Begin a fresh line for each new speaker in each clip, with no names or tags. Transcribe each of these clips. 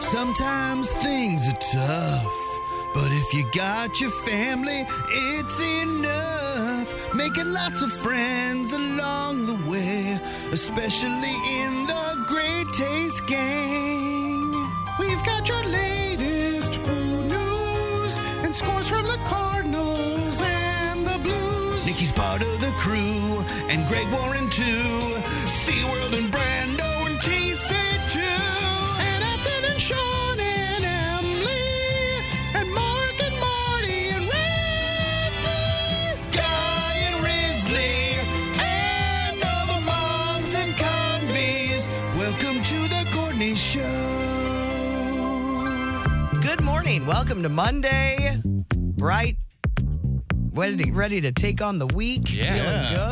Sometimes things are tough, but if you got your family, it's enough. Making lots of friends along the way, especially in the Great Taste Gang. We've got your latest food news and scores from the Cardinals and the Blues. Nikki's part of the crew, and Greg Warren too. SeaWorld and Brando and TC too. And Ethan and Sean and Emily. And Mark and Marty and Randy. Guy and Risley. And all the moms and convies. Welcome to the Courtney Show.
Good morning. Welcome to Monday. Bright. Ready, ready to take on the week.
Yeah.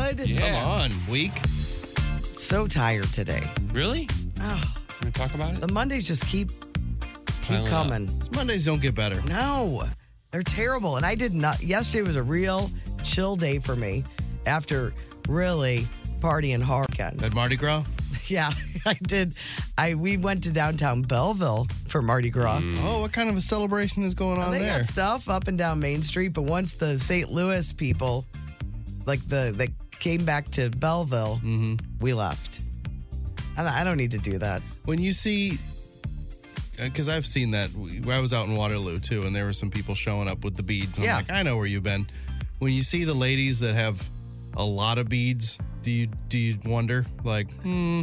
Feeling good.
Come on, week.
So tired today.
Really?
Oh,
Can we talk about it?
the Mondays just keep keep
Piling up.
coming.
Mondays don't get better.
No, they're terrible. And I did not. Yesterday was a real chill day for me after really partying hard. Again.
At Mardi Gras?
Yeah, I did. I we went to downtown Belleville for Mardi Gras.
Mm.
Oh, what kind of a celebration is going on
Oh, they
there?
got stuff up and down Main Street, but once the St. Louis people, like the that came back to Belleville,
Mm-hmm.
we left. And I don't need to do that.
when you see because I've seen that I was out in Waterloo too and there were some people showing up with the beads. And
Yeah.
I'm like, I know where you've been. When you see the ladies that have a lot of beads, do you do you wonder like, hmm,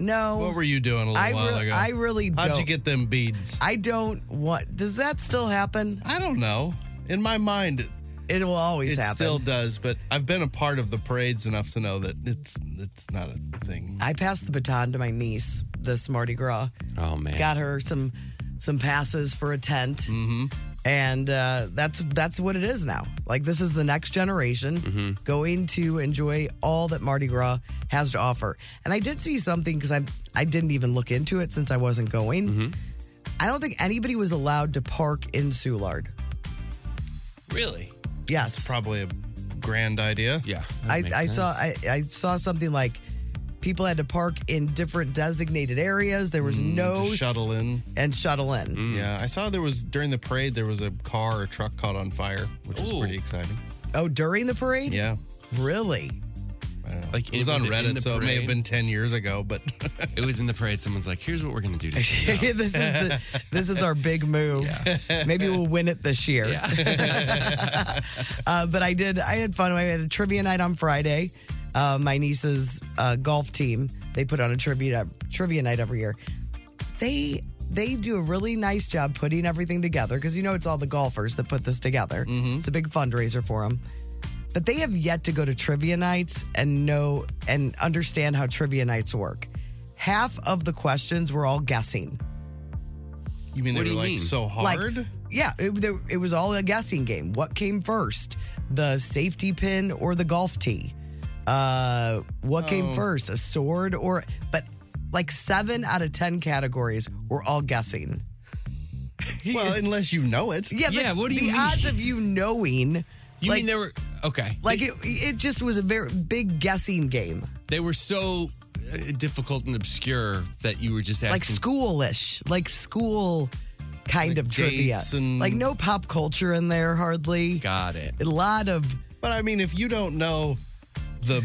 No,
what were you doing a little
I
while
re-
ago?
I really
How'd
don't.
you get them beads?
I don't want. Does that still happen?
I don't know. In my mind, it,
It will always
it
happen.
still does, but I've been a part of the parades enough to know that it's it's not a thing.
I passed the baton to my niece this Mardi Gras.
Oh man.
Got her some some passes for a tent.
Mm-hmm.
and uh, that's that's what it is now. Like this is the next generation
Mm-hmm.
going to enjoy all that Mardi Gras has to offer. And I did see something because I I didn't even look into it since I wasn't going.
Mm-hmm.
I don't think anybody was allowed to park in Soulard.
Really?
Yes,
Probably a grand idea.
Yeah. that
I,
makes
I saw
sense.
I, I saw something like people had to park in different designated areas. There was no
Mm, Just shuttle Mm. in.
and shuttle in.
Mm.
Yeah, I saw there was during the parade there was a car or truck caught on fire, which was
Ooh.
pretty exciting.
Oh, during the parade?
Yeah,
Really?
I don't know.
Like,
it was
it-
on
was it in
Reddit,
the
so it may have
parade?
been ten years ago. But
it was in the parade. Someone's like, "Here's what we're gonna do today."
this is the, this is our big move. Maybe we'll win it this year. uh, but I did. I had fun. I had a trivia night on Friday. Uh, my niece's uh, golf team. They put on a trivia trivia night every year. They they do a really nice job putting everything together because you know it's all the golfers that put this together. It's a big fundraiser for them. But they have yet to go to trivia nights and know and understand how trivia nights work. Half of the questions were all guessing.
you mean they
What do
were
you
like
mean?
so hard?
Like, yeah, it, there- it was all a guessing game. What came first, the safety pin or the golf tee? Uh, what came
Oh.
first, a sword or? But like seven out of ten categories were all guessing.
well, unless you know it.
Yeah,
Yeah,
the,
what do you
the
mean?
odds of you knowing?
You
like,
mean there were? Okay.
like it? It just was a very big guessing game,
They were so uh, difficult and obscure that you were just asking.
like schoolish, like school kind
Like
of trivia.
dates and-
Like no pop culture in there hardly.
Got it.
A lot of
But I mean, if you don't know the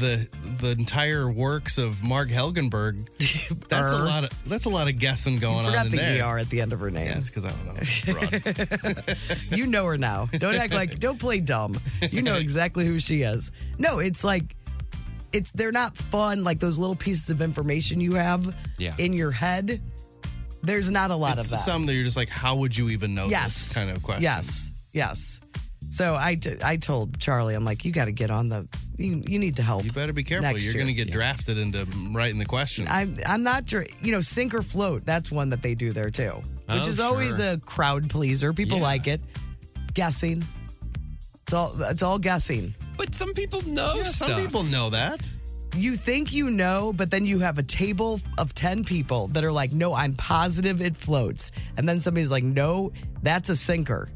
the the entire works of Marg Helgenberg. That's a
Err.
lot of that's a lot of guessing going on
Forgot
in
the
there.
ER at the end of her name.
Yeah, it's because I don't know. Broad.
You know her now. Don't act like don't play dumb. You know exactly who she is. No, it's like it's they're not fun like those little pieces of information you have
Yeah.
in your head. There's not a lot
It's
of that.
some that you're just like, how would you even know?
yes.
this kind of question.
Yes. Yes. So I, t- I told Charlie I'm like you got to get on the you, you need to help.
You better be careful.
Next
you're
year.
going to get drafted into writing the question.
I'm I'm not sure. You know, sink or float. That's one that they do there too, which
Oh,
is always
sure.
a crowd pleaser. People like it. Guessing. It's all it's all guessing.
But some people know
Yeah,
stuff.
some people know that.
You think you know, but then you have a table of ten people that are like, "No, I'm positive it floats," and then somebody's like, "No, that's a sinker,"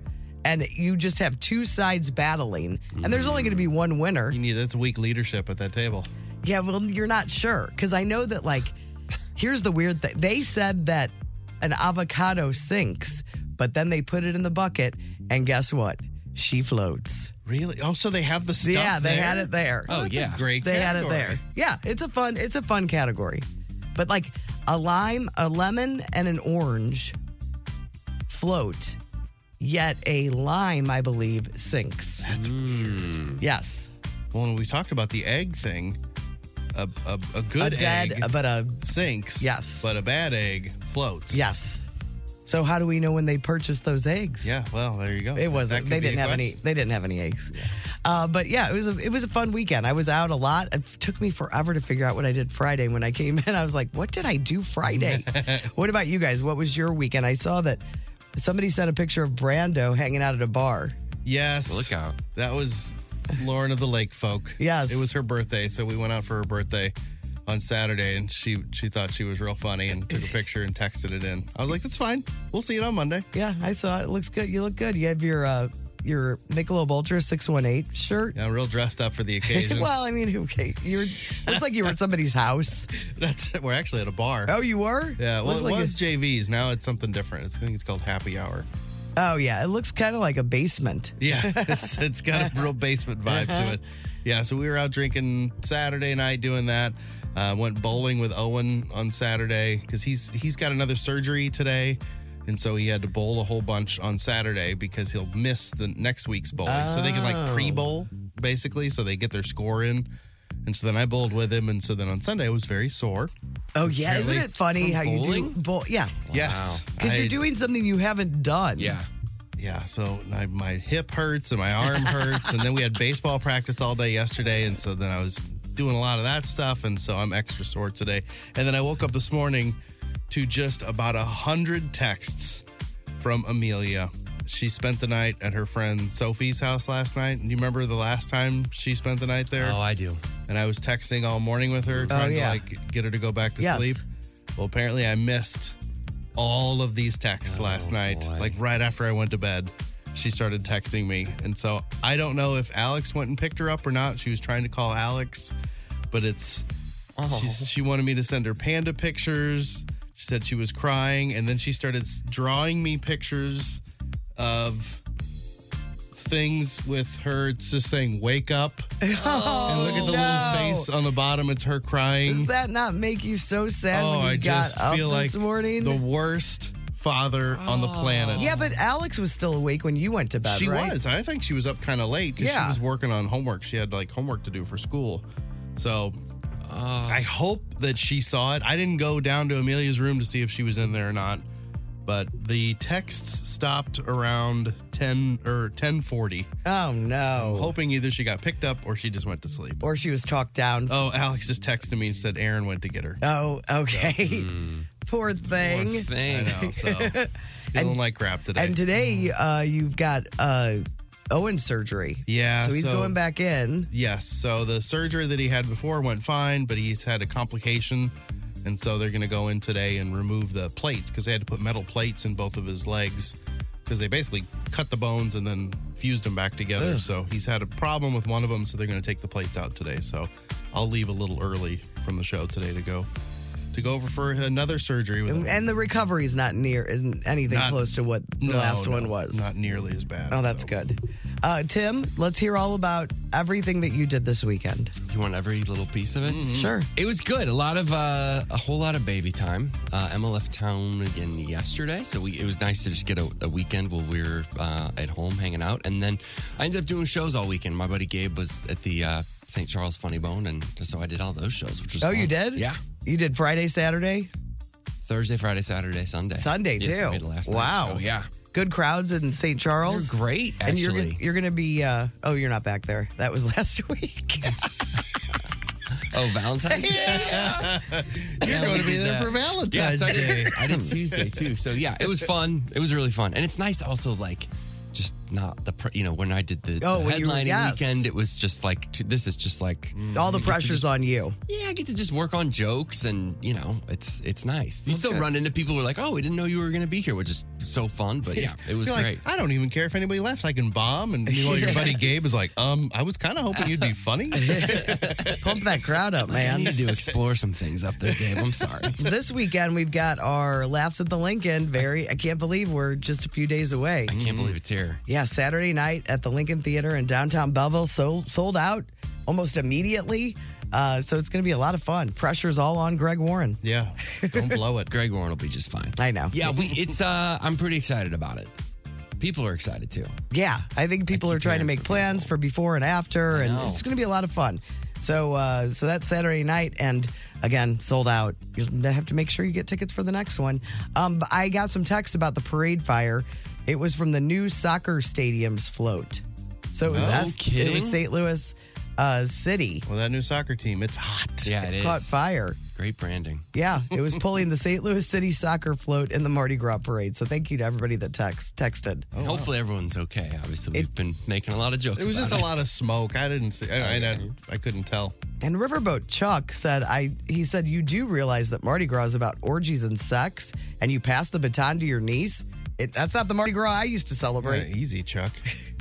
and you just have two sides battling, and there's only going to be one winner.
You need that's weak leadership at that table.
Yeah, well, you're not sure because I know that. Like, here's the weird thing: they said that an avocado sinks, but then they put it in the bucket, and guess what? She floats.
Really? Oh, so they have the stuff.
yeah, they
there?
had it there.
Oh,
That's
yeah.
a great.
they
category.
had it there. Yeah, it's a fun. It's a fun category, but like a lime, a lemon, and an orange float. Yet a lime, I believe, sinks. That's weird. Yes,
Well, when we talked about the egg thing, a a, a
a
good
dead,
egg
but a
sinks.
Yes.
but a bad egg floats.
Yes. So how do we know when they purchased those eggs?
Yeah. Well, there you go.
It
That
wasn't.
could
They
be a
didn't have any.
question.
They didn't have any eggs, uh, but yeah, it was a it was a fun weekend. I was out a lot. It took me forever to figure out what I did Friday. When I came in, I was like, "What did I do Friday?" what about you guys? What was your weekend? I saw that somebody sent a picture of Brando hanging out at a bar.
Yes.
Look out.
That was Lauren of the Lake Folk.
Yes.
It was her birthday, so we went out for her birthday on Saturday, and she she thought she was real funny and took a picture and texted it in. I was like, "That's fine. We'll see it on Monday."
Yeah, I saw it. It looks good. You look good. You have your uh, your Michelob Ultra six one eight shirt.
Yeah, real dressed up for the occasion.
Well, I mean, who ca- you're looks like you were at somebody's house.
That's we're actually at a bar.
Oh, you were?
Yeah, well,
Looks
it
like a-
was JV's. Now it's something different. It's, I think it's called Happy Hour.
Oh yeah, it looks kind of like a basement.
Yeah, it's, it's got a real basement vibe to it. Yeah, so we were out drinking Saturday night doing that. Uh, went bowling with Owen on Saturday because he's he's got another surgery today, and so he had to bowl a whole bunch on Saturday because he'll miss the next week's bowling. So they can like pre-bowl basically, so they get their score in. And so then I bowled with him, and so then on Sunday I was very sore.
Oh yeah, isn't
Apparently.
it funny
From
how you
bowling?
do bowl? Yeah,
Yes,
because
I-
you're doing something you haven't done.
Yeah.
Yeah, so I, my hip hurts and my arm hurts, and then we had baseball practice all day yesterday, and so then I was doing a lot of that stuff, and so I'm extra sore today. And then I woke up this morning to just about a hundred texts from Amelia. She spent the night at her friend Sophie's house last night. And you remember the last time she spent the night there?
Oh, I do.
and I was texting all morning with her, trying
Oh, yeah.
to like get her to go back to
Yes.
sleep. Well, apparently I missed all of these
Oh,
texts last night.
boy.
Like right after I went to bed, she started texting me, and so I don't know if Alex went and picked her up or not. She was trying to call Alex, but it's
Oh.
she's, she wanted me to send her panda pictures. She said she was crying, and then she started s- drawing me pictures of things with her just saying "wake up." And look at the little face on the bottom. It's her
Does
crying.
Oh, that not make you so sad
Oh,
when you
I
got
just
up
feel like
this morning? Oh.
the worst father on the planet.
yeah, but Alex was still awake when you went to bed.
she
right?
was. I think she was up kind of late because
Yeah.
she was working on homework. She had like homework to do for school. So
Oh.
I hope that she saw it. I didn't go down to Amelia's room to see if she was in there or not. But the texts stopped around 10 or 1040,
Oh no.
hoping either she got picked up or she just went to sleep.
Or she was talked down.
Oh, Alex just texted me and said Aaron went to get her.
Oh, okay.
Hmm.
Poor thing.
Poor
I
thing.
know. So feeling like crap today.
And today, uh, you've got uh, Owen surgery.
yeah.
So he's going back in.
Yes. So the surgery that he had before went fine, but he's had a complication. And so they're going to go in today and remove the plates because they had to put metal plates in both of his legs because they basically cut the bones and then fused them back together. So he's had a problem with one of them. So they're going to take the plates out today. So I'll leave a little early from the show today to go to go over for another surgery with him.
And the recovery is not near, isn't anything
Not-
close to what the
No,
last
no,
one was.
Not nearly as bad.
oh, that's
So-
good. Uh, Tim, let's hear all about everything that you did this weekend.
You want every little piece of it?
Sure.
It was good. A lot of uh, a whole lot of baby time. Uh, Emma left town again yesterday, so we, it was nice to just get a, a weekend while we were uh, at home hanging out. And then I ended up doing shows all weekend. My buddy Gabe was at the uh, St. Charles Funny Bone, and so I did all those shows, which was
Oh, you
fun.
did?
Yeah,
You did Friday, Saturday,
Thursday, Friday, Saturday, Sunday,
Sunday
Yes, I
too.
made it last night,
wow.
so, yeah,
Good crowds in St. Charles.
They're great. Actually,
And you're gonna- you're going to be uh, oh you're not back there. That was last week.
Mm-hmm. oh Valentine's Day.
You're going to be there for
Yeah,
Valentine's
so I
Day.
did,
Hmm.
I did Uh, Tuesday too. So yeah, it was fun. It was really fun, and it's nice also like just not the pr- you know when I did the,
Oh,
the
when you-
headlining
yes. Mm.
weekend, it was just like t- this is just like
All the pressure's on you.
yeah, I get to just work on jokes, and you know it's it's nice. You still run into people who are like, oh, we didn't know you were gonna be here, which is so fun. But yeah, it was
You're
great.
"Ah,
Like, I don't even care if anybody left. I can bomb. And meanwhile, your buddy Gabe is like, um, I was kind of hoping you'd be funny.
Pump that crowd up,
I
man.
need to explore some things up there, Gabe. I'm sorry.
this weekend we've got our laughs at the Lincoln. Very I can't believe we're just a few days away.
I can't believe it's here.
Yeah, Saturday night at the Lincoln Theater in downtown Belleville, so sold out almost immediately. Uh, so it's going to be a lot of fun. Pressure's all on Greg Warren.
yeah. Don't blow it.
Greg Warren will be just fine.
I know.
Yeah, we. It's. uh I'm pretty excited about it. People are excited too.
Yeah, I think people are trying to
hearing
make
from
plans for before and after, and
know.
it's going to be a lot of fun. So, uh, so that's Saturday night, and again, sold out. You'll have to make sure you get tickets for the next one. Um, but I got some texts about the parade fire. It was from the new soccer stadium's float. So it was
No
us. It was
kidding?
St. Louis uh, City
Well, that new soccer team, it's hot.
Yeah, it is.
caught fire.
Great branding.
Yeah, it was pulling the St. Louis City soccer float in the Mardi Gras parade. So thank you to everybody that text texted.
Hopefully everyone's okay. Obviously, we've been making a lot of jokes.
It was
about
just a lot of smoke. I didn't see. I, I, I, couldn't tell.
And Riverboat Chuck said, "I." He said, "You do realize that Mardi Gras is about orgies and sex, and you pass the baton to your niece. It, that's not the Mardi Gras I used to celebrate.
Yeah, easy, Chuck.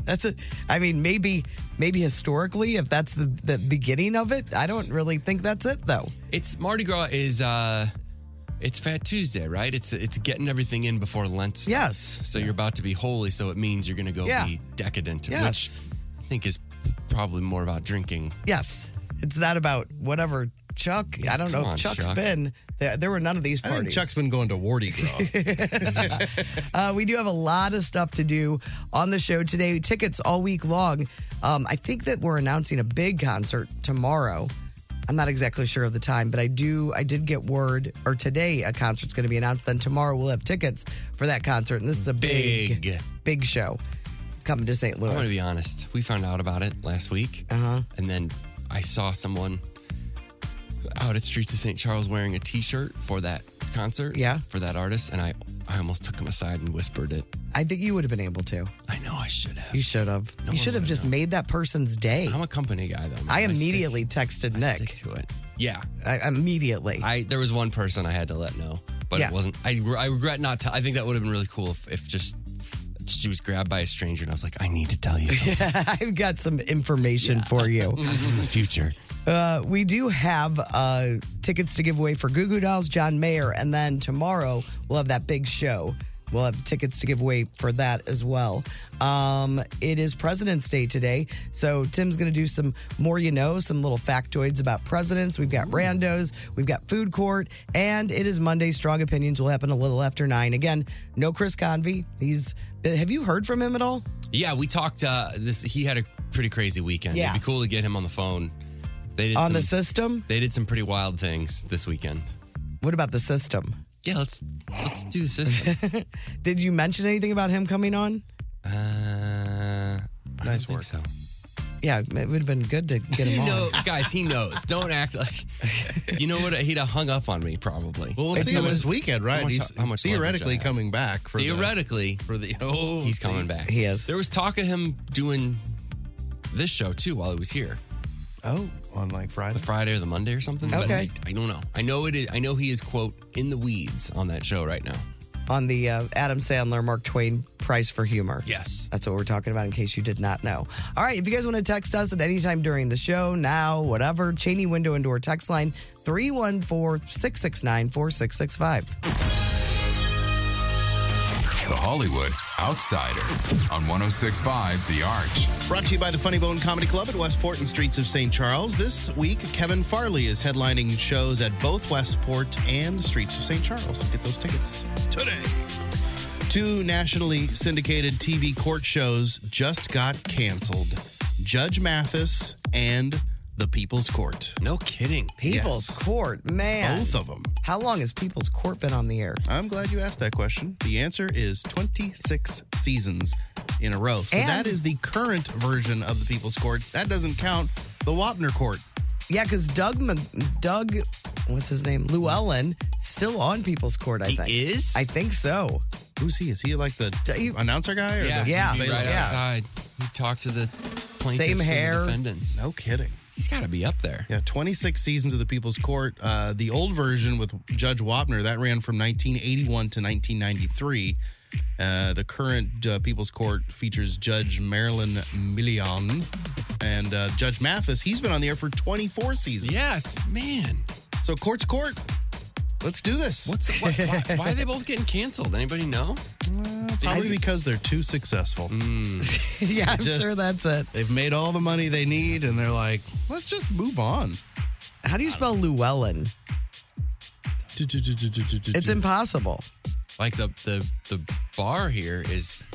That's a. I mean, maybe, maybe historically, if that's the the beginning of it, I don't really think that's it though.
It's Mardi Gras is uh, it's Fat Tuesday, right? It's it's getting everything in before Lent. starts.
Yes.
So you're about to be holy, so it means you're going to go
Yeah.
be decadent,
Yes.
which I think is probably more about drinking.
Yes, it's not about whatever Chuck. I don't
come
know.
on,
Chuck's
Chuck.
been there. There were none of these
I
parties.
think Chuck's been going to Wardy Gras.
Uh, we do have a lot of stuff to do on the show today. Tickets all week long. Um, I think that we're announcing a big concert tomorrow. I'm not exactly sure of the time, but I do. I did get word, or today a concert's going to be announced. Then tomorrow we'll have tickets for that concert, and this is a big, big,
Big.
show coming to St.
I'm going to be
Louis.
honest. We found out about it last week, uh-huh. and then I saw someone out at Streets of St. Charles wearing a T-shirt for that concert.
Yeah.
for that artist, and I I almost took him aside and whispered it.
I think you would have been able to.
I know I should have.
You should have. you should have just made that person's day.
I'm a company guy though. man.
I
stick-
immediately texted
I stick
Nick.
to it. Yeah,
I, immediately.
I there was one person I had to let know, but
Yeah.
it wasn't. I, re- I regret not. Tell, I think that would have been really cool if, if just she was grabbed by a stranger and I was like, I need to tell you something
I've got some information for you.
from the future.
Uh, we do have uh, tickets to give away for Goo Goo Dolls, John Mayer, and then tomorrow we'll have that big show. We'll have tickets to give away for that as well. Um, it is President's Day today, so Tim's going to do some more you know, some little factoids about presidents. We've got randos, we've got food court, and it is Monday. Strong opinions will happen a little after nine. Again, no Chris Convey. He's. uh, Have you heard from him at all?
Yeah, we talked. Uh, this he had a pretty crazy weekend.
Yeah.
It'd be cool to get him on the phone. They did
On
some,
the system?
They did some pretty wild things this weekend.
What about the system?
Yeah, let's let's do the system.
Did you mention anything about him coming on?
uh, I don't
Nice
think
work.
So.
Yeah, it would have been good to get
He
him on.
know, guys, he knows. Don't act like you know what. He'd have hung up on me probably.
Well, we'll
Like,
see him
someone-
this weekend, right?
How much,
He's
how much leverage I
theoretically
have.
coming back for
Theoretically,
the, for the oh,
he's coming back.
He is.
There was talk of him doing this show too while he was here,
Oh, on like Friday.
the Friday or the Monday or something. but
Okay.
I, I don't know. I know it. Is, I know he is quote in the weeds on that show right now.
on the uh, Adam Sandler Mark Twain Prize for Humor.
Yes.
That's what we're talking about in case you did not know. All right, if you guys want to text us at any time during the show, now, whatever, Cheney Window and Door text line 314 669 4665.
The Hollywood Outsider on 1065 The Arch.
Brought to you by the Funny Bone Comedy Club at Westport and Streets of St. Charles. This week, Kevin Farley is headlining shows at both Westport and Streets of St. Charles. Get those tickets today. Two nationally syndicated TV court shows just got canceled Judge Mathis and The People's Court.
No kidding.
People's
Yes.
Court, man.
Both of them.
How long has People's Court been on the air?
I'm glad you asked that question. The answer is 26 seasons in a row. So
And-
that is the current version of the People's Court. That doesn't count the Wapner Court.
Yeah, because Doug, Mc- Doug, what's his name? Llewellyn, still on People's Court, I
He
think.
is?
I think so.
Who's he? Is he like the
Do you-
announcer guy? Or
yeah,
the-
Yeah,
he'd be right
yeah.
outside. He talked to the plaintiffs
Same
and the
hair.
defendants.
No kidding.
He's got to be up there.
Yeah, 26 seasons of the People's Court. Uh, the old version with Judge Wapner, that ran from 1981 to 1993. Uh, the current uh, People's Court features Judge Marilyn Million and uh, Judge Mathis. He's been on the air for 24 seasons.
Yeah, man.
So court's court. Let's do this.
What's what, why, why are they both getting canceled? Anybody know?
Uh, Probably because they're too successful.
Mm.
yeah, I'm
Just-
sure that's it.
They've made all the money they need, and they're like, let's just move on.
How do you spell Llewellyn? It's impossible.
Like the the the bar here is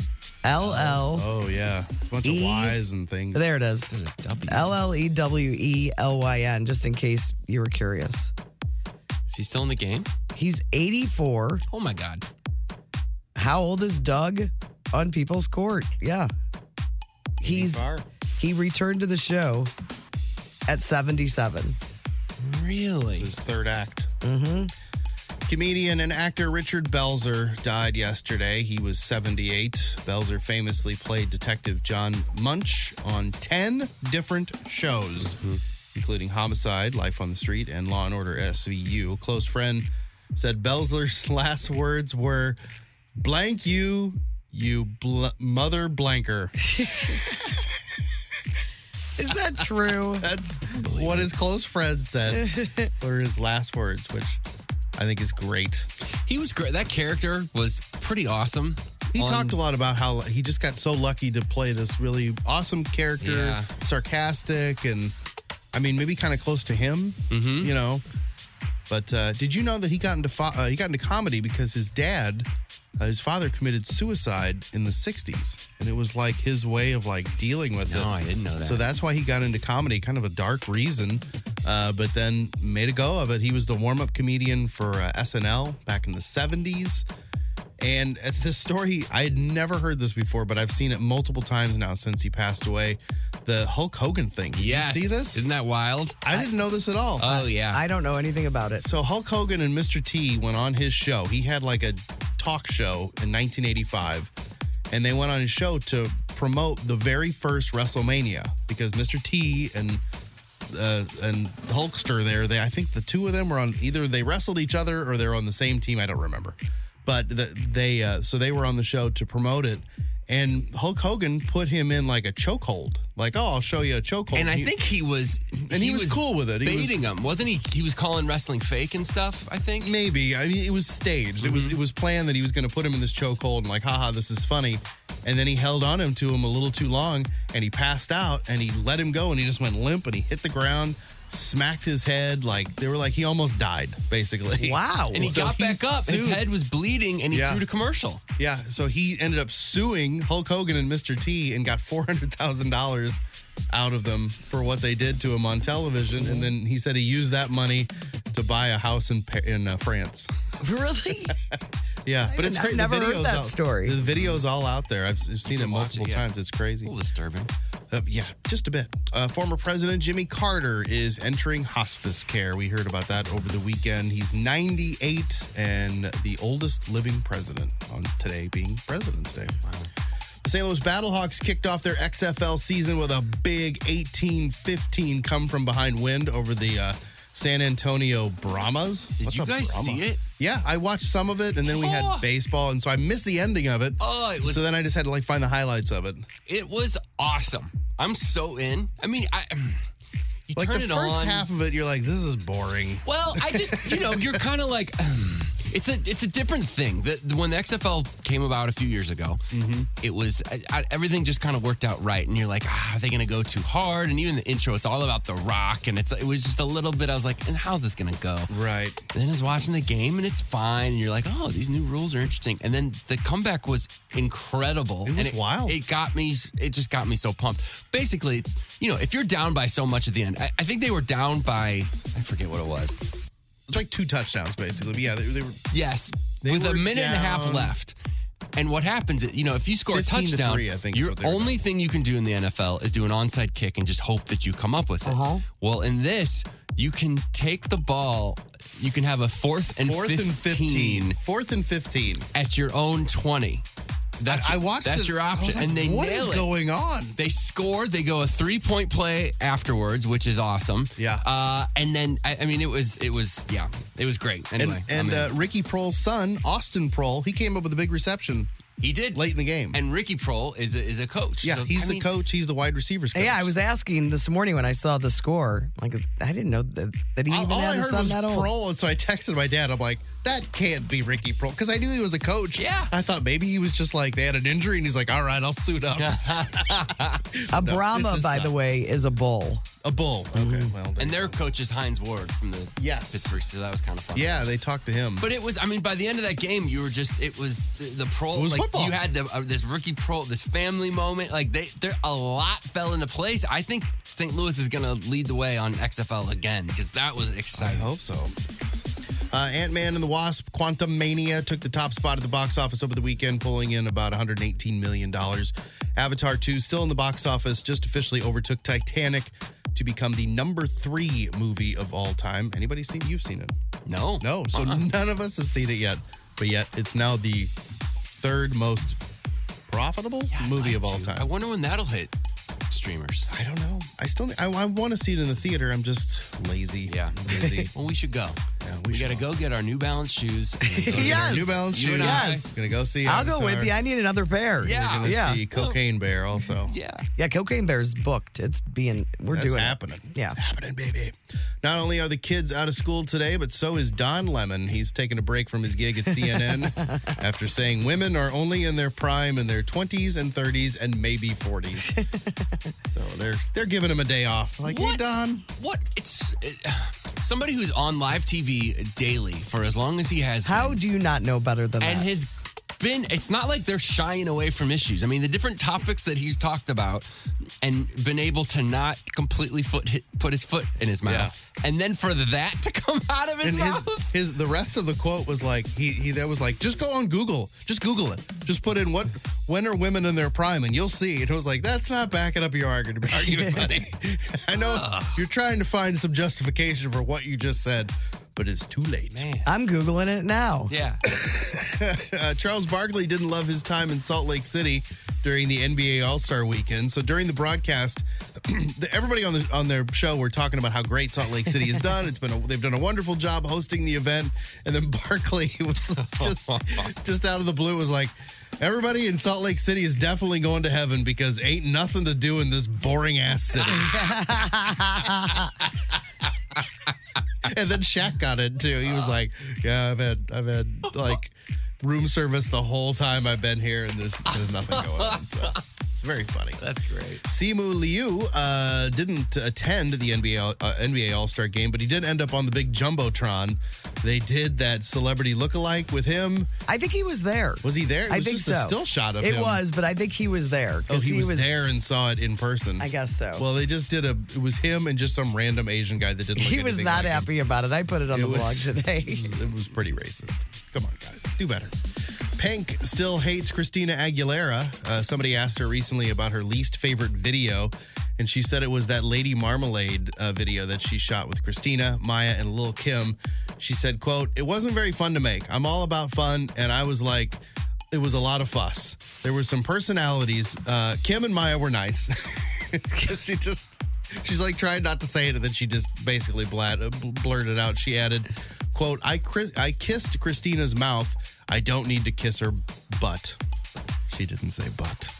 L L.
Oh yeah, it's a bunch of
E-
Y's and things.
There it is.
there's a W.
L L E W E L Y N, just in case you were curious.
Is he still in the game?
He's 84.
Oh my god.
How old is Doug on People's Court? Yeah. He's
Bar.
he returned to the show at 77.
Really?
This is third act. Comedian and actor Richard Belzer died yesterday. He was 78. Belzer famously played Detective John Munch on 10 different shows, including Homicide, Life on the Street, and Law and Order SVU. A close friend said Belzer's last words were, blank you, you bl- mother blanker.
Is that true?
That's what his close friend said were his last words, which I think is great.
He was great. That character was pretty awesome.
He
on-
talked a lot about how he just got so lucky to play this really awesome character,
Yeah.
sarcastic, and I mean, maybe kind of close to him,
Mm-hmm.
you know. But uh, did you know that he got into fo- uh, he got into comedy because his dad, uh, his father, committed suicide in the '60s, and it was like his way of like dealing with it.
No, I didn't know that.
So that's why he got into comedy, kind of a dark reason, uh, but then made a go of it. He was the warm up comedian for uh, SNL back in the 70s. And at this story, I had never heard this before, but I've seen it multiple times now since he passed away. The Hulk Hogan thing. Did
Yes.
You see this?
Isn't that wild?
I didn't know this at all.
Oh yeah.
I don't know anything about it.
So Hulk Hogan and Mr. T went on his show. He had like a talk show in 1985, and they went on his show to promote the very first WrestleMania because Mr. T and uh, and Hulkster there, they I think the two of them were on either they wrestled each other or they're on the same team. I don't remember, but the, they uh, so they were on the show to promote it. And Hulk Hogan put him in like a chokehold, like oh I'll show you a chokehold.
and I
He-
think he was
And he was cool with it. He was-
baiting him, wasn't he? He was calling wrestling fake and stuff, I think.
Maybe. I mean, it was staged. It was it was planned that he was going to put him in this chokehold and like, haha, this is funny. And then he held on him to him a little too long, and he passed out, and he let him go, and he just went limp, and he hit the ground, smacked his head, like they were like he almost died, basically.
Wow.
And he
So
got
he
back up. His
sued-
head was bleeding and he
Yeah.
threw to commercial.
Yeah. So he ended up suing Hulk Hogan and Mr. T, and got four hundred thousand dollars out of them for what they did to him on television, and then he said he used that money to buy a house in Pa- in uh, France.
really?
Yeah, but it's
I've
crazy.
never
the
heard
video's
that
out,
story.
The video's all out there. I've, I've seen it
can watch it,
multiple
yeah,
times.
it's-
It's crazy.
A little disturbing.
Uh, yeah, just a bit. Uh, former President Jimmy Carter is entering hospice care. We heard about that over the weekend. He's 98 and the oldest living president on today being President's Day. Wow. The St. Louis Battlehawks kicked off their XFL season with a big 18 15 come from behind win over the uh, San Antonio Brahmas.
Did you guys see it?
Yeah, I watched some of it, and then we
Oh.
had baseball, and so I missed the ending of it.
Oh, it was
so then I just had to like find the highlights of it.
it was awesome. I'm so in. I mean, I you
Like
turn
the
it
first
on.
half of it, you're like, this is boring.
Well, I just you know you're kind of like. um, It's a it's a different thing. The, the- when the XFL came about a few years ago,
Mm-hmm.
it was I, I, everything just kind of worked out right, and you're like, ah, are they going to go too hard? And even the intro, it's all about the rock, and it's it was just a little bit. I was like, and how's this going to go?
Right.
And then just watching the game, and it's fine. And you're like, oh, these new rules are interesting. And then the comeback was incredible.
It was
and
wild.
It got me. It just got me so pumped. Basically, you know, if you're down by so much at the end, I, I think they were down by I forget what it was.
It's like two touchdowns basically. But yeah, they, they were
Yes,
They
with a
were
minute and a half
down-
left. And what happens? is, You know, if you score a
15 to
touchdown,
three, I think is
your
what they were
only thing you can do in the NFL is do an onside kick and just hope that you come up with it.
Uh-huh.
Well, in this, you can take the ball. You can have a fourth and
fourth
15
and 15. Fourth and 15.
at your own 20. That's
I watched
that's
it.
your
I was
option.
like,
and they
what
nail
is
it.
going on?
They score. They go a three-point play afterwards, which is awesome.
Yeah.
Uh, and then I, I mean, it was it was yeah, it was great.
And,
Anyway,
and
I'm in.
uh, Ricky Prohl's son, Austin Prohl, he came up with a big reception
he did
late in the game.
And Ricky Prohl is a, is a coach.
yeah,
So,
he's
I
the
mean,
coach. He's the wide receivers coach.
Yeah, I was asking this morning when I saw the score. Like, I didn't know that, that he
All,
even
all
had
I
a
heard
son
was
that old.
Prohl, and so I texted my dad. I'm like, that can't be Ricky Prohl because I knew he was a coach.
Yeah.
I thought maybe he was just like they had an injury, and he's like, all right, I'll suit up.
a Brahma,
it's his
by
son.
the way, is a bull.
A bull. Okay, well, there
Mm-hmm. And
you
their
go.
coach is Heinz Ward from the
Yes.
Pittsburgh. So that was kind of fun.
yeah, they talked to him.
But it was, I mean, by the end of that game, you were just, it was the, the pro.
It was
like,
football.
You had the, uh, this rookie pro, this family moment. Like, they, there, a lot fell into place. I think St. Louis is going to lead the way on XFL again because that was
I
exciting.
hope so. Uh, Ant Man and the Wasp: Quantum Mania took the top spot at the box office over the weekend, pulling in about 118 million dollars. Avatar 2 still in the box office, just officially overtook Titanic to become the number three movie of all time. Anybody seen? You've seen it?
No. Uh-uh.
No. So none of us have seen it yet, but yet it's now the third most profitable movie of all time.
I wonder when that'll hit streamers.
I don't know. I still I, I want to see it in the theater. I'm just lazy.
Yeah.
busy.
Well, we should go.
Yeah,
we
we should
got to go get our New Balance shoes. and go to-
Yes.
New Balance
You
shoes.
and I.
Yes.
Gonna go see.
I'll go
Avatar.
with you. I need another pair.
Yeah.
Gonna
yeah,
see Cocaine Bear also.
Yeah.
yeah. Cocaine Bear's booked. It's being we're
That's
doing it.
happening.
Yeah.
It's happening, baby. Not only are the kids out of school today, but so is Don Lemon. He's taking a break from his gig at CNN after saying women are only in their prime in their 20s and 30s and maybe 40s. so they're they're giving him a day off. Like, hey,
What?
Don.
What? It's it, somebody who's on live TV daily for as long as he has been.
How do you not know better than
and
that?
has been it's not like they're shying away from issues i mean the different topics that he's talked about and been able to not completely foot hit, put his foot in his mouth and then for that to come out of his
And his,
mouth
his the rest of the quote was like he he that was like just go on Google just Google it just put in what when are women in their prime and you'll see it was like that's not backing up your argument argument buddy I know you're trying to find some justification for what you just said but it's too late
I'm googling it now.
yeah
uh, Charles Barkley didn't love his time in Salt Lake City during the NBA All Star Weekend. So during the broadcast, the- everybody on the on their show were talking about how great Salt Lake City has done. It's been a, they've done a wonderful job hosting the event, and then Barkley was just just out of the blue was like. Everybody in Salt Lake City is definitely going to heaven because ain't nothing to do in this boring ass city. and then Shaq got it too. He was like, "Yeah, I've had, I've had like room service the whole time I've been here, and there's, there's nothing going on." So it's very funny.
that's great
Simu Liu uh, didn't attend the NBA uh, NBA All Star game, but he did end up on the big jumbotron. They did that celebrity lookalike with him.
I think he was there.
Was he there? It
I
was
think
just
so.
a still shot of
it
him.
was, but I think he was there. 'cause
Oh, he, was, there and saw it in person.
I guess so.
Well, they just did a. It was him and just some random Asian guy that didn't. Look
he was
anything
not
like him.
happy about it. I put it on the
It
blog
was-
today.
It was, it was pretty racist. Come on, guys, do better. Pink still hates Christina Aguilera. Uh, somebody asked her recently about her least favorite video, and she said it was that Lady Marmalade uh, video that she shot with Christina, Maya, and Lil Kim. She said, "quote It wasn't very fun to make. I'm all about fun, and I was like." It was a lot of fuss. There were some personalities. Uh, Kim and Maya were nice. 'Cause she just She's like trying not to say it, and then she just basically blat- uh, bl- blurted out. She added, "quote I cri- I kissed Christina's mouth. I don't need to kiss her butt." She didn't say butt.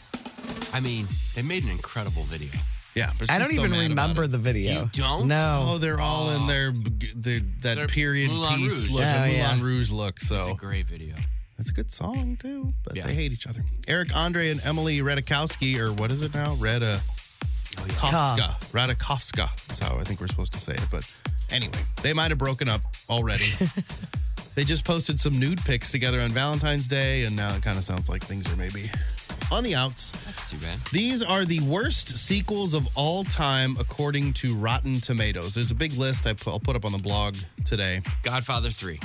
i mean they made an incredible video
Yeah, but
I
she's
don't
so
even
mad about
remember
it.
the video.
You don't?
Oh,
No.
they're all in their, their that
They're
period
Moulin
piece
Rouge.
look,
Yeah,
the
yeah.
Moulin Rouge look. So
It's a great video.
That's a good song too, but
Yeah.
they hate each other. Eric Andre and Emily Radikowski, or what is it now? Rada Kofska. Radikowska is how I think we're supposed to say it. But anyway, they might have broken up already. they just posted some nude pics together on Valentine's Day, and now it kind of sounds like things are maybe on the outs.
That's too bad.
These are the worst sequels of all time, according to Rotten Tomatoes. There's a big list I pu- I'll put up on the blog today.
Godfather 3.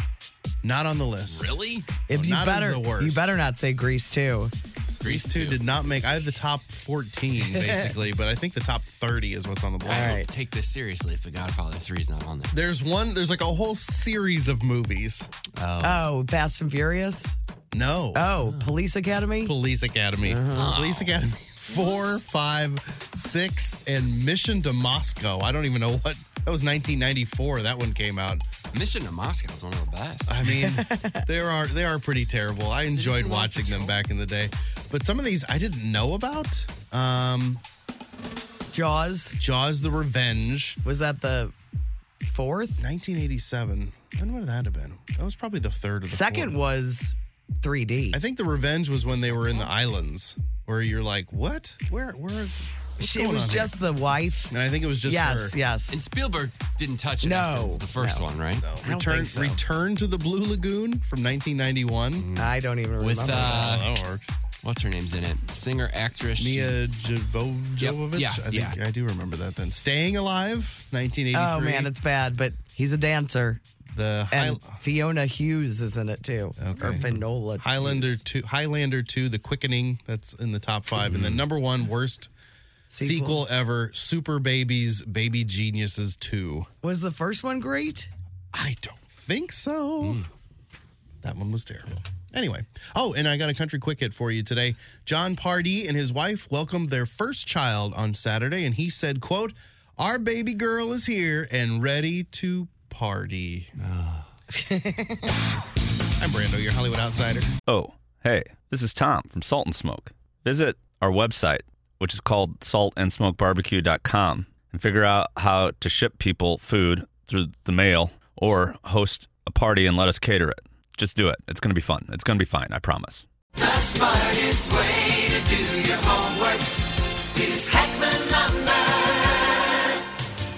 Not on the list.
Really?
If you
not as
better,
the worst.
you better not say Grease too.
Grease
These two did not make. I have the top 14 basically, but I think the top 30 is what's on the board.
I
right.
don't take this seriously if The Godfather 3 is not on there.
There's one. There's like a whole series of movies.
Oh, Fast and Furious.
No.
Oh, Police Academy.
Police Academy. Police Academy. Four, five, six, and Mission to Moscow. I don't even know what. That was 1994. That one came out.
Mission to Moscow is one of the best.
I mean, there are they are pretty terrible. I enjoyed
Citizen
watching them
Patrol.
back in the day, but some of these I didn't know about. Um,
Jaws.
Jaws: The Revenge.
Was that the fourth?
1987. When would that have been? That was probably the third or the
Second
fourth.
was 3D.
I think the revenge was when they were in the islands, where you're like, what? Where? Where? what's
She, it
going
was
on here?"
just the wife.
And I think it was just
yes,
her.
yes.
and Spielberg didn't touch it.
No,
after the first
no.
one, right?
No,
don't
Return,
think so. Mm.
Return to the Blue Lagoon from 1991.
I don't even remember.
With
Oh,
uh,
that worked.
what's her name's in it? Singer, actress. she's-
Mia Jovo-
Yep,
Jovovich.
yeah,
I think
yeah.
I do remember that. Then Staying Alive, 1983.
oh man, it's bad. But he's a dancer,
the High-
and Fiona Hughes is in it too, or
Okay.
Finola.
Highlander
Hughes.
two, Highlander two, The Quickening. That's in the top 5 and then number one worst
Sequel.
sequel. ever, Super Babies, Baby Geniuses two.
Was the first one great?
I don't think so. That one was terrible. Anyway, oh, and I got a country quick hit for you today. John Pardee and his wife welcomed their first child on Saturday, and he said, "quote Our baby girl is here and ready to party." I'm Brando, your Hollywood outsider.
Oh, hey, this is Tom from Salt and Smoke. Visit our website, which is called saltandsmokebarbecue.com, and figure out how to ship people food through the mail or host a party and let us cater it. Just do it. It's going to be fun. It's going to be fine. I promise.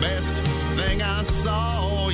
Best thing I saw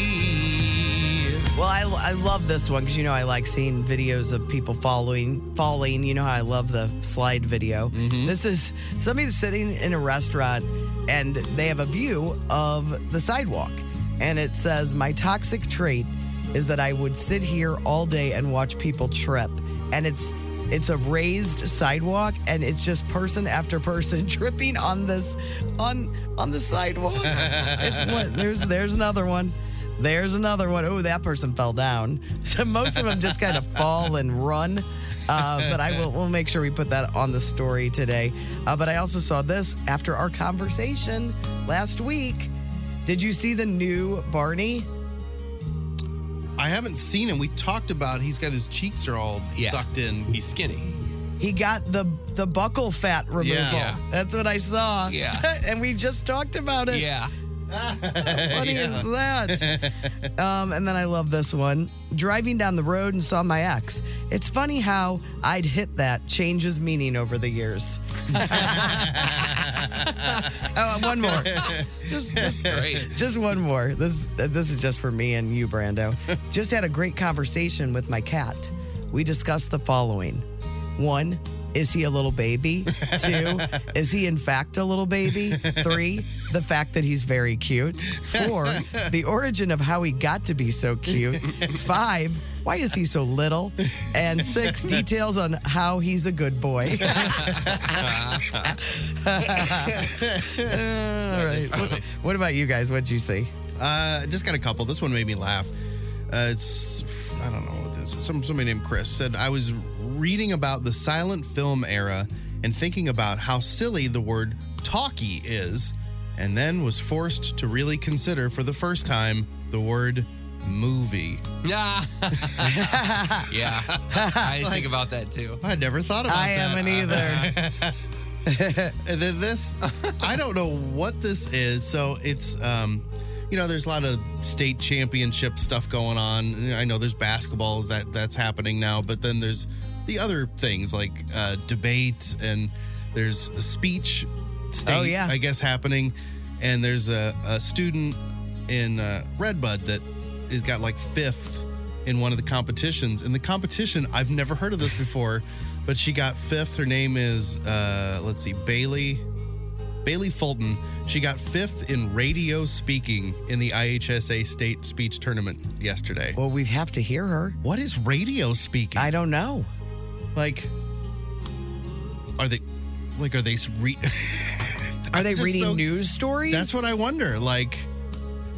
yesterday.
Well, I, I love this one because you know I like seeing videos of people following falling. You know how I love the slide video. This is somebody sitting in a restaurant and they have a view of the sidewalk, and it says, "My toxic trait is that I would sit here all day and watch people trip," and it's it's a raised sidewalk and it's just person after person tripping on this on on the sidewalk. it's what there's there's another one. There's another one. Oh, that person fell down. So most of them just kind of fall and run. Uh, but I will we'll make sure we put that on the story today. Uh, but I also saw this after our conversation last week. Did you see the new Barney?
I haven't seen him. We talked about he's got his cheeks are all
Yeah.
sucked in.
He's skinny.
He got the the buckle fat removal.
Yeah.
That's what I saw.
Yeah.
and we just talked about it.
Yeah.
funny is that? um, and then I love this one. Driving down the road and saw my ex. It's funny how I'd hit that changes meaning over the years. oh, and one more. Just, just,
Great.
just one more. This uh, this is just for me and you, Brando. just had a great conversation with my cat. We discussed the following: one, is he a little baby? Two, is he in fact a little baby? Three, the fact that he's very cute. Four, the origin of how he got to be so cute. Five. Why is he so little? And six details on how he's a good boy. All right. What, what about you guys? What'd you see?
Uh, just got a couple. This one made me laugh. Uh, it's I don't know what this is. Some somebody named Chris said I was reading about the silent film era and thinking about how silly the word talkie is, and then was forced to really consider for the first time the word movie.
Yeah. yeah. I think about that too.
I never thought about
I
that.
haven't either.
and then this i don't know what this is so it's um you know there's a lot of state championship stuff going on i know there's basketballs that that's happening now but then there's the other things like uh debate and there's a speech state
Oh, yeah.
i guess happening and there's a, a student in uh, redbud that has got like fifth in one of the competitions in the competition i've never heard of this before but she got fifth her name is uh, let's see bailey bailey fulton she got fifth in radio speaking in the ihsa state speech tournament yesterday
well, we have to hear her.
what is radio speaking
I don't know.
like are they like are they s- re-
Are they
Just
reading
so-
news stories?
that's what i wonder like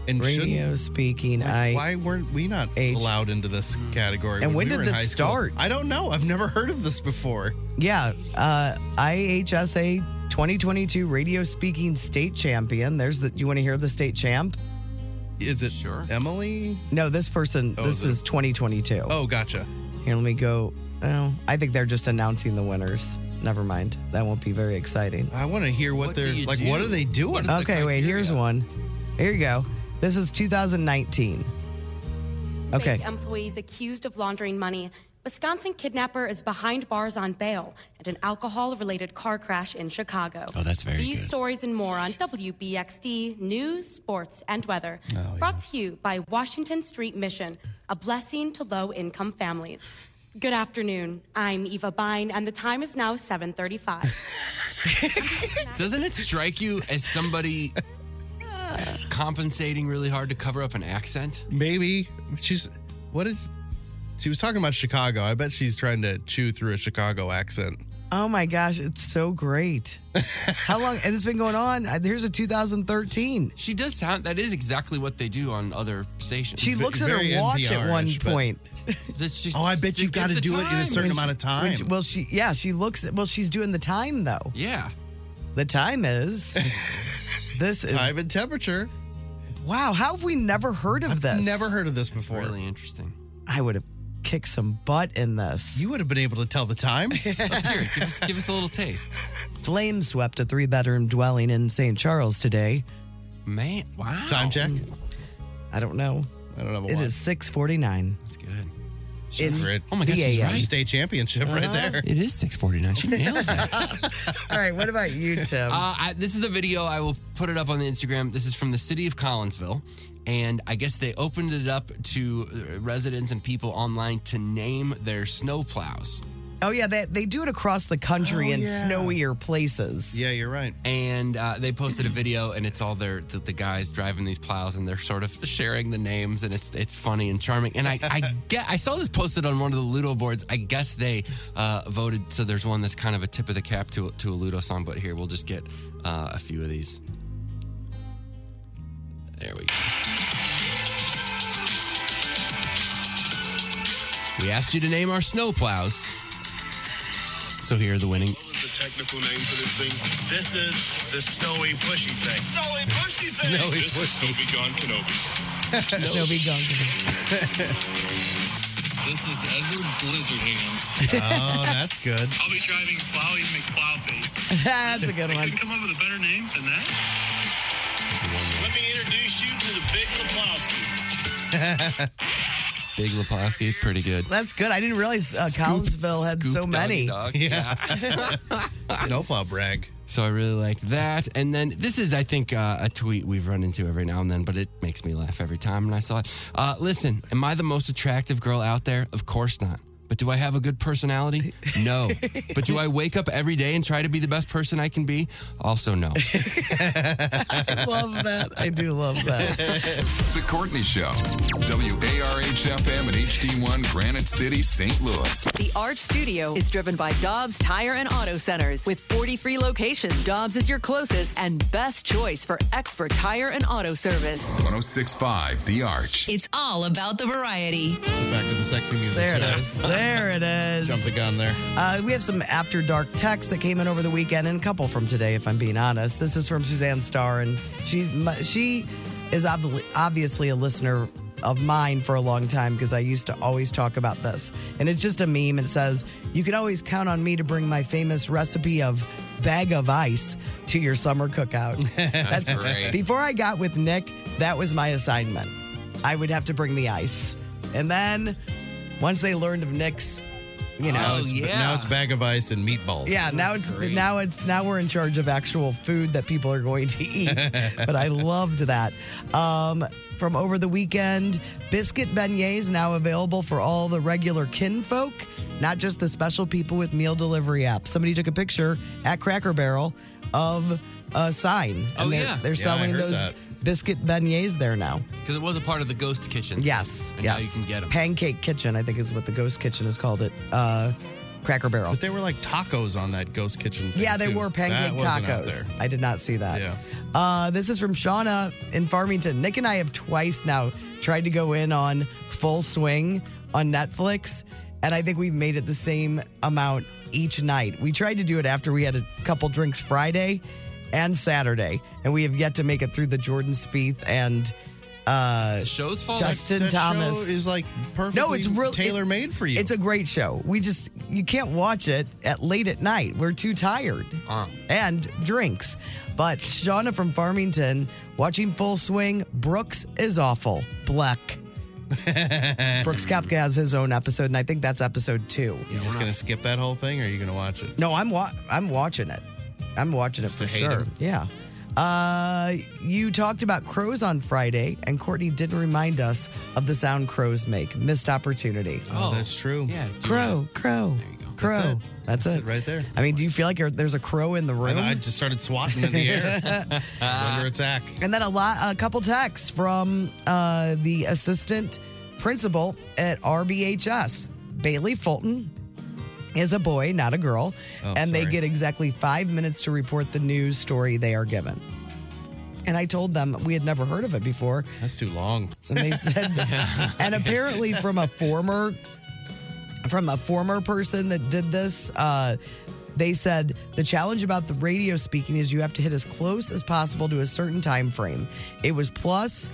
and shouldn't
Radio speaking. I.
Why weren't we not
H.
allowed into this
Hmm.
category?
And when
we
did
were in
this
high school?
start?
I don't know. I've never heard of this before.
Yeah. Uh, IHSA 2022 radio speaking state champion. There's the. You want to hear the state champ?
Is it
Sure.
Emily?
No, this person.
Oh,
this
the-
is 2022.
Oh, gotcha.
Here, let me go. Oh, I think they're just announcing the winners. Never mind. That won't be very exciting.
I want to hear what,
What do
they're
you
like.
do?
What are they doing?
What is- the
Okay, wait, here's
criteria.
one. Here you go. This is 2019. Okay.
employees accused of laundering money. Wisconsin kidnapper is behind bars on bail at an alcohol related car crash in Chicago.
Oh, that's very
These
good.
stories and more on WBXD News, Sports, and Weather.
Oh,
Brought to you by Washington Street Mission, a blessing to low income families. Good afternoon. I'm Eva Bine, and the time is now 735.
Doesn't it strike you as somebody compensating really hard to cover up an accent?
Maybe she's. What is? She was talking about Chicago. I bet she's trying to chew through a Chicago accent.
Oh my gosh, it's so great. How long? And it's been going on. Uh, Here's a 2013.
She does sound. That is exactly what they do on other stations.
She
Ve-
looks at her
very
watch at one
NPR-ish, but-
point.
That's just-
Oh, I bet
just
you've
give
got to
the
do it in a
time.
certain amount of time.
Which- well, she, yeah, she looks, well, she's doing the time though.
Yeah.
The time is, this is,
Time and temperature.
wow, how have we never heard of this?
Never heard of this
It's
before.
really interesting.
I would have kicked some butt in this.
You would have been able to tell the time.
Let's hear it. Give us, give us a little taste.
Flames swept a three bedroom dwelling in St. Charles today.
Man, wow.
time check.
I don't know.
I don't know.
It is 649.
That's good.
in
Great.
Oh my gosh,
the
she's
AM.
right.
State championship right there.
It is 649. She nailed that.
All right, what about you, Tim?
Uh, I, this is a video. I will put it up on the Instagram. This is from the city of Collinsville. And I guess they opened it up to uh, residents and people online to name their snow plows.
oh, yeah, they, they do it across the country
Oh,
in snowier places.
Yeah, you're right.
And uh, they posted a video, and it's all their the, the guys driving these plows, and they're sort of sharing the names, and it's it's funny and charming. And I I get I saw this posted on one of the Ludo boards. I guess they uh, voted. So there's one that's kind of a tip of the cap to to a Ludo song, but here we'll just get uh, a few of these. There we go. We asked you to name our snow plows. So here are the winning
technical name for this thing. This is the snowy pushy thing. Snowy pushy thing. Snowy this pushy. Is Obi John Kenobi.
Snowy gunk.
This is Edward Blizzard Hands.
Oh, that's good.
I'll be driving Plowy McPlowface.
That's a good one.
Couldn't come up with a better name than that. Let me introduce you to the Big Leplowski.
Big Leplowski, pretty good.
That's good. I didn't realize uh, Collinsville had so many.
Yeah.
Snowplow brag.
So I really liked that. And then this is, I think, uh, a tweet we've run into every now and then, but it makes me laugh every time. And I saw it. Uh, listen, am I the most attractive girl out there? Of course not. But do I have a good personality? No. but do I wake up every day and try to be the best person I can be? Also, no.
I love that. I do love that.
The Courtney Show. WARH FM and HD1 Granite City, St. Louis.
The Arch Studio is driven by Dobbs Tire and Auto Centers. With 43 locations, Dobbs is your closest and best choice for expert tire and auto service.
1065 The Arch.
It's all about the variety.
Back to the sexy music.
There it
Yeah.
is. There it is.
Jump the gun there.
Uh, we have some after dark texts that came in over the weekend, and a couple from today, if I'm being honest. This is from Suzanne Starr, and she's mu- she is obvi- obviously a listener of mine for a long time because I used to always talk about this. And it's just a meme. It says, "You can always count on me to bring my famous recipe of bag of ice to your summer cookout."
That's great.
Before I got with Nick, that was my assignment. I would have to bring the ice, and then once they learned of Nick's you know,
now it's,
Oh, yeah.
now it's bag of ice and meatballs.
Oh, yeah, now it's now it's now we're in charge of actual food that people are going to eat. but I loved that. Um, from over the weekend, biscuit beignets now available for all the regular kinfolk, not just the special people with meal delivery apps. Somebody took a picture at Cracker Barrel of a sign. and
Oh,
they're,
yeah.
they're
Yeah, I
selling
heard
those
that.
biscuit beignets there now.
Because it was a part of the ghost kitchen.
Yes,
And
yes.
now you can get 'em.
Pancake Kitchen, I think, is what the Ghost Kitchen is called at uh, Cracker Barrel.
But they were like tacos on that ghost kitchen. thing,
Yeah, they
too.
were pancake
That wasn't out
tacos.
there.
I did not see that.
Yeah.
Uh, this is from Shauna in Farmington. Nick and I have twice now tried to go in on Full Swing on Netflix, and I think we've made it the same amount each night. We tried to do it after we had a couple drinks Friday and Saturday, and we have yet to make it through the Jordan Spieth and uh,
The show's fault.
Justin
That
Thomas.
show is like perfectly
No, it's real- it-
tailor made for you.
it's a great show. We just you can't watch it at late at night. We're too tired.
Ah.
Uh,
and drinks. But Shauna from Farmington, watching Full Swing, Brooks is awful. Black. Brooks Koepka has his own episode, and I think that's episode two.
you just gonna skip that whole thing, or are you gonna watch it?
No, I'm wa- I'm watching it. I'm watching
Just
it for
to hate
sure.
him.
Yeah. Uh, you talked about crows on Friday, and Courtney didn't remind us of the sound crows make. Missed opportunity.
Oh, that's true.
yeah. do
Crow, crow,
you go.
crow.
That's it.
That's, it.
That's it right there.
I mean, do you feel like you're, there's a crow in the room?
And I just started swatting in the air. It's under attack.
And then a lot, a couple texts from uh, the assistant principal at RBHS, Bailey Fulton, is a boy, not a girl,
Oh,
and they
sorry.
get exactly five minutes to report the news story they are given. And I told them we had never heard of it before,
That's too long.
and they said, and apparently from a former, from a former person that did this, uh, they said the challenge about the radio speaking is you have to hit as close as possible to a certain time frame. It was plus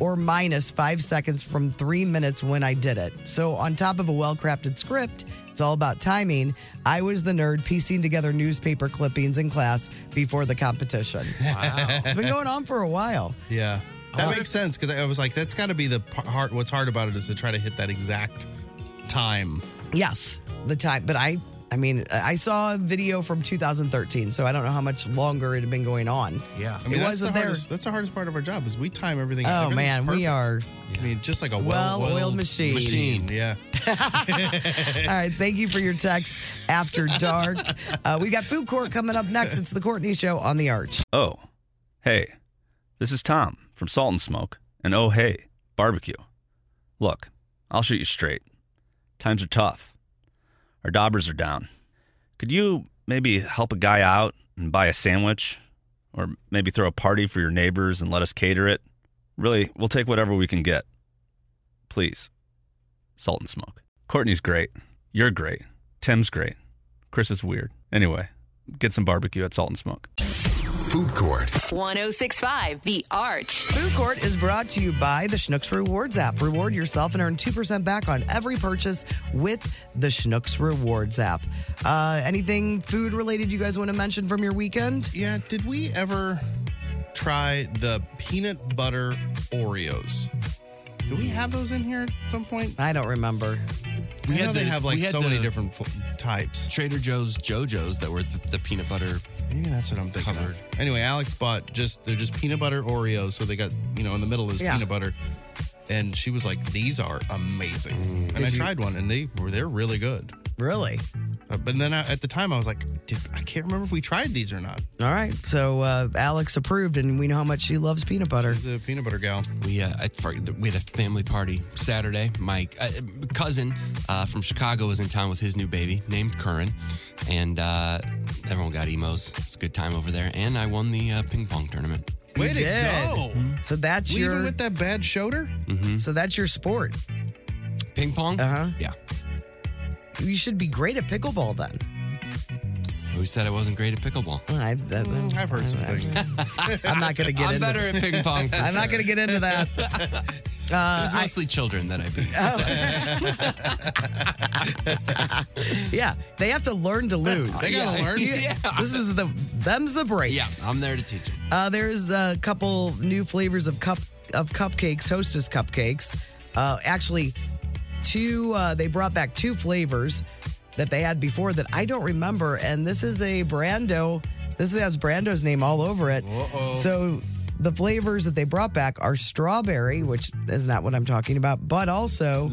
or minus five seconds from three minutes when I did it. So on top of a well-crafted script, it's all about timing. I was the nerd piecing together newspaper clippings in class before the competition.
Wow.
It's been going on for a while.
Yeah.
I
That
wonder
makes sense because I was like, that's got to be the p- hard. What's hard about it is to try to hit that exact time.
Yes, the time. But I, I mean, I saw a video from 2013, so I don't know how much longer it had been going on.
yeah.
I mean,
It
that's
wasn't
the
there.
hardest, That's the hardest part of our job is we time everything.
Oh
Everything's
man, we
perfect.
are.
I mean, just like a
Well-oiled
well-oiled,
machine.
Machine.
Yeah.
All right, thank you for your text after dark. Uh, we got food court coming up next. It's the Courtney Show on the Arch.
Oh, hey, this is Tom from Salt and Smoke, and oh, hey, barbecue. Look, I'll shoot you straight. Times are tough. Our daubers are down. Could you maybe help a guy out and buy a sandwich? Or maybe throw a party for your neighbors and let us cater it? Really, we'll take whatever we can get. Please. Salt and Smoke. Courtney's great. You're great. Tim's great. Chris is weird. Anyway, get some barbecue at Salt and Smoke.
Food Court.
1065 The Arch.
Food Court is brought to you by the Schnooks Rewards app. Reward yourself and earn 2% back on every purchase with the Schnooks Rewards app. Uh, anything food related you guys want to mention from your weekend?
Yeah. Did we ever try the peanut butter Oreos. Do we have those in here at some point?
I don't remember.
We
We
I
had
know they
the-
have like
we had
so many
the-
different f- types.
Trader Joe's JoJo's that were the, the peanut butter.
Maybe that's what I'm thinking. Covered. Anyway, Alex bought just they're just peanut butter Oreos, so they got you know in the middle is
Yeah.
peanut butter, and she was like, "These are amazing." And
Did
I
you-
tried one, and they were they're really good.
Really?
Uh, but then I, at the time, I was like, Did, "I can't remember if we tried these or not."
All right. So uh, Alex approved, and we know how much she loves peanut butter.
She's a peanut butter gal.
We uh, I, for, we had a family party Saturday. My uh, cousin uh, from Chicago was in town with his new baby named Curran, and uh, everyone got emos. It's a good time over there, and I won the uh, ping pong tournament.
Way to
did.
go!
So that's
Even
your.
with that bad shoulder,
so that's your sport.
Ping pong.
Uh huh.
Yeah.
You should be great at pickleball then.
Who said I wasn't great at pickleball?
I, that,
I've heard some things.
I'm not going to get
Mm, I'm
into. Uh,
better at ping pong. for
I'm not
sure.
going to get into that.
It
Uh,
was mostly children that I beat.
yeah, they have to learn to lose.
They gotta
Yeah.
learn. Yeah.
This is the them's the breaks.
yeah, I'm there to teach them.
Uh, there's a couple new flavors of cup of cupcakes, Hostess cupcakes. Uh, actually, two uh, they brought back two flavors that they had before that I don't remember. And this is a Brando. This has Brando's name all over it. So the flavors that they brought back are strawberry, which is not what I'm talking about, but also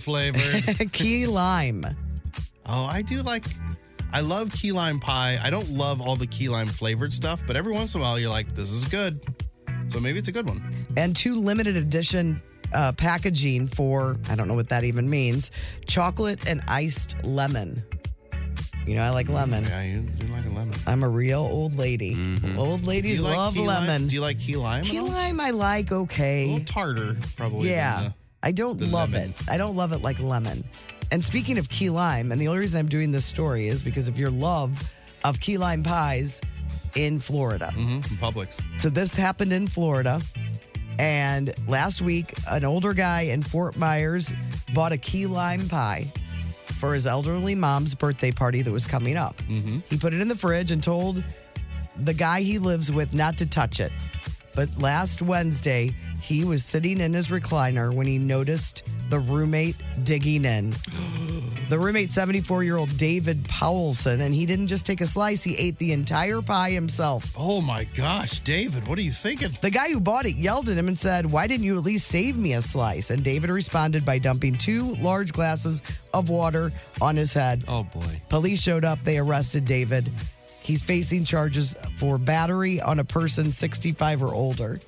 flavored.
key lime.
oh, I do like. I love key lime pie. I don't love all the key lime flavored stuff, but every once in a while, you're like, "This is good." So maybe it's a good one.
and two limited edition uh, packaging for I don't know what that even means chocolate and iced lemon. You know, I like lemon.
Mm, Yeah, you do like a lemon.
I'm a real old lady. Old
Do you
ladies
like
love
key lime?
lemon.
Do you like key lime? at
Key
all?
lime, I like
A little
okay.
tartar, probably. than
yeah.
the-
I don't
the
love
lemon.
it. I don't love it like lemon. And speaking of key lime, and the only reason I'm doing this story is because of your love of key lime pies in Florida.
Mhm, from Publix.
So this happened in Florida. And last week, an older guy in Fort Myers bought a key lime pie for his elderly mom's birthday party that was coming up. He put it in the fridge and told the guy he lives with not to touch it. But last Wednesday, he was sitting in his recliner when he noticed the roommate digging in. The roommate, 74 year old David Powelson, and he didn't just take a slice, he ate the entire pie himself.
Oh my gosh, David, what are you thinking?
The guy who bought it yelled at him and said, Why didn't you at least save me a slice? And David responded by dumping two large glasses of water on his head.
Oh boy.
Police showed up, they arrested David. He's facing charges for battery on a person 65 or older.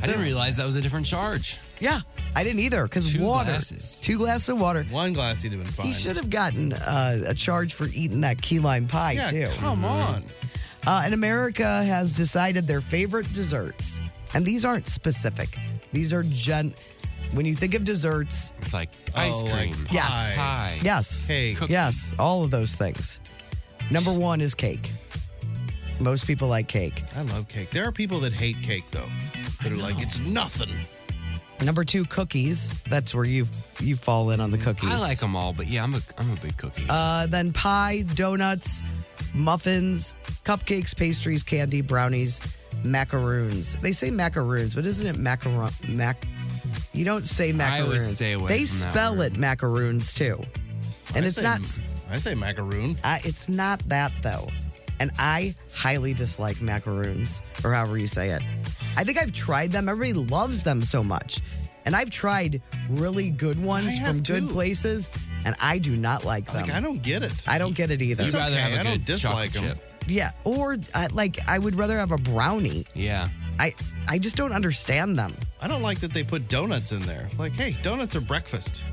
I didn't realize that was a different charge.
Yeah, I didn't either because
Two
water.
glasses.
Two glasses of water.
One glass, he'd have been fine.
He should have gotten uh, a charge for eating that key lime pie,
yeah,
too.
come on.
Uh, and America has decided their favorite desserts. And these aren't specific, these are gen. When you think of desserts,
It's like ice
Oh, like
cream.
pie.
Yes.
Pie.
yes.
Cake.
Yes, all of those things. Number one is cake. Most people like cake.
I love cake. There are people that hate cake though. That are like, it's nothing.
Number two, cookies. That's where you you fall in on the cookies.
Mm. I like them all, but yeah, I'm a I'm a big cookie.
Uh, then pie, donuts, muffins, cupcakes, pastries, candy, brownies, macaroons. They say macaroons, but isn't it macaron mac? You don't say
I
macaroons.
always stay away
they
from that
spell
word.
it macaroons too, and
I
it's
say-
not
I say macaroon.
I, it's not that though. And I highly dislike macaroons, or however you say it. I think I've tried them. Everybody loves them so much. And I've tried really good ones
have
from good
too.
places, and I do not like them.
Like I don't get it.
I don't get it either.
You'd rather
okay,
have a
I
good
don't dislike
chocolate
'em.
chip.
Yeah, or I, like I would rather have a brownie.
Yeah.
I I just don't understand them.
I don't like that they put donuts in there. Like, hey, donuts are breakfast.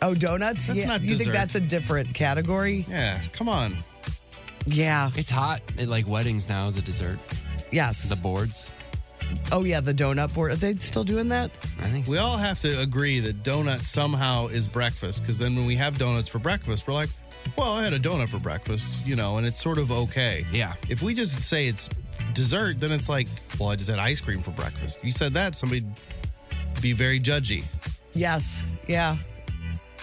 Oh, donuts?
That's
yeah,
not
you
dessert.
think that's a different category?
Yeah, come on.
Yeah.
It's hot at like weddings now as a dessert.
Yes.
The boards.
oh yeah, the donut board. Are they still doing that?
I think so.
We all have to agree that donut somehow is breakfast because then when we have donuts for breakfast, we're like, well, I had a donut for breakfast, you know, and it's sort of okay.
Yeah.
If we just say it's dessert, then it's like, well, I just had ice cream for breakfast. You said that, somebody'd be very judgy.
Yes. Yeah.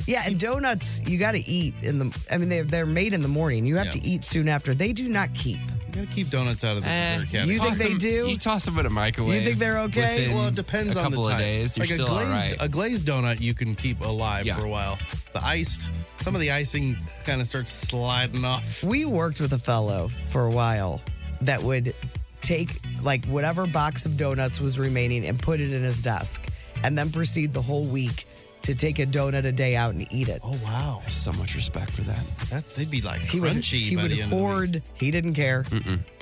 Yeah, and donuts you got to eat in the. I mean, they they're made in the morning. You have
Yeah.
to eat soon after. They do not keep.
Gotta keep donuts out of the
Eh,
dessert category.
you think Toss they them- do? you toss them in a microwave
You think they're okay?
within
Well, it depends
a
on the
couple of
type.
days, you're
like
still
a glazed,
alright.
a glazed donut, you can keep alive for a while. The iced, some of the icing kind of starts sliding off.
We worked with a fellow for a while that would take like whatever box of donuts was remaining and put it in his desk and then proceed the whole week to take a donut a day out and eat it.
Oh wow.
So much respect for that.
That's they'd be like
He would,
crunchy
he
by
would
the end of the week.
hoard. He didn't care.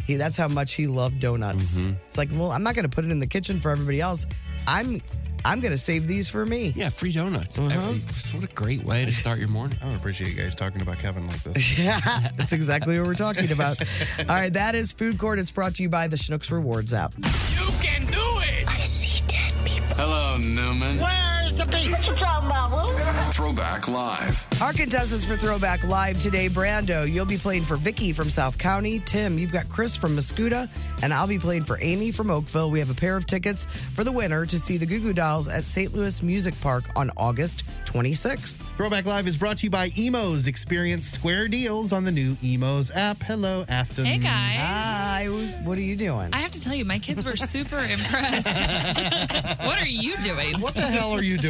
He that's how much he loved donuts.
Mm-hmm.
It's like, well, I'm not going to put it in the kitchen for everybody else. I'm I'm going to save these for me.
Yeah, free donuts.
Uh-huh.
What a great way to start your morning.
I would appreciate you guys talking about Kevin like this.
Yeah, that's exactly what we're talking about. All right, that is Food Court. It's brought to you by the Schnooks Rewards app.
You can do it! I see dead people.
Hello, Newman.
Where's the beach? What you talking about,
Throwback Live.
Our contestants for Throwback Live today, Brando, you'll be playing for Vicky from South County. Tim, you've got Chris from Muscuda, and I'll be playing for Amy from Oakville. We have a pair of tickets for the winner to see the Goo Goo Dolls at St. Louis Music Park on August 26th.
Throwback Live is brought to you by Emos. Experience square deals on the new Emos app. Hello, Afton.
Hey, guys.
Hi. What are you doing?
I have to tell you, my kids were super impressed. what are you doing?
What the hell are you doing?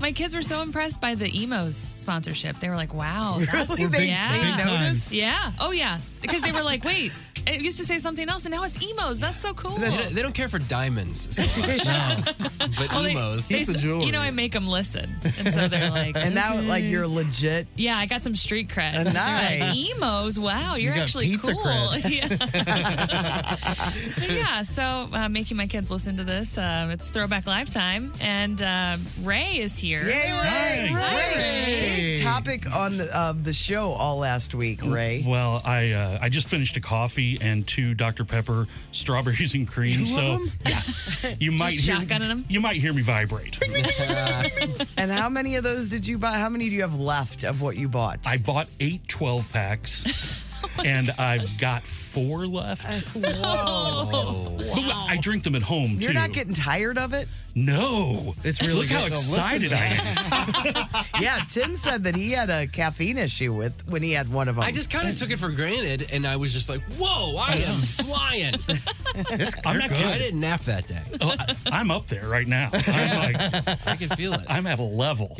My kids were so impressed by the emos sponsorship. They were like, "Wow, that's-
Really? They-
yeah,
they noticed?
Yeah, oh yeah, because they were like, "Wait, it used to say something else, and now it's emos. That's so cool."
They don't, they don't care for diamonds so much. But
Well, they-
emos.
they st- You know, I make them listen, and so they're like,
And now, like, you're legit.
Yeah, I got some street cred.
Uh,
They're like,
nice.
emos. Wow,
You
you're
got
actually
pizza
cool.
cred.
Yeah. But yeah. So uh, making my kids listen to this. Uh, it's Throwback Lifetime, and uh, Ray is here.
Yay, Ray!
Hi, Ray.
Big topic on the, of the show all last week, Ray.
Well, I uh, I just finished a coffee and two Dr Pepper strawberries and cream.
Two of
so
them?
yeah, you might hear you might hear me vibrate.
and how many of those did you buy? How many do you have left of what you bought?
I bought eight 12 packs, and I've got four left.
Uh, Whoa.
But I drink them at home too.
You're not getting tired of it?
no,
It's
look how excited I am.
yeah, Tim said that he had a caffeine issue with when he had one of them.
I just kind of took it for granted, and I was just like, "Whoa, I am flying!"
I'm not kidding.
I didn't nap that day.
Oh, I, I'm up there right now. I'm like,
I can feel it.
I'm at a level.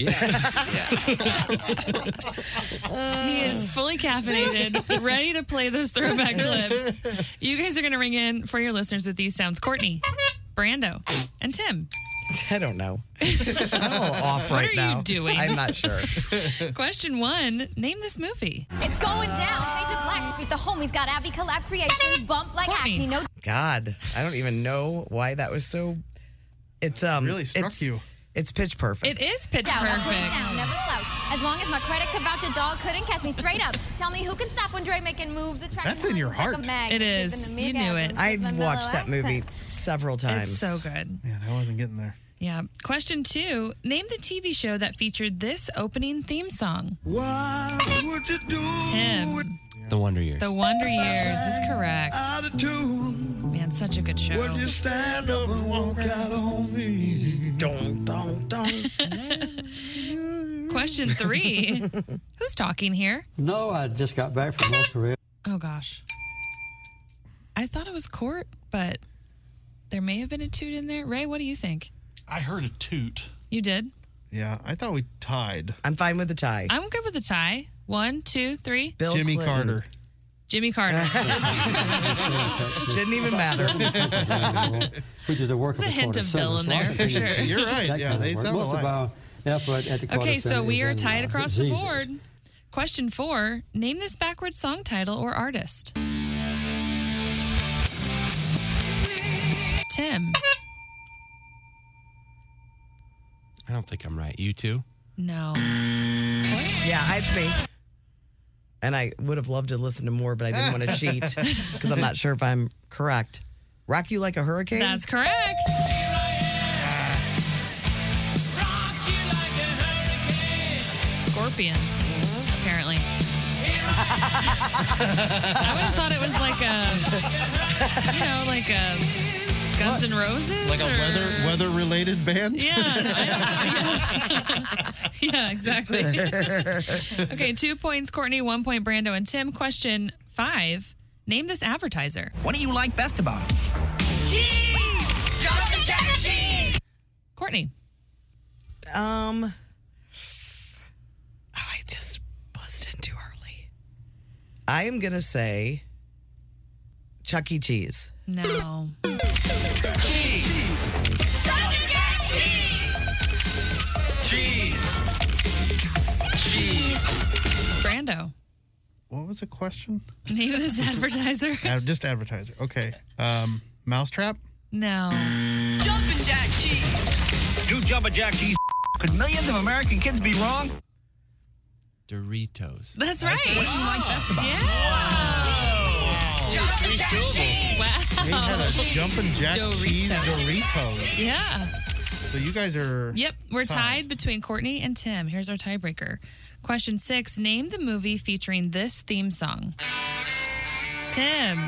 He is fully caffeinated, ready to play those throwback clips. You guys are going to ring in for your listeners with these sounds Courtney, Brando, and Tim.
I don't know. I'm a little Oh, off
What
right
are you
now.
doing?
I'm not sure.
Question one Name this movie.
It's going down. Fade to Black Street. The homies got Abby Collab Creations. Bump like acne. No
God, I don't even know why that was so. It's um really struck you. It's pitch perfect.
It is pitch
doubt. I'm going
perfect.
down. Never slouch. As long as my credit could vouch, a dog couldn't catch me straight up. Tell me who can stop when Dre making moves. Attract
That's in your
like a
heart.
mag.
It is.
Keeping the
You
meat
knew it.
out.
I've
With my
watched
mellow
that movie several times.
It's so good.
Man, I wasn't getting there.
Yeah. Question two Name the TV show that featured this opening theme song. What would you do? Tim.
The Wonder Years.
The Wonder Years is correct. Man, such a good show.
Would you stand up and walk out on me? Don't, don't, don't.
Question three Who's talking here?
No, I just got back from North Korea.
Oh gosh. I thought it was court, but there may have been a toot in there. Ray, what do you think?
I heard a toot.
You did?
Yeah, I thought we tied.
I'm fine with the tie.
I'm good with a tie. One, two, three.
Bill
Jimmy
Clinton.
Carter.
Jimmy Carter.
Didn't even matter.
Which is a work
There's
of
a hint
quarter
of
cent.
Bill in
So I
there, for
figured
sure. You're right.
that
Yeah,
kind of
they
work.
sound
Most of
alike.
our effort at the quarter
okay, so
cent
we
is
are
in,
tied
uh,
across the
Jesus.
board. Question four Name this backward song title or artist. Tim.
I don't think I'm right. You too.
No.
Yeah, it's me. And I would have loved to listen to more, but I didn't want to cheat because I'm not sure if I'm correct. Rock you like a hurricane.
That's correct. Scorpions, apparently. I would have thought it was like a, you know, like a Guns N' Roses?
Like a
or-
weather weather related band?
Yeah, I don't know. yeah, exactly. okay, two points, Courtney, one point, Brando, and Tim. Question five Name this advertiser. What do you like best about it? Courtney.
Um.
Oh, I just buzzed in too early.
I am gonna say Chuck E. Cheese.
No.
Cheese.
Brando.
What was the question?
Name this advertiser.
Ad- just advertiser. Okay. Um, mousetrap.
No.
Jumpin' Jack cheese. You jumpin' Jack cheese. Could millions of American kids be wrong?
Doritos.
That's right.
What do you like best about
yeah.
Three syllables.
We had a jumping jack cheese
Doritos.
Doritos.
Yeah.
So you guys are.
Yep, we're
tied.
tied between Courtney and Tim. Here's our tiebreaker. Question six Name the movie featuring this theme song. Tim.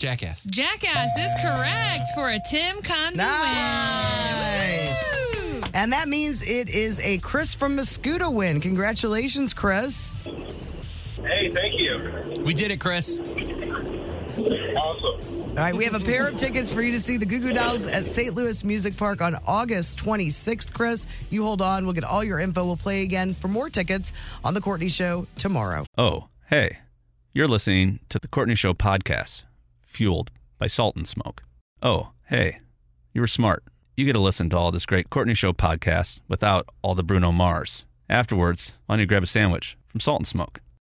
Jackass.
Jackass is correct for a Tim Condon
Nice. And that means it is a Chris from Mosquito win. Congratulations, Chris.
Hey, thank you.
We did it, Chris.
Awesome.
All right, we have a pair of tickets for you to see the Goo Goo Dolls at St. Louis Music Park on August 26th. Chris, you hold on. We'll get all your info. We'll play again for more tickets on The Courtney Show tomorrow.
Oh, hey, you're listening to the Courtney Show podcast, fueled by Salt and Smoke. Oh, hey, you were smart. You get to listen to all this great Courtney Show podcast without all the Bruno Mars. Afterwards, why don't you grab a sandwich from Salt and Smoke?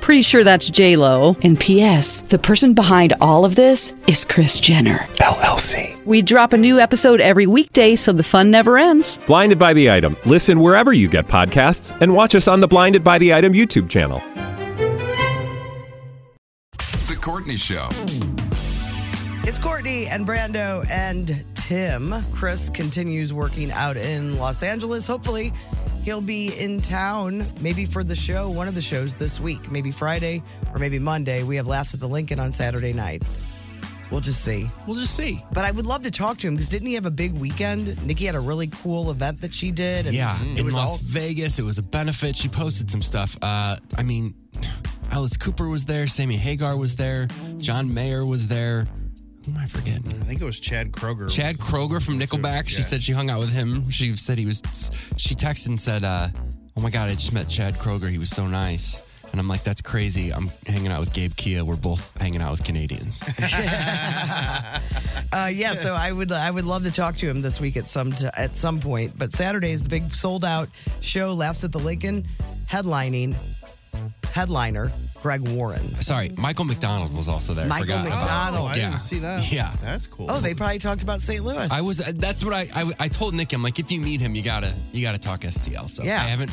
Pretty sure that's J Lo. And P.S. The person behind all of this is Chris Jenner
LLC.
We drop a new episode every weekday, so the fun never ends.
Blinded by the item. Listen wherever you get podcasts, and watch us on the Blinded by the Item YouTube channel.
The Courtney Show.
It's Courtney and Brando and Tim. Chris continues working out in Los Angeles. Hopefully, he'll be in town maybe for the show, one of the shows this week, maybe Friday or maybe Monday. We have Laughs at the Lincoln on Saturday night. We'll just see.
We'll just see.
But I would love to talk to him because didn't he have a big weekend? Nikki had a really cool event that she did. And
yeah,
it
in
was
Las
all
Vegas, it was a benefit. She posted some stuff. Uh, I mean, Alice Cooper was there, Sammy Hagar was there, John Mayer was there. Who am I forgetting?
I think it was Chad Kroger.
Chad Kroger from Nickelback. She
Yeah.
said she hung out with him. She said he was. She texted and said, uh, "Oh my God, I just met Chad Kroger. He was so nice." And I'm like, "That's crazy. I'm hanging out with Gabe Kia. We're both hanging out with Canadians."
Uh, yeah, so I would I would love to talk to him this week at some t- at some point. But Saturday is the big sold out show. Laughs at the Lincoln, headlining headliner Greg Warren.
Sorry, Michael McDonald was also there. I
Michael
Oh,
forgot about-
McDonald.
yeah. Yeah,
that's cool.
Oh, they probably talked about St. Louis.
I was. uh, That's what I, I. I told Nick. I'm like, if you meet him, you gotta. You gotta talk STL. So
Yeah.
I haven't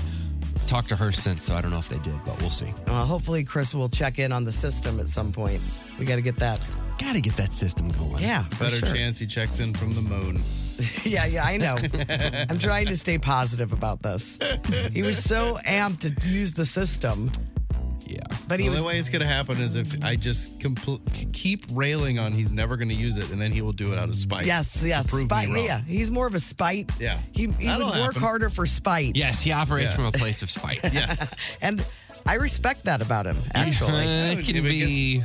talked to her since. So I don't know if they did, but we'll see.
Uh, hopefully, Chris will check in on the system at some point. We got to get that.
Got to get that system going.
Yeah, for
Better
sure.
chance he checks in from the moon.
yeah, yeah, I know. I'm trying to stay positive about this. He was so amped to use the system.
Yeah.
But
But
he
the only
was-
way it's going to happen is if I just compl- keep railing on he's never going to use it, and then he will do it out of spite.
Yes,
to
yes,
prove me
spite.
wrong.
Yeah, he's more of a spite.
Yeah.
he, he would
That'll
work
happen.
harder for spite.
Yes, he operates from a place of spite.
yes,
and I respect that about him. Actually,
it can be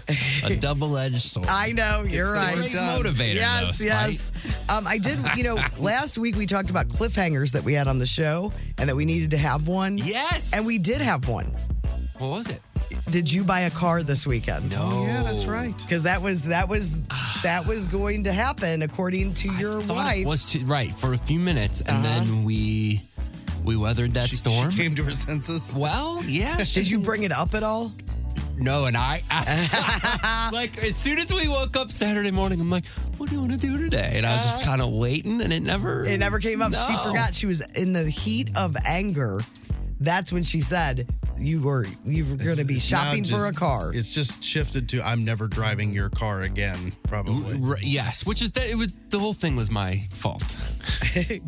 a double-edged sword.
I know you're
It's a
right.
great motivator,
Yes,
though,
yes. Um, I did. You know, last week we talked about cliffhangers that we had on the show, and that we needed to have one.
Yes,
and we did have one.
What was it?
Did you buy a car this weekend?
No. Oh, yeah, that's right.
Because that was that was that was going to happen according to your
Thought it
wife.
was too, right for a few minutes, and
Uh-huh.
then we we weathered that storm.
came to her senses.
Well, yeah.
Did you bring it up at all?
No, and I, I like as soon as we woke up Saturday morning, I'm like, "What do you want to do today?" And I was just kind of waiting, and it never
It never Uh, came up. She
No.
forgot she was in the heat of anger. That's when she said, you were you were going to be
It's now
shopping for a
just-
car.
It's just shifted to I'm never driving your car again, probably.
yes, which is that it was the whole thing was my fault.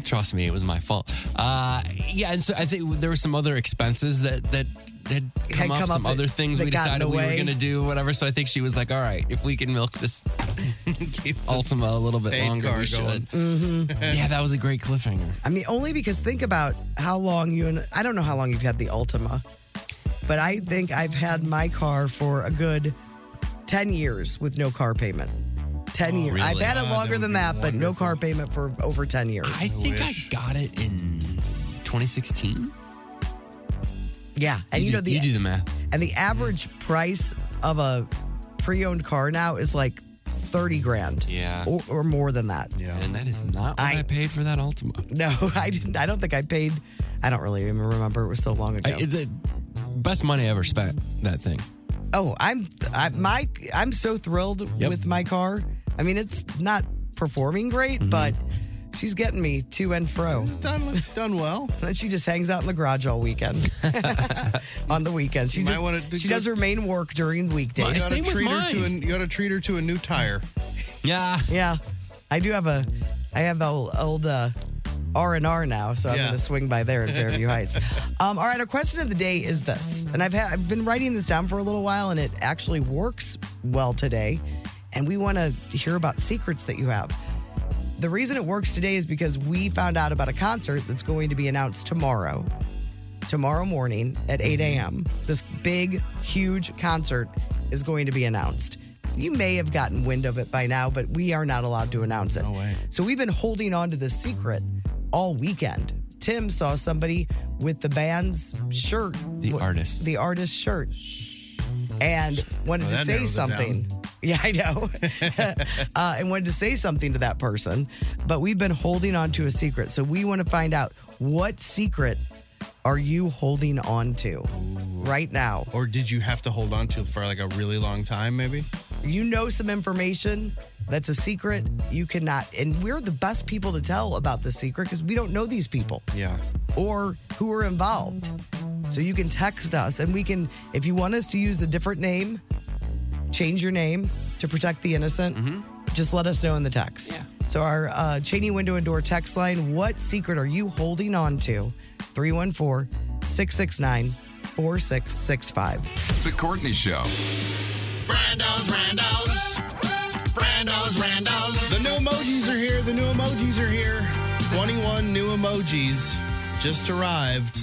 Trust me, it was my fault. Uh, yeah, and so I think there were some other expenses that that had
Had
come, up,
come
some
up
other
that-
things
that
we
got in
decided
the
we were
way.
going to do, whatever. So I think she was like, "All right, if we can milk this Ultima a little bit
paid
longer,
car
we should."
going. Mhm.
yeah, that was a great cliffhanger.
I mean, only because think about how long you and I don't know how long you've had the Ultima, but I think I've had my car for a good 10 years with no car payment. 10
Oh,
years.
really?
I've had
Ah,
it
that
longer
would
than
be
that, but no car payment for over 10 years.
I think I got it in 2016.
Yeah, and you
do,
know the-
you do the math.
And the average price of a pre owned car now is like 30 grand.
Yeah.
Or, or more than that.
Yeah. And that is not what I, paid for that Ultima.
No, I didn't. I don't think I paid. I don't really even remember. It was so long ago.
I, the best money I ever spent that thing.
Oh, I'm I, my I'm so thrilled
Yep.
with my car. I mean, it's not performing great,
Mm-hmm.
but she's getting me to and fro. done done well. and she just hangs out in the garage all weekend. On the weekends, she
You might
just
wanna do-
she does her main work during
You
weekdays.
gotta treat her to a, you gotta treat her to a new tire.
Yeah,
yeah. I do have a I have the old, old uh, R and R now, so I'm
Yeah.
going to swing by there in Fairview Heights. Um, all right, our question of the day is this, and I've had, I've been writing this down for a little while, and it actually works well today. And we want to hear about secrets that you have. The reason it works today is because we found out about a concert that's going to be announced tomorrow tomorrow morning at 8
Mm-hmm.
a.m. This big, huge concert is going to be announced. You may have gotten wind of it by now, but we are not allowed to announce it. No way. So we've been holding on to this secret all weekend. Tim saw somebody with the band's shirt,
The artist.
the artist's shirt, and wanted to
Well, that
say
narrows it
something. Yeah, I know. uh, and wanted to say something to that person, but we've been holding on to a secret. So we want to find out what secret are you holding on to right now?
Or did you have to hold on to it for like a really long time, maybe?
You know some information that's a secret you cannot, and we're the best people to tell about the secret because we don't know these people
Yeah.
or who are involved. So you can text us and we can, if you want us to use a different name, change your name to protect the innocent, just let us know in the text. So our uh, Cheney window and door text line, what secret are you holding on to? 314 669 4665.
The Courtney Show.
Brando's, Brando's. Brando's, Brando's.
The new emojis are here. The new emojis are here. 21 new emojis just arrived.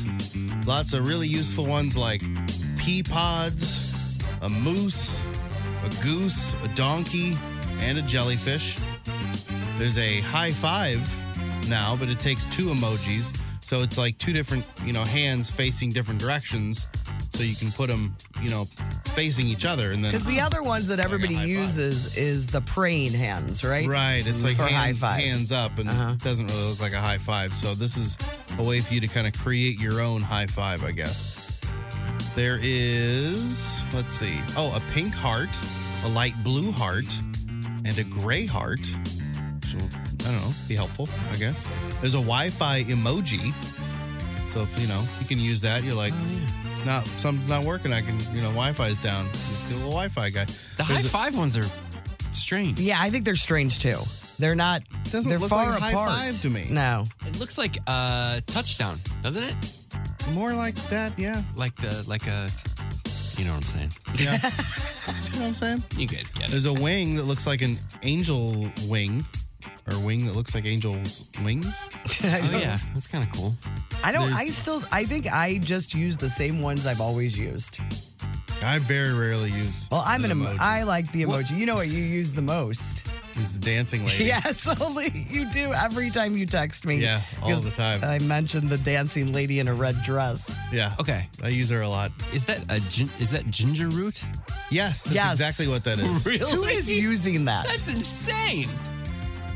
Lots of really useful ones like pea pods, a moose, a goose, a donkey, and a jellyfish. There's a high five now, but it takes two emojis. So it's like two different, you know, hands facing different directions. So you can put them, you know, facing each other. And then
Because the other ones that everybody uses is the praying hands, right?
Right. It's like
For
hands,
high five. Uh-huh.
hands up, and it doesn't really look like a high five. So this is a way for you to kind of create your own high five, I guess. There is, let's see. Oh, a pink heart, a light blue heart, and a gray heart. So, I don't know, be helpful, I guess. There's a Wi Fi emoji. So, if, you know, you can use that. You're
Oh,
like, not something's not working. I can, you know, Wi Fi's down. Just get a little Wi Fi guy.
The high five ones are strange.
Yeah, I think they're strange too. They're not.
Doesn't
they're
look
far
like high
apart.
five to me.
No.
It looks like a touchdown, doesn't it?
More like that, yeah.
Like the like a, you know what I'm saying?
Yeah. You know what I'm saying?
You guys get it.
There's a wing that looks like an angel wing, or wing that looks like angels' wings.
oh yeah, that's kind of cool.
I don't.
There's-
I still. I think I just use the same ones I've always used.
I very rarely use.
Well, I'm an.
an
Emo-
emoji.
I like the emoji. You know what you use the most.
Is the dancing lady?
Yes, only you do every time you text me.
Yeah, all
Because
the time.
I mentioned the dancing lady in a red dress.
Yeah.
Okay.
I use her a lot.
Is that a gin- is that ginger root?
Yes, that's
Yes.
exactly what that is.
Really?
Who is using that?
That's insane.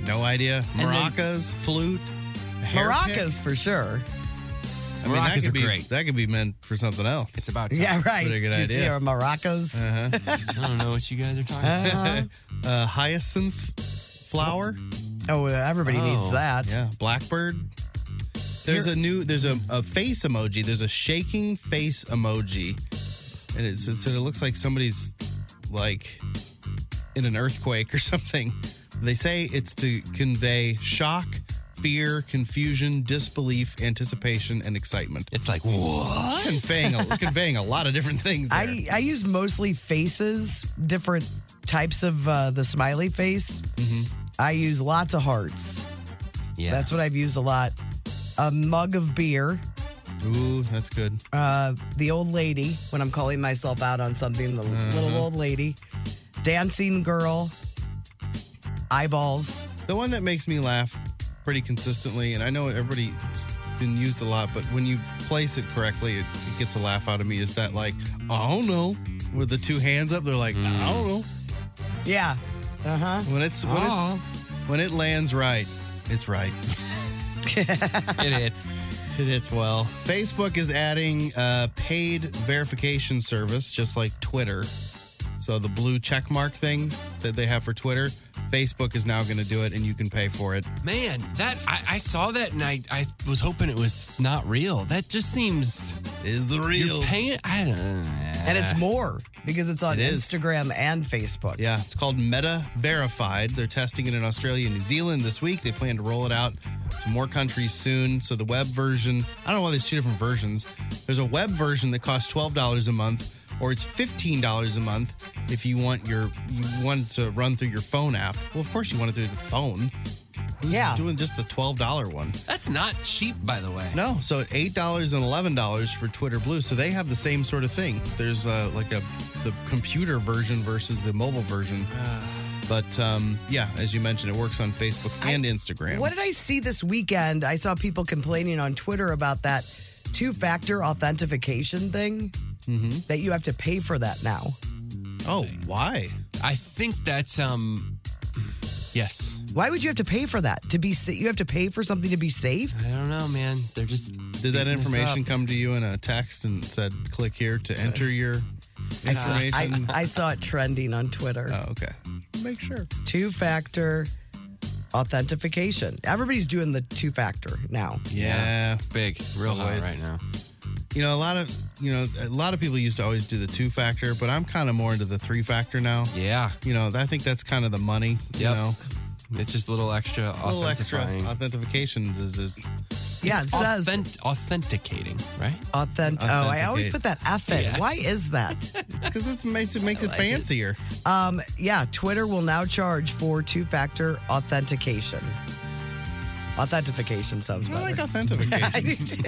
No idea. Maracas, flute, hair pick.
Maracas for sure.
I mean, that
Maracas
could
are
be
great.
that could be meant for something else. It's
about
Yeah, right.
Pretty good
you
idea.
see our maracas.
I don't know what you guys are talking
Uh-huh.
uh, hyacinth flower.
Oh, uh, everybody
Oh,
needs that.
Yeah, blackbird. There's a new there's a, a face emoji. There's a shaking face emoji. And it says that it looks like somebody's like in an earthquake or something. They say it's to convey shock, fear, confusion, disbelief, anticipation, and excitement.
It's like
what?
conveying a, conveying a lot of different things. there.
I, I use mostly faces, different types of uh, the smiley face.
Mm-hmm.
I use lots of hearts.
Yeah.
That's what I've used a lot. A mug of beer.
Ooh, that's good.
Uh, the old lady, when I'm calling myself out on something, the
Uh-huh.
little old lady. Dancing girl. Eyeballs.
The one that makes me laugh pretty consistently, and I know everybody's been used a lot, but when you place it correctly, it, it gets a laugh out of me. Is that like, I don't know, with the two hands up? They're like, I don't know.
Yeah. Uh huh.
When it's when
Aw.
it's when it lands right, it's right.
it hits.
It hits well. Facebook is adding a paid verification service, just like Twitter. So the blue check mark thing that they have for Twitter, Facebook is now going to do it, and you can pay for it.
Man, that I, I saw that and I, I was hoping it was not real. That just seems
is the real.
You're paying. I don't.
And it's more because it's on
It is.
Instagram and Facebook.
Yeah, it's called Meta Verified. They're testing it in Australia and New Zealand this week. They plan to roll it out to more countries soon. So the web version, I don't know why there's two different versions. There's a web version that costs twelve dollars a month, or it's fifteen dollars a month if you want your you want to run through your phone app. Well, of course you want it through the phone.
Ah.
yeah, doing just the twelve dollar one.
That's not cheap, by the way.
No, so at eight dollars and eleven dollars for Twitter Blue. So they have the same sort of thing. There's uh, like a the computer version versus the mobile version. But um, yeah, as you mentioned, it works on Facebook and Instagram.
What did I see this weekend? I saw people complaining on Twitter about that two factor authentication thing
Mm-hmm.
that you have to pay for that now.
Oh, why?
I think that's um. Yes.
Why would you have to pay for that? To be sa- you have to pay for something to be safe?
I don't know, man. They're just
Did that
making this
information
up.
come to you in a text and said, "Click here to enter your
I saw,
information"?
I, I saw it trending on Twitter.
Oh, okay. Make sure.
Two factor authentication. Everybody's doing the two factor now.
Yeah, it's
big, real high right now.
You know, a lot of you know, a lot of people used to always do the two factor, but I'm kind of more into the three factor now.
Yeah,
you know, I think that's kind of the money. You
Yep.
know,
it's just a little extra
little extra
authentifying.
authentication is, is
Yeah, it says-
authent- authenticating, right?
Authent- oh, I always
Authenticate.
put that F in.
Yeah.
Why is that?
because it makes it makes it fancier.
Um, yeah, Twitter will now charge for two factor authentication. Authentication sounds better.
I like authentication.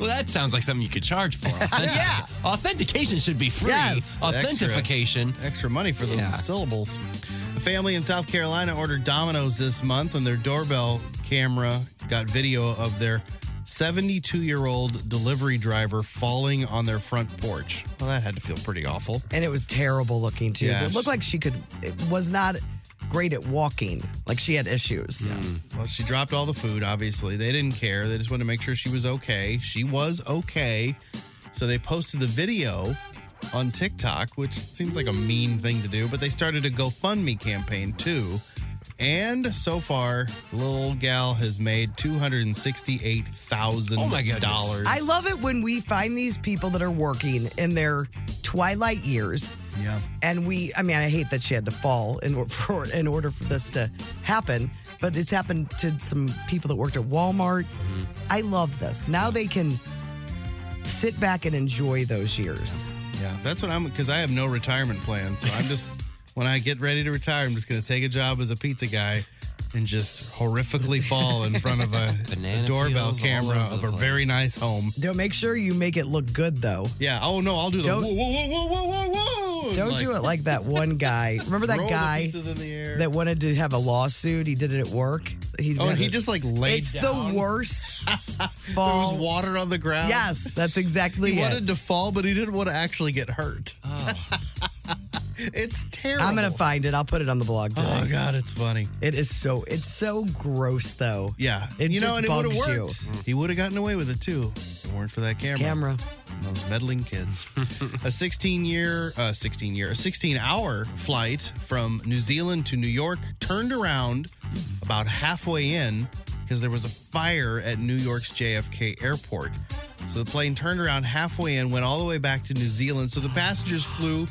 well, that sounds like something you could charge for. Authentic-
Yeah.
Authentication should be free. Authentication.
Extra, extra money for the
Yeah.
syllables. A family in South Carolina ordered Domino's this month, and their doorbell camera got video of their 72 year old delivery driver falling on their front porch. Well, that had to feel pretty awful.
and it was terrible looking too.
Yeah.
It looked like she could it was not great at walking. Like she had issues.
Well, she dropped all the food, obviously. They didn't care. They just wanted to make sure she was okay. She was okay. So they posted the video on TikTok, which seems like a mean thing to do, but they started a GoFundMe campaign too. And so far, little old gal has made $268,000.
Oh my goodness.
I love it when we find these people that are working in their twilight years.
Yeah.
And we I mean, I hate that she had to fall in or- for in order for this to happen, but it's happened to some people that worked at Walmart.
Mm-hmm.
I love this. Now they can sit back and enjoy those years.
Yeah, that's what I'm because I have no retirement plan. So I'm just when I get ready to retire, I'm just going to take a job as a pizza guy and just horrifically fall in front of a,
Banana
doorbell
peels all
camera
over
of
the
a very nice home.
Don't make sure you make it look good though.
Yeah. Oh no, I'll do the
Don't-
whoa, whoa, whoa, whoa, whoa, whoa, whoa.
Don't do it like that one guy. Remember that
Roll the
guy
pizzas in the air.
that wanted to have a lawsuit? He did it at work. He
Oh,
had
he
a-
just like laid
It's the
down.
worst
There
fall.
was water on the ground.
Yes, that's exactly
He
it.
wanted to fall, but he didn't want to actually get hurt.
Oh.
it's terrible.
I'm gonna find it. I'll put it on the blog today.
Oh God, it's funny.
It is so. It's so gross though.
Yeah,
It
you know,
just
and it would have
bugs you. Mm.
worked. He would have gotten away with it too. If it weren't for that camera.
Camera.
And Those meddling kids. a 16 year, uh, 16 year, a 16 hour flight from New Zealand to New York turned around about halfway in because there was a fire at New York's JFK airport. So the plane turned around halfway and went all the way back to New Zealand. So the passengers flew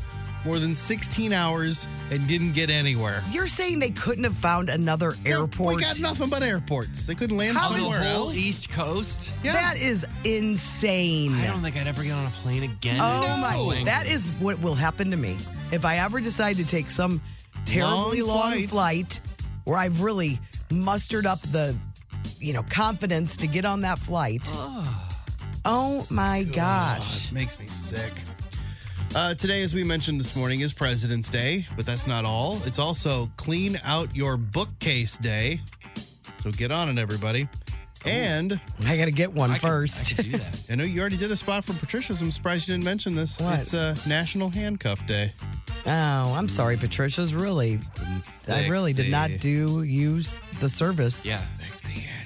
more than 16 hours and didn't get anywhere.
You're saying they couldn't have found another airport?
We got nothing but airports. They couldn't land
How is-
somewhere
The whole
else.
East Coast?
Yeah.
That is insane.
I don't think I'd ever get on a plane again.
Oh
No.
my! That is what will happen to me if I ever decide to take some terribly
Long
long, flight. where I've really mustered up the, you know, confidence to get on that flight. Oh, my gosh!
God, makes me sick. Uh, today, as we mentioned this morning, is President's Day, but that's not all. It's also Clean Out Your Bookcase Day. So get on it, everybody. And
I got to get one first.
I, do that.
I know you already did a spot for Patricia, so I'm surprised you didn't mention this.
What?
It's uh, National Handcuff Day.
Oh, I'm sorry, Patricia's really. I really did not do use the service.
Yeah.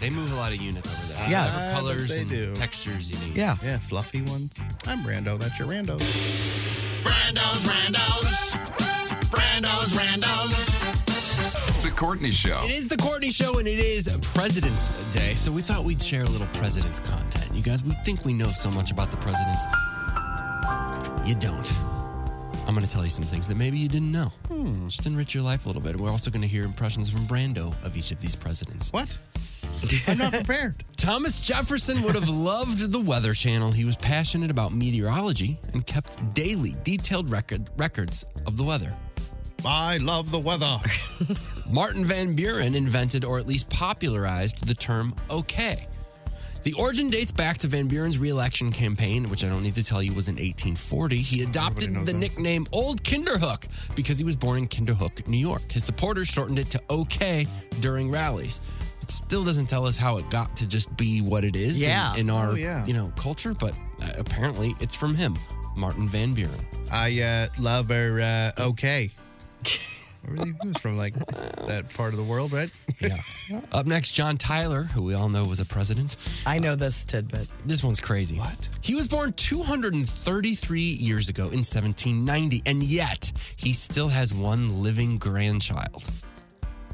They move a lot of units over there.
Yes.
Whatever colors
They
and
do.
textures you need.
Yeah.
Yeah, fluffy ones. I'm Rando. That's your Rando.
Brando's, Brando's. Brando's, Brando's.
The Courtney Show.
It is the Courtney Show, and it is President's Day. So we thought we'd share a little President's content. You guys, we think we know so much about the presidents. You don't. I'm going to tell you some things that maybe you didn't know. Just enrich your life a little bit. We're also going to hear impressions from Brando of each of these presidents.
What? I'm not prepared.
Thomas Jefferson would have loved the Weather Channel. He was passionate about meteorology and kept daily detailed record, records of the weather.
I love the weather.
Martin Van Buren invented or at least popularized the term okay. The origin dates back to Van Buren's reelection campaign, which I don't need to tell you was in 1840. He adopted the nickname Old Kinderhook because he was born in Kinderhook, New York. His supporters shortened it to OK during rallies. It still doesn't tell us how it got to just be what it is in-
Yeah.
in, our
Oh, yeah.
you know culture, but uh, apparently it's from him, Martin Van Buren.
I uh, love her. Uh, okay. Where was he? he was from like that part of the world, right?
Yeah. Up next, John Tyler, who we all know was a president.
I know this tidbit.
This one's crazy. What? He was born 233 years ago in 1790, and yet he still has one living grandchild.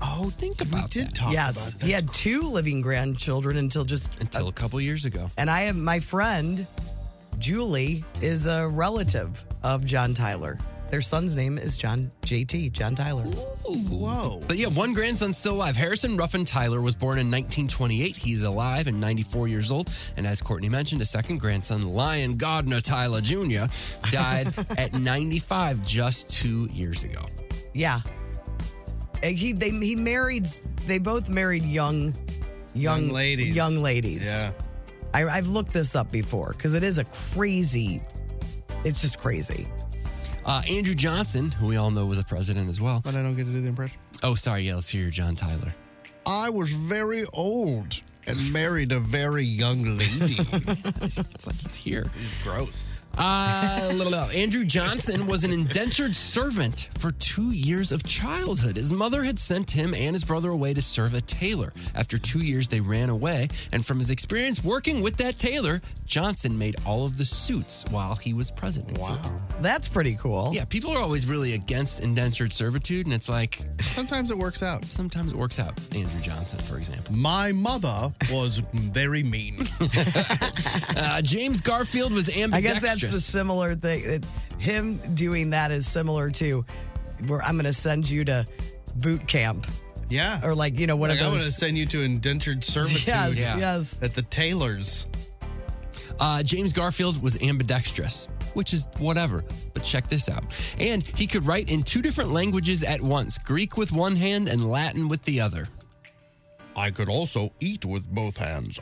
Oh,
think about
we did talk
yes,
about
he had two living grandchildren until just
Until a couple years ago.
And I have my friend Julie is a relative of John Tyler. Their son's name is John JT, John Tyler.
Whoa.
But yeah, one grandson's still alive. Harrison Ruffin Tyler was born in 1928. He's alive and 94 years old. And as Courtney mentioned, a second grandson, Lion Gardner Tyler Jr., died at 95 just two years ago.
Yeah. And He they he married they both married young young,
Young ladies.
Young ladies.
Yeah.
I, I've looked this up before because it is a crazy it's just crazy.
Uh, Andrew Johnson, who we all know was a president as well.
But I don't get to do the impression.
Oh, sorry. Yeah, let's hear your John Tyler.
I was very old and married a very young lady.
it's like he's here.
He's gross.
Uh, little no. Andrew Johnson was an indentured servant for two years of childhood. His mother had sent him and his brother away to serve a tailor. After two years, they ran away, and from his experience working with that tailor, Johnson made all of the suits while he was president. Wow.
That's pretty cool.
Yeah, people are always really against indentured servitude, and it's like
Sometimes it works out.
sometimes it works out. Andrew Johnson, for example.
My mother was very mean.
Uh, James Garfield was
I guess
ambidextrous.
that's the similar thing. It- Him doing that is similar to where I'm going to send you to boot camp
Yeah.
or like, you know, one
Like,
of
I want
those.
to send you to indentured servitude.
Yes, Yeah. yes.
At the tailor's.
Uh, James Garfield was ambidextrous, which is whatever, but check this out. And he could write in two different languages at once Greek with one hand and Latin with the other.
I could also eat with both hands.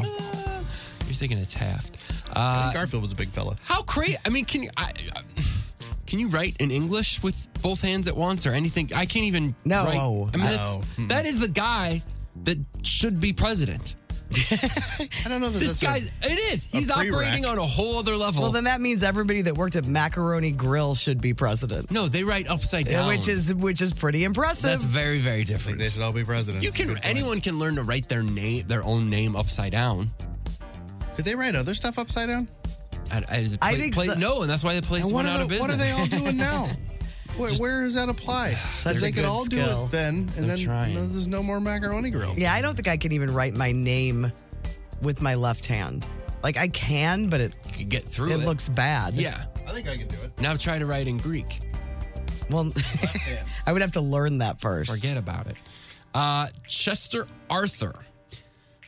You're thinking it's Taft. Uh,
Garfield was a big fella.
how crazy! I mean, can you I, I, can you write in English with both hands at once or anything? I can't even.
No.
write- I mean, that's,
No. Mm-mm.
that is the guy that should be president.
I don't know that
This
that's a-
guy's. It is.
a
He's
prereq.
operating on a whole other level.
well, then that means everybody that worked at Macaroni Grill should be president, uh,
no, they write upside down,
which is which is pretty impressive.
that's very very
think
different.
they should all be presidents.
You can anyone can learn to write their name their own name upside down.
Could they write other stuff upside down?
I, I,
I
play-
think
play-
so.
no, and that's why the place
And what
went
are
out of
the-
business.
What are they all doing now? Where, where does that apply?
Such
they
a
could
good
all do
skill.
it then,
They're
and then
trying.
no- there's no more macaroni grill.
Yeah, I don't think I can even write my name with my left hand. Like I can, but it
you get through
It
it.
looks bad.
Yeah.
I think I can do it.
Now try to write in Greek.
Well, I would have to learn that first.
Forget about it. Uh, Chester Arthur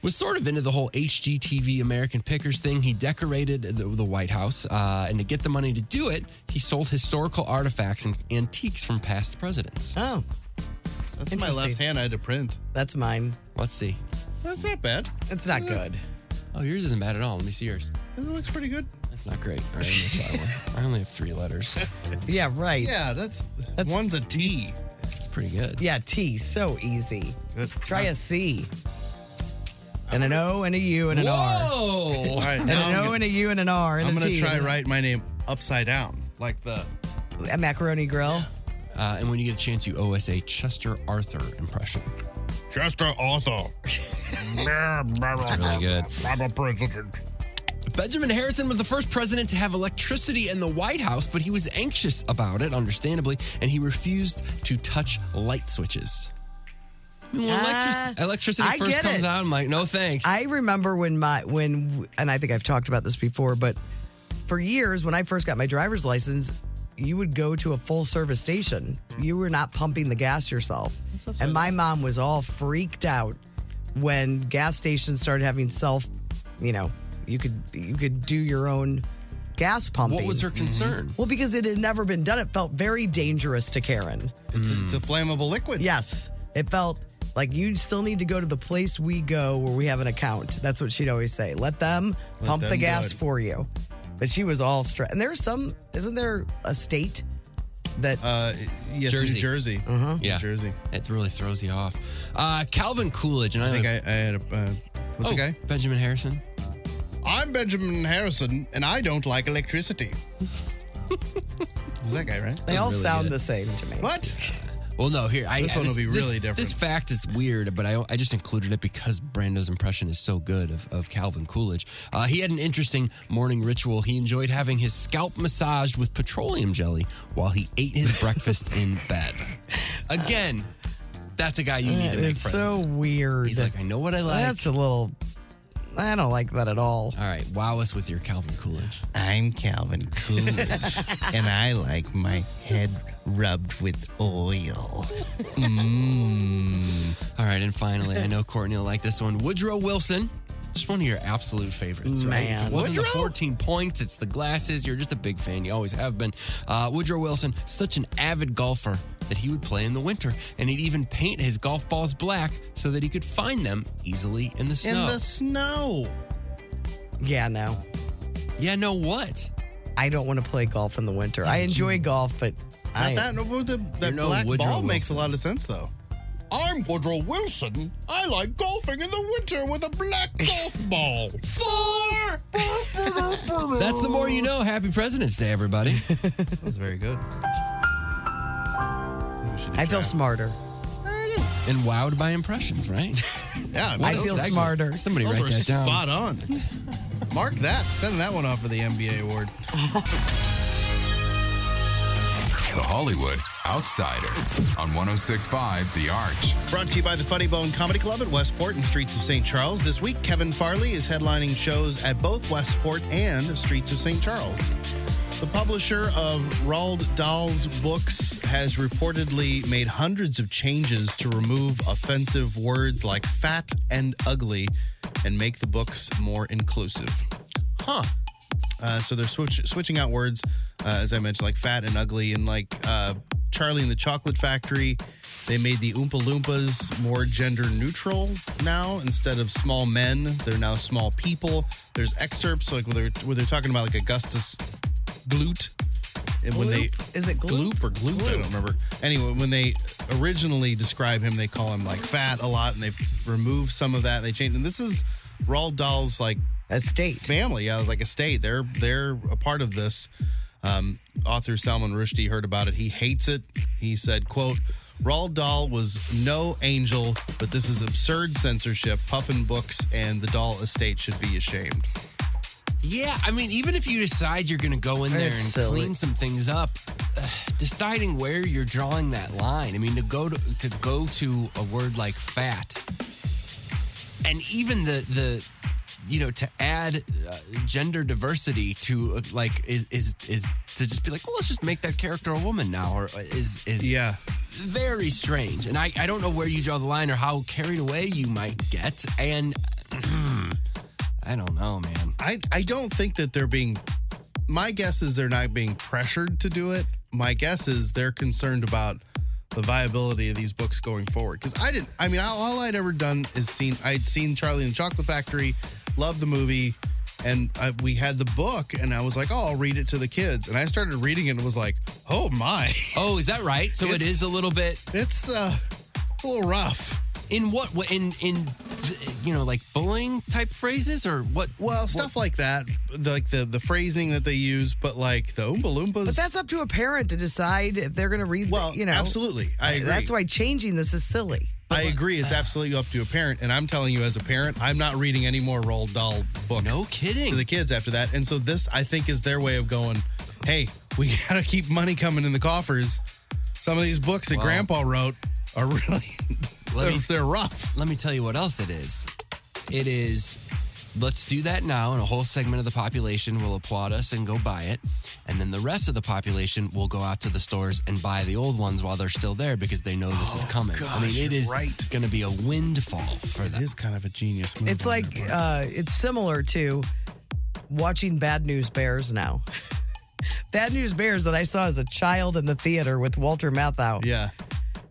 was sort of into the whole HGTV American Pickers thing. He decorated the, the White House, uh, and to get the money to do it, he sold historical artifacts and antiques from past presidents.
Oh,
That's my left hand. I had to print.
That's mine.
Let's see.
That's not bad.
It's not
Yeah.
good.
Oh, yours isn't bad at all. Let me see yours.
It looks pretty good.
That's not great. All right, I'm gonna try one. I only have three letters.
Yeah, right.
Yeah, that's, that's one's a T.
It's pretty good.
Yeah, T, so easy. Try a C. And an O and a U and an R.
Whoa!
All right,
and
now
an
I'm
O
gonna-
and a U and an R. And
I'm
going
gonna
to
try write my name upside down, like the
A macaroni grill.
Uh, and when you get a chance, you owe us a Chester Arthur impression.
Chester Arthur. That's
really good.
I'm a president.
Benjamin Harrison was the first president to have electricity in the White House, but he was anxious about it, understandably, and he refused to touch light switches. I mean, when electric-
Ah,
electricity
I
first
get
comes
it.
out, I'm like, no thanks.
I remember when my when and I think I've talked about this before, but for years when I first got my driver's license, you would go to a full service station. You were not pumping the gas yourself. And my mom was all freaked out when gas stations started having self, you know, you could you could do your own gas pumping.
was her concern?
Well, because it had never been done, it felt very dangerous to Karen.
It's, it's a
Hmm.
flammable liquid.
Yes. It felt like you still need to go to the place we go where we have an account. That's what she'd always say. Let them
Let
pump the
them do
gas
it.
for you. But she was all stressed. And there's some, isn't there a state that.
Uh, yes, New Jersey.
Uh-huh.
yeah,
Jersey.
It really throws you off. Uh, Calvin Coolidge, and I,
I think
live-
I, I had a. Uh, what's the
Oh,
guy?
Benjamin Harrison.
I'm Benjamin Harrison, and I don't like electricity. Was that guy right?
They all sound the same to me.
What?
Well, no, here I,
This one will be really different.
This fact is weird, but I, I just included it because Brando's impression is so good of, of Calvin Coolidge. Uh, he had an interesting morning ritual. He enjoyed having his scalp massaged with petroleum jelly while he ate his breakfast in bed. Again, that's a guy you need to make
It's
friends.
so weird.
He's like, I know what I like.
That's a little. I don't like that at all.
All right, wow us with your Calvin Coolidge.
I'm Calvin Coolidge, and I like my head rubbed with oil.
Mm. All right, and finally, I know Courtney will like this one. Woodrow Wilson. Just one of your absolute favorites, right? If
Man.
it wasn't the
Woodrow?
14 points, it's the glasses. You're just a big fan. You always have been. Uh, Woodrow Wilson, such an avid golfer that he would play in the winter, and he'd even paint his golf balls black so that he could find them easily in the
In
snow.
the snow.
Yeah, no.
yeah, no, what?
I don't want to play golf in the winter.
Mm-hmm.
I enjoy golf, but I.
Not that, no, but the, that
no
black
Woodrow
ball makes a
Wilson.
lot of sense, though.
I'm Woodrow Wilson. I like golfing in the winter with a black golf ball.
Four! That's the more you know. Happy President's Day, everybody.
That was very good.
I feel smarter.
and wowed by impressions, right?
Yeah,
I
those-
feel smarter.
Somebody
those
write
were
that down.
Spot on. Mark that. Send that one off for the NBA award.
The Hollywood Outsider on 1065 The Arch.
Brought to you by the Funny Bone Comedy Club at Westport and Streets of St. Charles. This week, Kevin Farley is headlining shows at both Westport and Streets of St. Charles. The publisher of Roald Dahl's books has reportedly made hundreds of changes to remove offensive words like fat and ugly and make the books more inclusive.
Huh.
Uh, so they're switch- switching out words, uh, as I mentioned, like fat and ugly, and like uh, Charlie and the Chocolate Factory. They made the Oompa Loompas more gender neutral now. Instead of small men, they're now small people. There's excerpts like where they're, where they're talking about like Augustus Gloot. And when they
Gloop? Is it gloop?
Gloop or Gloop? I don't remember. Anyway, when they originally describe him, they call him like fat a lot, and they've removed some of that. And they changed. And this is Roald Dahl's like
estate
family. Yeah, like estate. They're they're a part of this. Um, author Salman Rushdie heard about it. He hates it. He said, "quote." Roald Dahl was no angel, but this is absurd censorship. Puffin Books and the Dahl Estate should be ashamed.
Yeah, I mean, even if you decide you're going to go in there
That's
and
silly.
clean some things up, uh, deciding where you're drawing that line. I mean, to go to, to go to a word like fat, and even the the you know to add uh, gender diversity to uh, like is is is to just be like, well, let's just make that character a woman now, or uh, is is
yeah
very strange. And I I don't know where you draw the line or how carried away you might get. And I don't know, man.
I, I don't think that they're being. My guess is they're not being pressured to do it. My guess is they're concerned about the viability of these books going forward. Because I didn't. I mean, all, all I'd ever done is seen. I'd seen Charlie and the Chocolate Factory, loved the movie, and I, we had the book, and I was like, oh, I'll read it to the kids. And I started reading it and was like, oh my.
Oh, is that right? So it
It's-
is a little bit.
It's uh, a little rough.
In what way? In in you know like bullying type phrases or what?
Well, stuff like that, like the the phrasing that they use, but like the Oompa Loompas.
But that's up to a parent to decide if they're going to read. Well, you know,
absolutely. I agree.
That's why changing this is silly.
I agree. It's absolutely up to a parent. And I'm telling you, as a parent, I'm not reading any more Roald Dahl books. No
kidding.
To the kids after that. And so this, I think, is their way of going, hey, we got to keep money coming in the coffers. Some of these books that
Wow.
Grandpa wrote are really, they're, they're rough.
Let me tell you what else it is. It is let's do that now, and a whole segment of the population will applaud us and go buy it. And then the rest of the population will go out to the stores and buy the old ones while they're still there because they know this is coming. I
Oh, gosh,
mean, it
you're
is
right.
going to be a windfall for them. It is
kind of a genius move.
It's like uh, it's similar to watching Bad News Bears now. Bad News Bears that I saw as a child in the theater with Walter Matthau.
Yeah,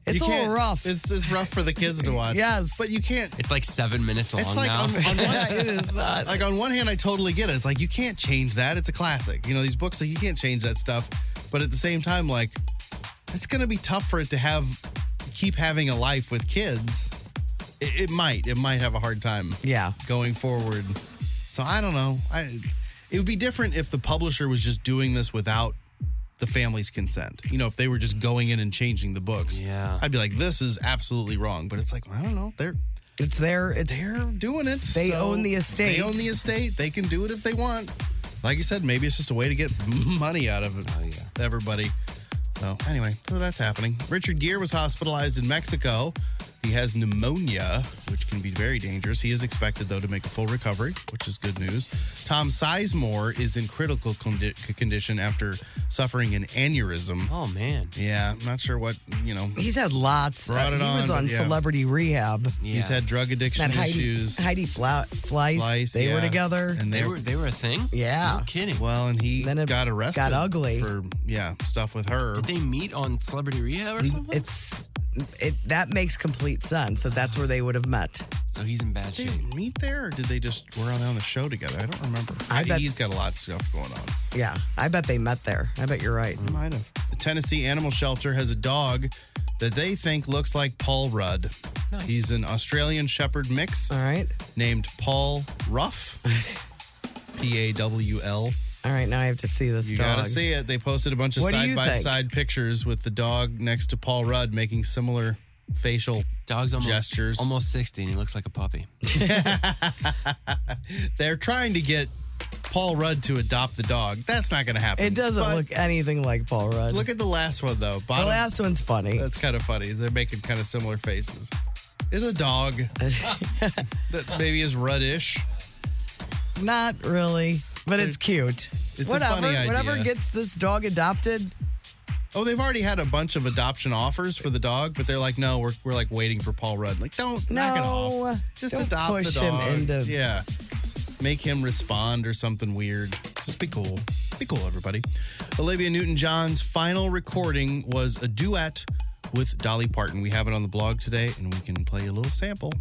it's
You
a little
can't-
rough.
It's, it's rough for the kids to watch.
Yes,
but you can't.
It's like seven minutes long
It's like
now.
on, on one, like on one hand, I totally get it. It's like you can't change that. It's a classic. You know, these books like you can't change that stuff. But at the same time, like it's gonna be tough for it to have keep having a life with kids. It, it might. It might have a hard time.
Yeah,
going forward. So I don't know. I it would be different if the publisher was just doing this without the family's consent. You know, if they were just going in and changing the books.
Yeah.
I'd be like, this is absolutely wrong. But it's like, I don't know. They're
it's their it's
they're doing it.
They
So
own the estate.
They own the estate. They can do it if they want. Like you said, maybe it's just a way to get money out of Oh, everybody. So anyway, so that's happening. Richard Gere was hospitalized in Mexico. He has pneumonia, which can be very dangerous. He is expected, though, to make a full recovery, which is good news. Tom Sizemore is in critical condi- condition after suffering an aneurysm.
Oh man,
yeah, I'm not sure what you know.
He's had lots.
Brought
Uh,
it
he was
on,
on
but yeah.
Celebrity Rehab.
He's had drug addiction
That Heidi,
issues.
Heidi Fla- Fleiss.
Fleiss,
they were
yeah.
together.
And they,
they were a thing.
Yeah.
No kidding.
Well, and he got arrested.
got ugly.
for yeah stuff with her.
Did they meet on Celebrity Rehab or something?
It's it that makes complete sense that that's where they would have met.
So he's in bad
Did they meet there, or did they just were on the show together? I don't remember.
I bet-
he's got a lot of stuff going on.
Yeah, I bet they met there. I bet you're right.
Might have. The Tennessee Animal Shelter has a dog that they think looks like Paul Rudd.
Nice.
He's an Australian Shepherd mix.
All right.
Named Paul Ruff. P A W L.
All right, now I have to see this
You
dog.
gotta see it. They posted a bunch of
What do you
side by
think?
side pictures with the dog next to Paul Rudd making similar facial
Dog's almost
gestures.
almost sixty, and he looks like a puppy.
They're trying to get Paul Rudd to adopt the dog. That's not going to happen.
It doesn't
But
look anything like Paul Rudd.
Look at the last one though.
the last one's funny.
That's kind of funny. They're making kind of similar faces. Is a dog that maybe is Ruddish.
Not really, but it's cute.
It's a
whatever,
funny idea.
whatever gets this dog adopted.
Oh, they've already had a bunch of adoption offers for the dog, but they're like, no, we're, we're like waiting for Paul Rudd. Like, don't knock it
No,
off. Just
don't
adopt
push
the
him
dog.
into-
yeah. Make him respond or something weird. Just be cool. Be cool, everybody. Olivia Newton John's final recording was a duet with Dolly Parton. We have it on the blog today, and we can play a little sample.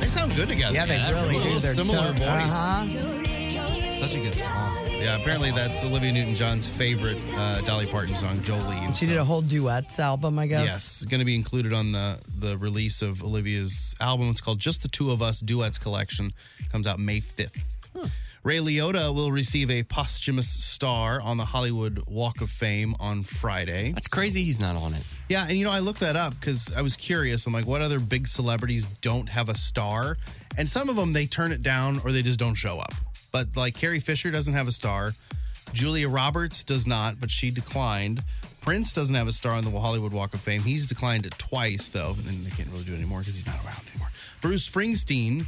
They sound good together.
Yeah, they really
Little
do. They're Uh-huh.
similar
tone-
voice.
Uh-huh.
Such a good song.
Yeah, apparently that's, Olivia Newton John's favorite uh, Dolly Parton song, Jolene.
She did a whole duets album, I guess.
Yes, going to be included on the the release of Olivia's album. It's called Just the Two of Us Duets Collection. Comes out May fifth. Ray Liotta will receive a posthumous star on the Hollywood Walk of Fame on Friday. That's
crazy he's not on it.
Yeah, and you know, I looked that up because I was curious. I'm like, what other big celebrities don't have a star? And some of them, they turn it down or they just don't show up. But like Carrie Fisher doesn't have a star. Julia Roberts does not, but she declined. Prince doesn't have a star on the Hollywood Walk of Fame. He's declined it twice, though, and they can't really do it anymore because he's not around anymore. Bruce Springsteen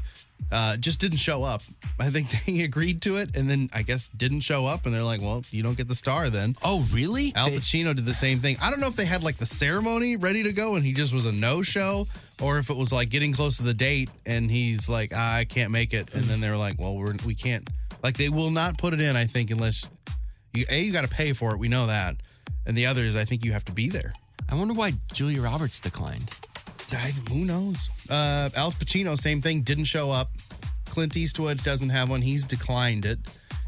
uh, just didn't show up. I think they agreed to it, and then I guess didn't show up, and they're like, "Well, you don't get the star then."
Oh, really?
Al Pacino did the same thing. I don't know if they had like the ceremony ready to go, and he just was a no-show, or if it was like getting close to the date, and he's like, "Ah, "I can't make it," and then they were like, "Well, we're we can't." Like they will not put it in. I think unless you a you got to pay for it. We know that, and the other is I think you have to be there.
I wonder why Julia Roberts declined.
I, who knows? Uh, Al Pacino, same thing, didn't show up. Clint Eastwood doesn't have one. He's declined it.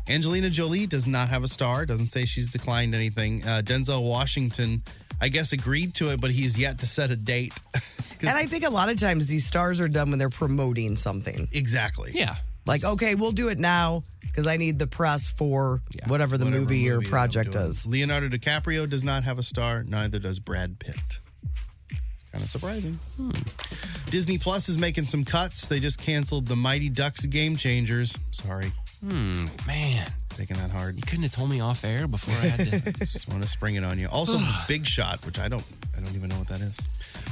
Angelina Jolie does not have a star. Doesn't say she's declined anything. Uh, Denzel Washington, I guess, agreed to it, but he's yet to set a date.
And I think a lot of times these stars are done when they're promoting something.
Exactly.
Yeah.
Like, okay, we'll do it now because I need the press for whatever the
Whatever
movie, or
movie that I'm
project
doing.
is.
Leonardo DiCaprio does not have a star. Neither does Brad Pitt. Kind of surprising. Disney Plus is making some cuts. They just canceled the Mighty Ducks Game Changers. Sorry.
Hmm, man.
Taking that hard. You
couldn't have told me off air before I had to.
just want to spring it on you. Also, Big Shot, which I don't, I don't even know what that is.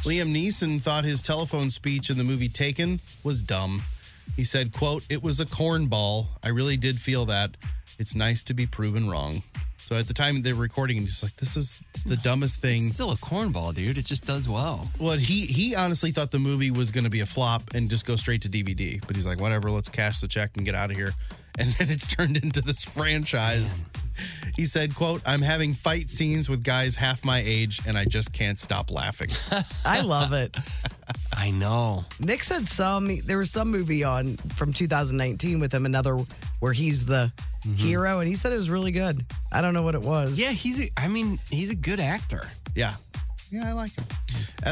Liam Neeson thought his telephone speech in the movie Taken was dumb. He said, "quote It was a cornball. I really did feel that. It's nice to be proven wrong." So at the time they're recording, he's just like, "This is it's the dumbest thing."
It's still a cornball, dude. It just does well.
Well, he he honestly thought the movie was going to be a flop and just go straight to DVD. But he's like, whatever, let's cash the check and get out of here. And then it's turned into this franchise. He said, "quote I'm having fight scenes with guys half my age, and I just can't stop laughing."
I love it.
I know.
Nick said some. There was some movie on from 2019 with him, another where he's the
Mm-hmm.
hero, and he said it was really good. I don't know what it was.
Yeah, he's. A, I mean, he's a good actor.
Yeah. Yeah, I like him.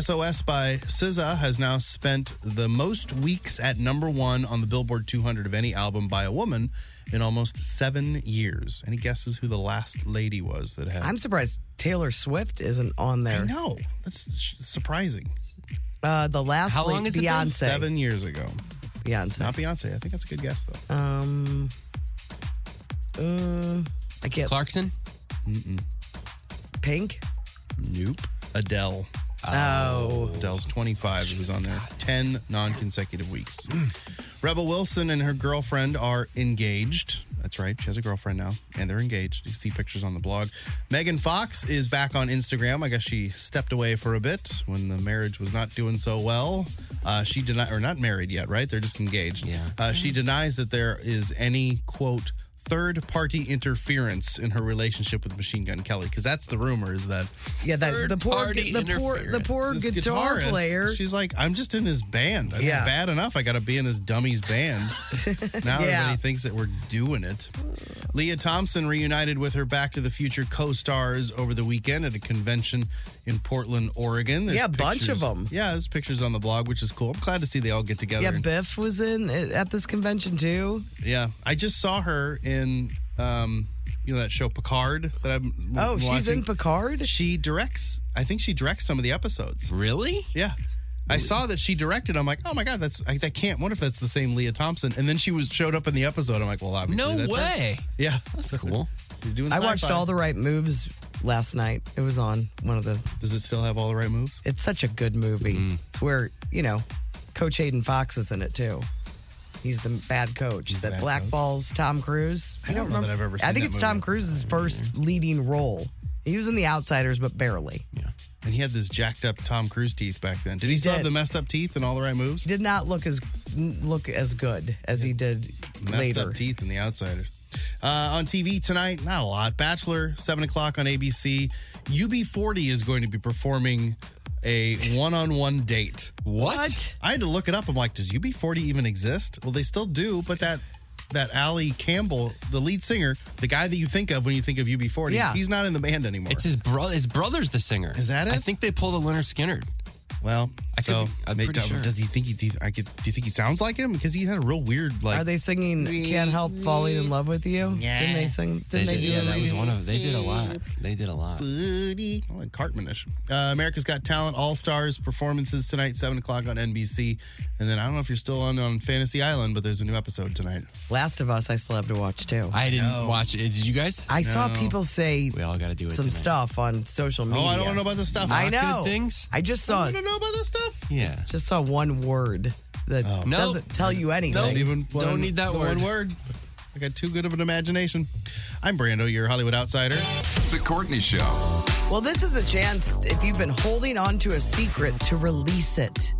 SOS by SZA has now spent the most weeks at number one on the Billboard 200 of any album by a woman in almost seven years. Any guesses who the last lady was that had?
I'm surprised Taylor Swift isn't on there.
No, that's sh- surprising.
Uh, the last
How
late
long has it been?
Beyonce.
Seven years ago.
Beyonce.
Not Beyonce. I think that's a good guess though.
Um. Uh, I can't.
Clarkson.
Mm-mm.
Pink.
Nope. Adele.
Oh.
Adele's 25. She was on there 10 non consecutive weeks. Rebel Wilson and her girlfriend are engaged. That's right. She has a girlfriend now, and they're engaged. You can see pictures on the blog. Megan Fox is back on Instagram. I guess she stepped away for a bit when the marriage was not doing so well. Uh, she denied, or not married yet, right? They're just engaged. Yeah. Uh, she denies that there is any, quote, third party interference in her relationship with Machine Gun Kelly, because that's the rumor is that
Yeah, that the poor, the poor, the poor
this
guitar
guitarist,
player.
She's like, I'm just in his band. It's
Yeah.
bad enough. I got to be in this dummy's band. now
Yeah.
everybody thinks that we're doing it. Leah Thompson reunited with her Back to the Future co-stars over the weekend at a convention in Portland, Oregon.
Yeah, a bunch of
them. Yeah, there's pictures on the blog, which is cool. I'm glad to see they all get together.
Yeah,
and-
Biff was in at this convention too.
yeah, I just saw her in um, you know that show Picard that I'm.
Oh, she's in Picard.
She directs. I think she directs some of the episodes.
Really?
Yeah. I saw that she directed. I'm like, oh my god, that's I, that can't. Wonder if that's the same Leah Thompson. And then she was showed up in the episode. I'm like, well, obviously,
No
that's her.
way.
Yeah, that's
cool.
She's doing.
I watched
sci-fi.
all the right moves last night. It was on one of the.
Does it still have all the right moves?
It's such a good movie. It's where you know, Coach Hayden Fox is in it too. He's the bad coach that blackballs Tom Cruise. I
don't know that I've ever
I
seen
think
that
it's
movie.
Tom Cruise's first leading role. He was in The Outsiders, but barely. Yeah.
And he had this jacked up Tom Cruise teeth back then. Did he,
He
still have
did.
the messed up teeth and all the right moves?
Did not look as look as good as he did
Messed
later.
up teeth in The Outsiders. Uh, on TV tonight, not a lot. Bachelor, 7 o'clock on ABC. UB40 is going to be performing a one on one date.
What? What?
I had to look it up. I'm like, does UB40 even exist? Well, they still do, but that. That Ali Campbell, the lead singer, the guy that you think of when you think of UB40,
Yeah.
he's not in the band anymore.
It's his brother. His brother's the singer. Is
that it?
I think they pulled a Leonard Skinner.
Well,
I could
so
be- I'm
make-
pretty sure.
does he think he? Do you, I could, do you think he sounds like him? Because he had a real weird like.
Are they singing "Can't Help Falling in Love with You"? Yeah. Didn't they sing? Didn't they,
did,
do
yeah,
a
that was
reading?
one of. They did a lot. They did a lot.
Buddy. I like Cartmanish. Uh, America's Got Talent All Stars performances tonight, seven o'clock on NBC. And then I don't know if you're still on on Fantasy Island, but there's a new episode tonight.
Last of Us, I still have to watch too.
I didn't watch it. Did you guys?
I saw
No.
people say
we all got to do it.
some
tonight.
stuff on social media.
Oh, I don't know about this stuff.
I
Not good
know
things?
I just saw.
I don't know about this stuff.
Yeah.
Just saw one word that
No.
doesn't tell you anything.
Don't even- one- the One word. I got too good of an imagination. I'm Brando, your Hollywood outsider.
The Courtney Show.
Well, this is a chance if you've been holding on to a secret to release it.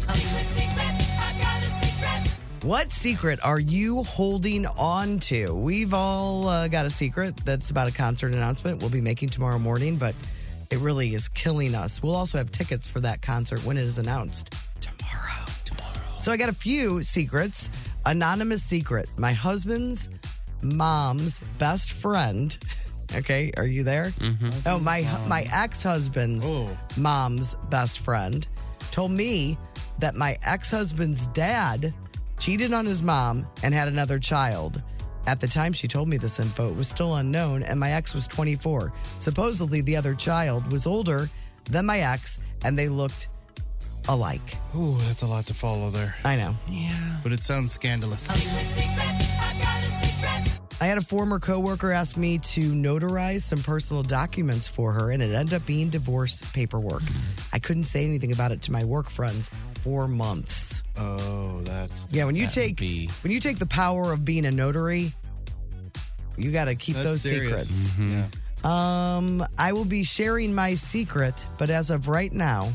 What secret are you holding on to? We've all uh, got a secret that's about a concert announcement we'll be making tomorrow morning, but it really is killing us. We'll also have tickets for that concert when it is announced. So I got a few secrets. Anonymous secret. My husband's mom's best friend. Okay, are you there? Oh, my my ex-husband's mom's best friend told me that my ex-husband's dad cheated on his mom and had another child. At the time she told me this info, it was still unknown and my ex was 24. Supposedly the other child was older than my ex and they looked alike.
Ooh, that's a lot to follow there.
I know.
Yeah. But it sounds scandalous.
I had a former coworker ask me to notarize some personal documents for her, and it ended up being divorce paperwork.
Mm-hmm.
I couldn't say anything about it to my work friends for months.
Oh, that's
Yeah, when you
that would
take
be-
when you take the power of being a notary, you got to keep
That's
those
serious. Mm-hmm.
secrets.
Yeah.
Um, I will be sharing my secret, but as of right now,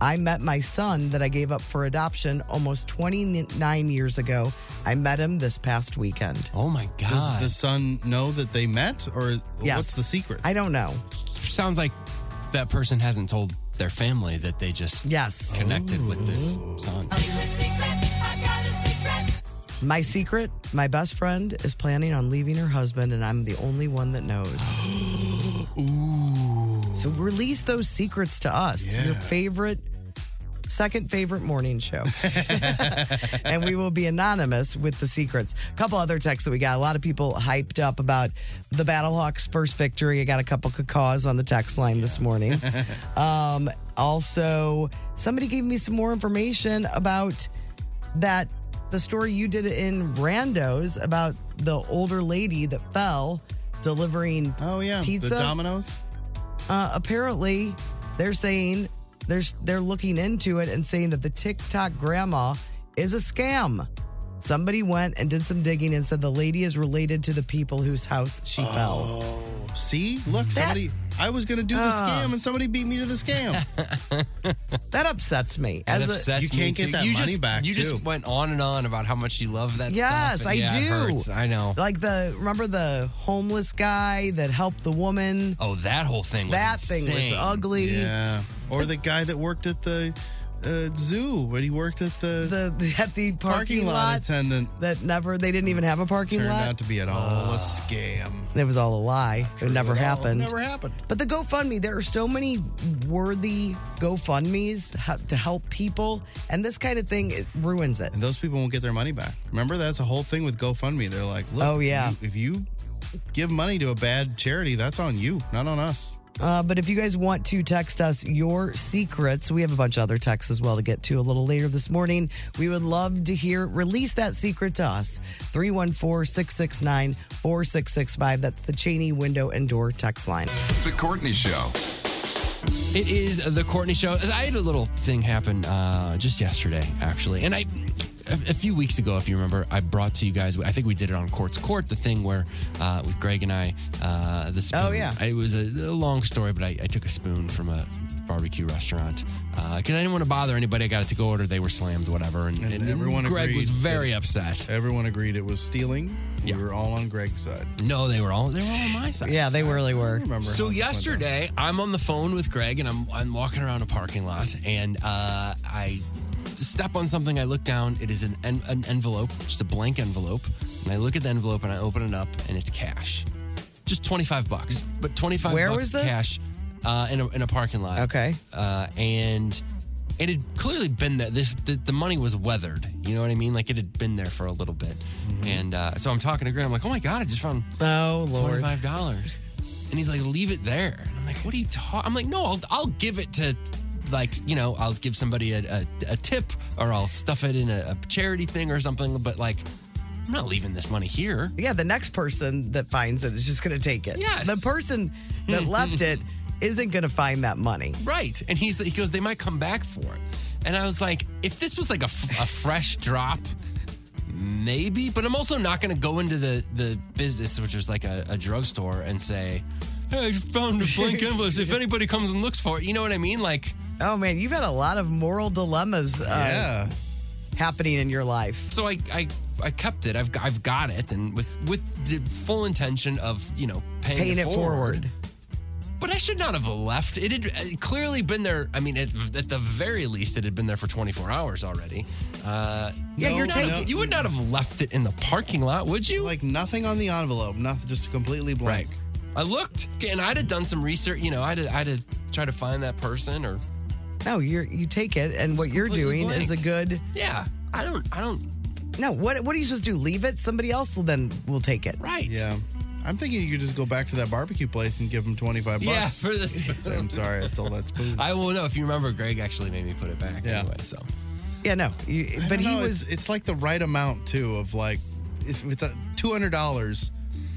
I met my son that I gave up for adoption almost 29 years ago. I met him this past weekend.
Oh my
Does the son know that they met, or what's the secret?
I don't know.
Sounds like that person hasn't told their family that they just
Oh.
yes
connected with this son.
My secret, my best friend is planning on leaving her husband, and I'm the only one that knows. Ooh. So release those secrets to us, your
Yeah.
favorite, second favorite morning show. and we will be anonymous with the secrets. A couple other texts that we got. A lot of people hyped up about the Battlehawks' first victory. I got a couple cacaws on the text line this morning. um, also, somebody gave me some more information about that the story you did in Randos about the older lady that fell delivering
oh yeah the
pizza
Domino's?
Uh, apparently, they're saying there's they're looking into it and saying that the TikTok grandma is a scam. Somebody went and did some digging and said the lady is related to the people whose house she
Oh.
fell.
See, look, somebody. I was gonna do the
Ah.
scam, and somebody beat me to the scam.
That upsets me.
That
As a-
upsets
you can't
me,
get
too.
that
you
money
just,
back,
You
too.
just went on and on about how much you love that
yes,
stuff.
I
and yeah,
do.
It hurts. I know.
Like the remember the homeless guy that helped the woman.
Oh, that whole thing. Was
That thing was
insane.
ugly.
Yeah. Or the guy that worked at the uh, zoo when he worked at the,
the at the parking,
lot, attendant.
That never they didn't even have a parking
Turned
lot.
out to be at all a scam.
It was all a lie. It never happened.
Never happened.
But the GoFundMe, there are so many worthy GoFundMes he- to help people, and this kind of thing it ruins it.
And those people won't get their money back. Remember, that's a whole thing with GoFundMe. They're like, look,
Oh, yeah.
you- if you give money to a bad charity, that's on you, not on us.
Uh, but if you guys want to text us your secrets, we have a bunch of other texts as well to get to a little later this morning. We would love to hear. Release that secret to us. 314 669 4665. That's the Cheney window and door text line.
The Courtney Show.
It is the Courtney Show. I had a little thing happen uh, just yesterday, actually, and I. A a few weeks ago, if you remember, I brought to you guys. I think we did it on Court's Court, the thing where uh, with Greg and I, uh, the spoon.
Oh, yeah.
it was a, a long story, but I, I took a spoon from a barbecue restaurant because I didn't want to bother anybody. I got it to go order; they were slammed, whatever. And, and
Everyone
Greg
agreed
was very
that-
upset.
Everyone agreed it was stealing. We were all on Greg's side.
No, they were all they were all on my side.
Yeah, they really were.
remember
So
how this went
yesterday, I'm on the phone with Greg, and I'm I'm walking around a parking lot, and uh, I step on something. I look down. It is an en- an envelope, just a blank envelope, and I look at the envelope and I open it up, and it's cash, just twenty five bucks, but twenty five
Where
bucks
was this?
cash uh, in a in a parking lot.
Okay.
uh, and it had clearly been there. This the, the money was weathered. You know what I mean? Like it had been there for a little bit.
Mm-hmm.
And uh, so I'm talking to Grant. I'm like, oh my god, I just found
oh
lord, twenty five dollars. And he's like, leave it there. And I'm like, what are you talking? I'm like, no, I'll I'll give it to. Like you know, I'll give somebody a, a, a tip, or I'll stuff it in a, a charity thing or something. But like, I'm not leaving this money here.
Yeah, the next person that finds it is just going to take it.
Yes.
The person that left it isn't going to find that money.
Right. And he's he goes, they might come back for it. And I was like, if this was like a, f- a fresh drop, maybe. But I'm also not going to go into the the business, which is like a, a drugstore, and say, hey, I found a blank envelope. if anybody comes and looks for it, you know what I mean? Like,
Oh man, you've had a lot of moral dilemmas uh, happening in your life.
so I I, I kept it. I've g- I've got it, and with with the full intention of you know paying,
Paying it forward.
But I should not have left. It had uh, clearly been there. I mean, at, at the very least, it had been there for 24 hours already. Uh,
Yeah,
you
you're
would not have-
taking-
You would not have left it in the parking lot, would you?
Like nothing on the envelope, nothing, just completely blank.
I looked, and I'd have done some research. You know, I'd have, I'd have tried to find that person, or
No, you are you take it, and what you're
completely
doing is a
blank.
good.
yeah, I don't, I don't.
No, what what are you supposed to do? Leave it? Somebody else will then will take it.
Right.
Yeah. I'm thinking you could just go back to that barbecue place and give them 25 bucks.
Yeah, for the spoon.
I'm sorry, I stole that spoon.
I will know if you remember. Greg actually made me put it back. Yeah. Anyway, so
Yeah, no.
but he was. It's, it's like the right amount too. Of like, if it's a two hundred dollars,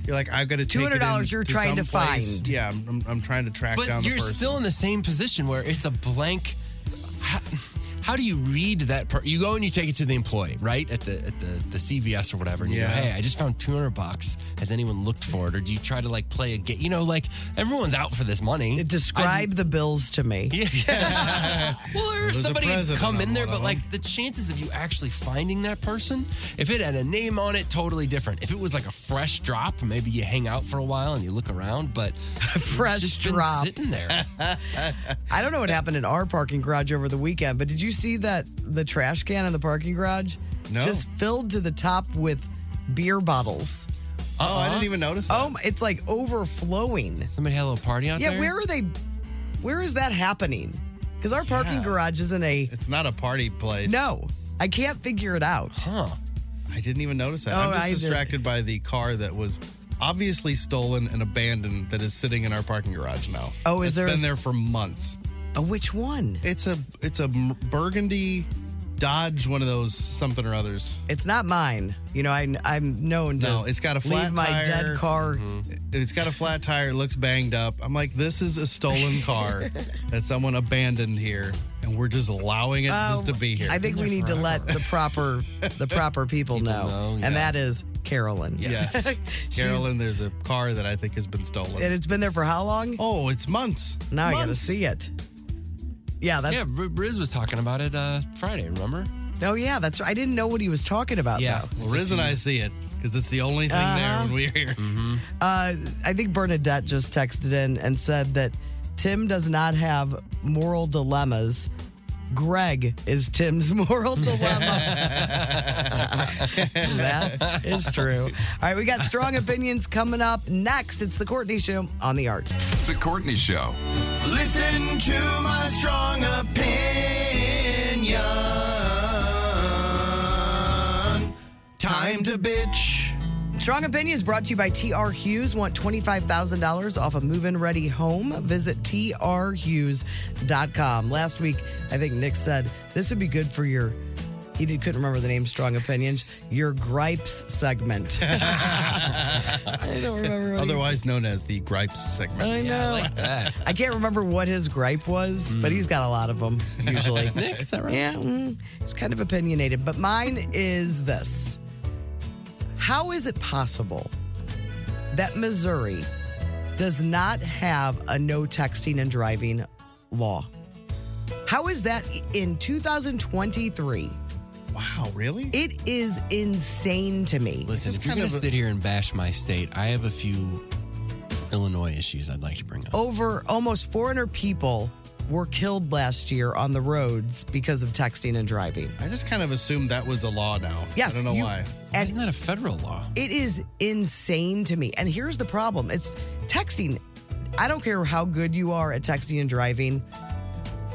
you're like, I've got to two
$200 you're trying to find.
Yeah, I'm, I'm, I'm trying to track
but
down the
you're
person.
still in the same position where it's a blank. How, how do you read that? Per- you go and you take it to the employee, right at the at the, the CVS or whatever, and you
Yeah.
go, "Hey, I just found 200 bucks. Has anyone looked for it?" Or do you try to like play a game? You know, like everyone's out for this money.
Describe the bills to me.
Yeah. well, or if
There's a
somebody had
president
come
on
in there,
one of
but like the chances of you actually finding that person, if it had a name on it, totally different. If it was like a fresh drop, maybe you hang out for a while and you look around, but
fresh
just
drop. Oh,
been sitting there.
I don't know what happened in our parking garage over the weekend, but did you see that the trash can in the parking garage?
No.
Just filled to the top with beer bottles.
Oh,
Uh-uh.
I didn't even notice.
Oh, my- it's like overflowing.
Somebody had a little party out
yeah,
there.
where are they? Where is that happening? Because our parking garage isn't a.
It's not a party place.
No, I can't figure it out.
Huh.
I didn't even notice that.
Oh,
I'm just
I did.
distracted by the car that was obviously stolen and abandoned that is sitting in our parking garage now.
Oh, is
It's
there a
been
s-
there for months?
Oh, which one?
It's a it's a m- burgundy Dodge, one of those something or others.
It's not mine. You know, I, I'm known to.
No, it's got a flat
leave my
tire. Mm-hmm.
dead car.
It's got a flat tire. It looks banged up. I'm like, this is a stolen car that someone abandoned here, and we're just allowing it
Oh,
just to be here.
I think we need to let the proper the proper people, know, and that is Carolyn.
Yes,
She's-
Carolyn. There's a car that I think has been stolen.
And it's been there for how long?
Oh, it's months.
Now I gotta
Months.
see it. Yeah, that's.
yeah, Br- Briz was talking about it uh, Friday. Remember?
Oh yeah, that's. right. I didn't know what he was talking about.
Yeah.
though.
Well, Riz and I see it because it's the only thing there
Uh-huh.
when we're here.
Uh, I think Bernadette just texted in and said that Tim does not have moral dilemmas. Greg is Tim's moral dilemma. that is true. All right, we got strong opinions coming up next. It's the Courtney Show on the Arch.
The Courtney Show.
Listen to my strong opinion. Time to bitch.
Strong Opinions brought to you by TR Hughes. Want $25,000 off a move in ready home? Visit trhughes.com. Last week, I think Nick said this would be good for your, he did, couldn't remember the name, Strong Opinions, your gripes segment. I don't remember what he
Otherwise known as the gripes segment.
I know. I can't remember what his gripe was, but he's got a lot of them usually.
Nick,
is that right?
Yeah, mm, he's kind of opinionated. But mine is this: How is it possible that Missouri does not have a no texting and driving law? How is that in 2023?
Wow, really?
It is insane to me.
Listen, if you're
kind
going to
of a-
sit here and bash my state, I have a few Illinois issues I'd like to bring up.
over almost 400 people were killed last year on the roads because of texting and driving.
I just kind of assumed that was a law now.
Yes,
I don't know
you-
why.
and-
Isn't that a federal law?
It is insane to me. And here's the problem it's texting. I don't care how good you are at texting and driving,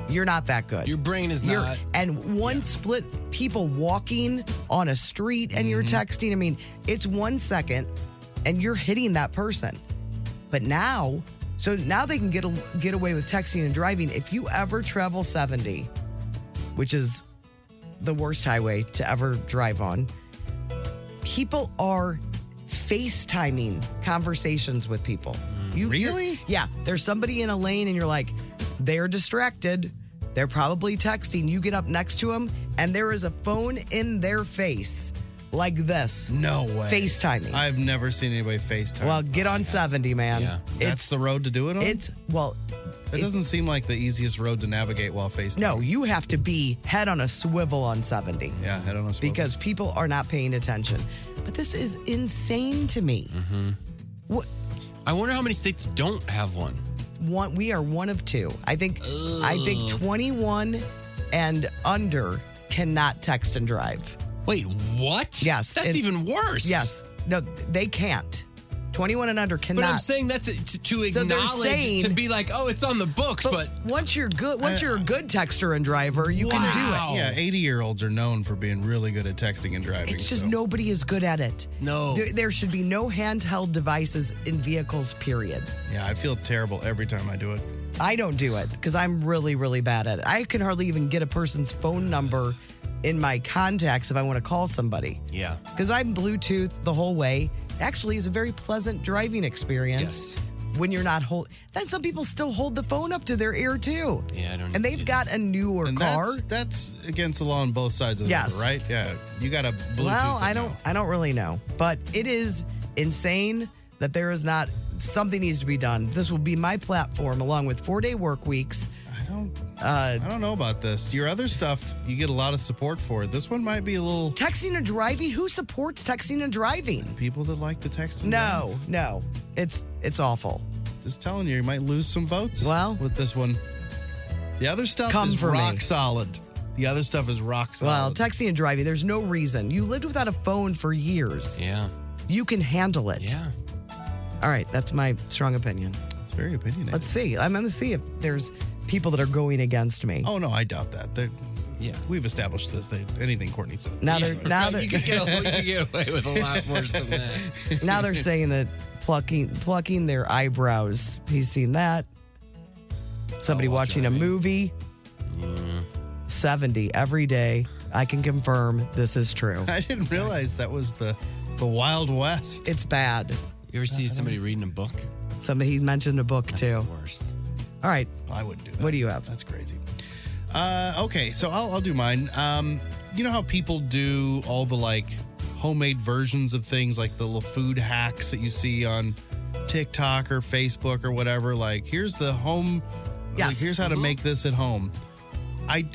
You're not that good.
Your brain is
You're-
not-
And one split people walking on a street and you're
Mm-hmm.
texting. I mean, it's one second and you're hitting that person. But now, so now they can get a, get away with texting and driving. If you ever travel 70, which is the worst highway to ever drive on, people are FaceTiming conversations with people. You really? Yeah. There's somebody in a lane and you're like, they're distracted. They're probably texting. You get up next to them and there is a phone in their face like this.
No way.
FaceTiming.
I've never seen anybody FaceTime.
Well, get on 70, man.
Yeah.
It's,
That's the road to do it on?
It's, well,
it doesn't seem like the easiest road to navigate while FaceTime.
No, you have to be head on a swivel on 70.
Yeah, head on a swivel.
Because people are not paying attention. But this is insane to me.
Mm-hmm.
What?
I wonder how many states don't have one.
One, we are one of two. I think I think 21 and under cannot text and drive.
Wait, what?
Yes.
That's
and-
even worse.
Yes. No, they can't. 21 and under cannot.
But I'm saying that's a, to, to
So they're
acknowledge,
saying-
to be like, oh, it's on the books, but,
once you're good, once you're a good texter and driver, you can do it.
Yeah, 80 year olds are known for being really good at texting and driving.
It's just
so-
nobody is good at it.
No.
There, there should be no handheld devices in vehicles, period.
Yeah, I feel terrible every time I do it.
I don't do it because I'm really, really bad at it. I can hardly even get a person's phone number in my contacts if I want to call somebody.
Yeah.
Because I'm Bluetooth the whole way. Actually, is a very pleasant driving experience when you're not hold. Then some people still hold the phone up to their ear too.
Yeah, I don't.
And they've got a newer
And
car.
that's, that's against the law on both sides of the
Yes.
river, right? Yeah, you got to.
well, I don't. I don't really know, but it is insane that there is not something needs to be done. This will be my platform along with four day work weeks. I
don't.
Uh,
I don't know about this. Your other stuff, you get a lot of support for. This one might be a little
texting and driving. Who supports texting and driving?
people that like to text. and
No, no, it's it's awful.
Just telling you, you might lose some votes. Well, with this one, the other stuff
Come
is
for me.
rock solid. The other stuff is rock solid.
Well, texting and driving. There's no reason. You lived without a phone for years.
Yeah.
You can handle it.
Yeah.
All right, that's my strong opinion.
It's very opinionated.
Let's see. I'm going to see if there's people that are going against me.
Oh no, I doubt that. They're,
yeah,
we've established this. They, anything Courtney says.
Now they're now they're
you could get, away, you could get away with a lot worse than that.
now they're saying that plucking plucking their eyebrows. He's seen that. Somebody watching a movie. Seventy every day. I can confirm this is true.
I didn't realize that was the the Wild West.
It's bad.
You
Uh,
ever see somebody reading a book?
Somebody he mentioned a book too.
Oh.
worst.
All right.
I wouldn't do that.
What do you have?
That's crazy. Uh, okay, so I'll, I'll do mine. Um, you know how people do all the like homemade versions of things, like the little food hacks that you see on TikTok or Facebook or whatever. Like, here's the home. Like,
Yes.
here's how to
Mhm.
make this at home. I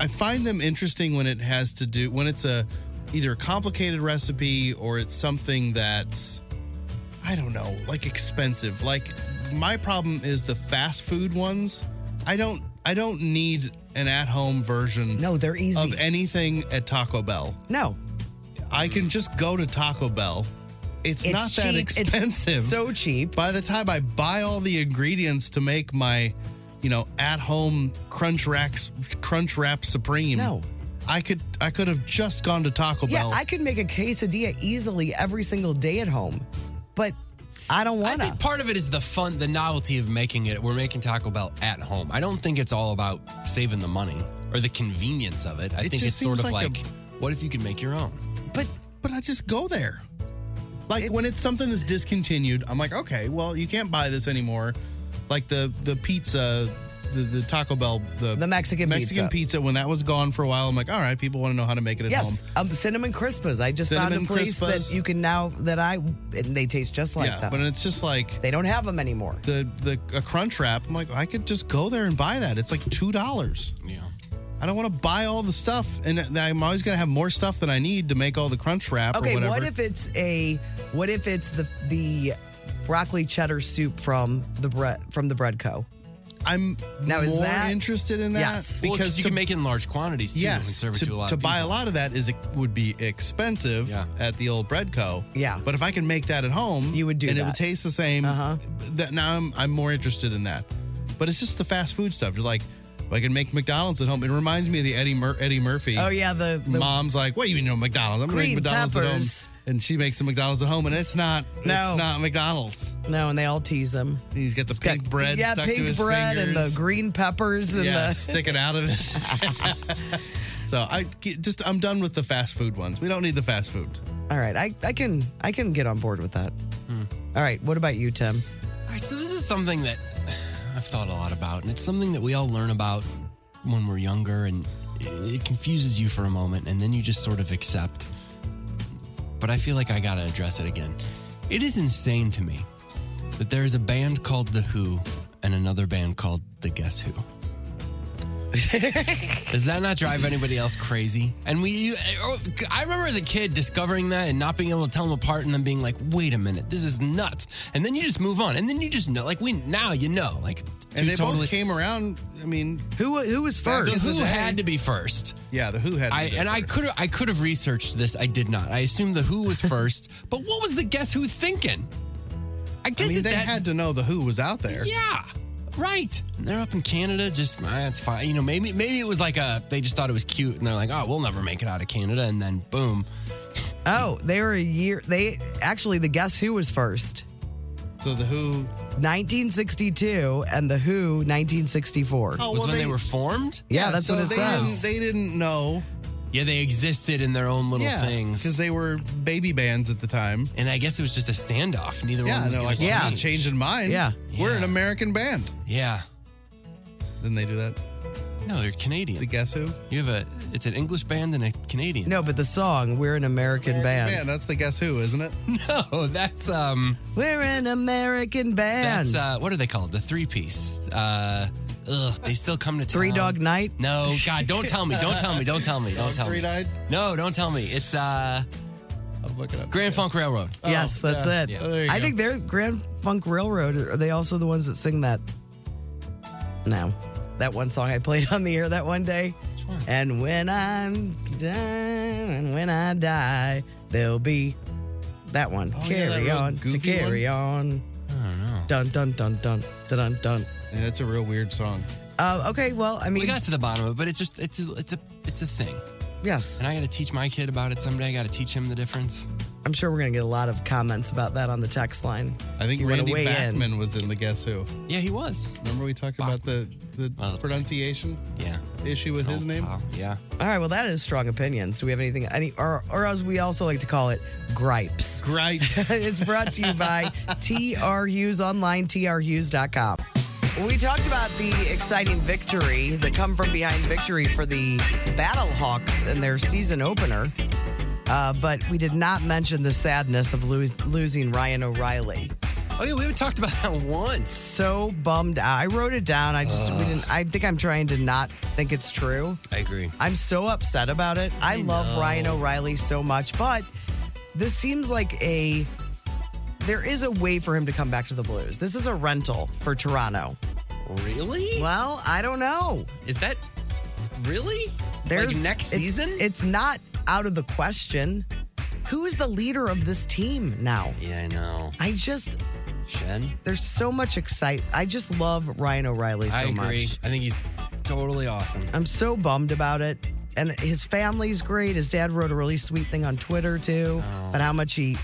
I find them interesting when it has to do when it's a either a complicated recipe or it's something that's I don't know, like expensive. Like my problem is the fast food ones. I don't I don't need an at-home version.
No, they're easy.
Of anything at Taco Bell.
No.
I can just go to Taco Bell. It's,
It's
not that
cheap. It's
expensive.
so cheap.
By the time I buy all the ingredients to make my, you know, at-home crunch racks crunch wrap supreme.
No.
I could I could have just gone to Taco
Yeah,
Bell.
I could make a quesadilla easily every single day at home, but I don't
I
want to.
think part of it is the fun, the novelty of making it. We're making Taco Bell at home. I don't think it's all about saving the money or the convenience of it.
It
I think
just
it's sort
seems
of
like
like,
a-
what if you could make your own?
but I just go there. Like when it's something that's discontinued, I'm like, okay, well, you can't buy this anymore. Like the the pizza, the, the Taco Bell, the,
The Mexican
Mexican pizza. When that was gone for a while, I'm like, all right, people want to know how to make it at
Yes,
home.
um, cinnamon crispas. I just found
Cinnamon
a place
Crispas.
that you can now that I and they taste just like
yeah,
that.
but it's just like
they don't have them anymore.
The the a crunch wrap. I'm like, I could just go there and buy that. It's like two dollars.
Yeah.
I don't want to buy all the stuff, and then I'm always gonna have more stuff than I need to make all the crunch wrap.
Okay,
or whatever.
what if it's a what if it's the the broccoli cheddar soup from the bread from the bread co.
I'm
now is
more
that
interested in that
Yes.
Well, because you
to-
can make it in large quantities too and serve it
to,
to, a lot
to
of
buy a
people.
lot of that is would be expensive at the old bread co.
Yeah,
but if I can make that at home, you would
do
and it
that.
would taste the same.
Uh-huh.
That now I'm I'm more interested in that. But it's just the fast food stuff. You're like, I can make McDonald's at home. It reminds me of the Eddie Mur- Eddie Murphy.
Oh, yeah, the- the-
mom's like, "What do you mean, no McDonald's? I'm gonna make
Green
McDonald's
peppers.
at home." And she makes the McDonald's at home, and it's not.
No.
it's not McDonald's.
No, and they all tease him.
He's got the pink bread
yeah,
stuck
pink
to his
bread and the
fingers.
green peppers and
yeah,
the
sticking out of it. so I get- just I'm done with the fast food ones. We don't need the fast food.
All right, I, I can I can get on board with that.
Hmm.
All right, what about you, Tim?
All right, so this is something that I've thought a lot about, and it's something that we all learn about when we're younger, and it, it confuses you for a moment, and then you just sort of accept. But I feel like I gotta address it again. It is insane to me that there is a band called The Who and another band called The Guess Who. Does that not drive anybody else crazy? And we, you- oh, I remember as a kid discovering that and not being able to tell them apart, and then being like, "Wait a minute, this is nuts!" And then you just move on, and then you just know, like we now you know, like
And they both came around. I mean,
who who was
The Who had to be first.
Yeah, the Who had. To
I,
be
and I could I could have researched this. I did not. I assumed the Who was first, but what was the Guess Who thinking? I guess
mean,
that
they
that's-
had to know the Who was out there.
Yeah, right. And they're up in Canada. Just ah, that's fine. You know, maybe maybe it was like a they just thought it was cute, and they're like, oh, we'll never make it out of Canada, and then boom.
Oh, they were a year. They actually the Guess Who was first.
So the Who,
1962, and the Who 1964.
Oh, Was well, when they they- were
formed?
Yeah, that's
so
what it
they
says.
Didn't, they didn't know.
Yeah, they existed in their own little things.
because they were baby bands at the time.
And I guess it was just a standoff. Neither
yeah,
one was
they're
gonna
like,
change.
yeah, changing mine.
Yeah.
we're an American band.
Yeah.
Didn't they do that?
No, they're Canadian. The
Guess Who.
You have a it's an English band and a Canadian.
No, but the song "We're an American, Band."
Yeah, that's the Guess Who, isn't it?
No, that's um.
We're an American band.
That's uh, what are they called? The three piece. Uh, ugh, they still come to town.
um,
Three Dog Night.
No, God, don't tell me, don't tell me, don't tell me, don't tell me.
Three-Eyed?
No, don't tell me. It's uh,
I'm looking up.
Grand Funk Railroad.
Oh,
Yes, that's it. I think they're Grand Funk Railroad. Are they also the ones that sing that? No, that one song I played on the air that one day. And when I'm done, and when I die, there'll be that one.
Oh, yeah, that
carry
real
on to
goofy
carry on.
I don't know.
Dun dun dun dun dun dun dun.
Yeah, that's a real weird song.
Uh, okay, well, I mean,
we got to the bottom of it, but it's just it's a, it's a it's a thing.
Yes.
And I got to teach my kid about it someday. I got to teach him the difference.
I'm sure we're gonna get a lot of comments about that on the text line.
I think
You wanna
Randy
weigh in.
Bachman was in the Guess Who.
Yeah, he was.
Remember we talked about the the pronunciation
yeah. Oh,
issue with his name?
Yeah.
All right, well, that is strong opinions. Do we have anything? Any or or as we also like to call it, gripes.
Gripes.
it's brought to you by TR Hughes online, trhughes.com. We talked about the exciting victory, the come from behind victory for the Battle Hawks in their season opener, uh, but we did not mention the sadness of lose, losing Ryan O'Reilly.
Oh yeah, we haven't talked about that once.
So bummed out. I wrote it down. I just we didn't. I think I'm trying to not think it's true.
I agree.
I'm so upset about it. I, love
know.
Ryan O'Reilly so much, but this seems like a there is a way for him to come back to the Blues. This is a rental for Toronto.
Really?
Well, I don't know.
Is that really?
There's
like next
it's-
season?
It's not out of the question. Who is the leader of this team now?
Yeah, I know.
I just
Shen.
there's so much excite. I just love Ryan O'Reilly so
I agree.
much.
I think he's totally awesome.
I'm so bummed about it. And his family's great. His dad wrote a really sweet thing on Twitter too
Oh.
about how much he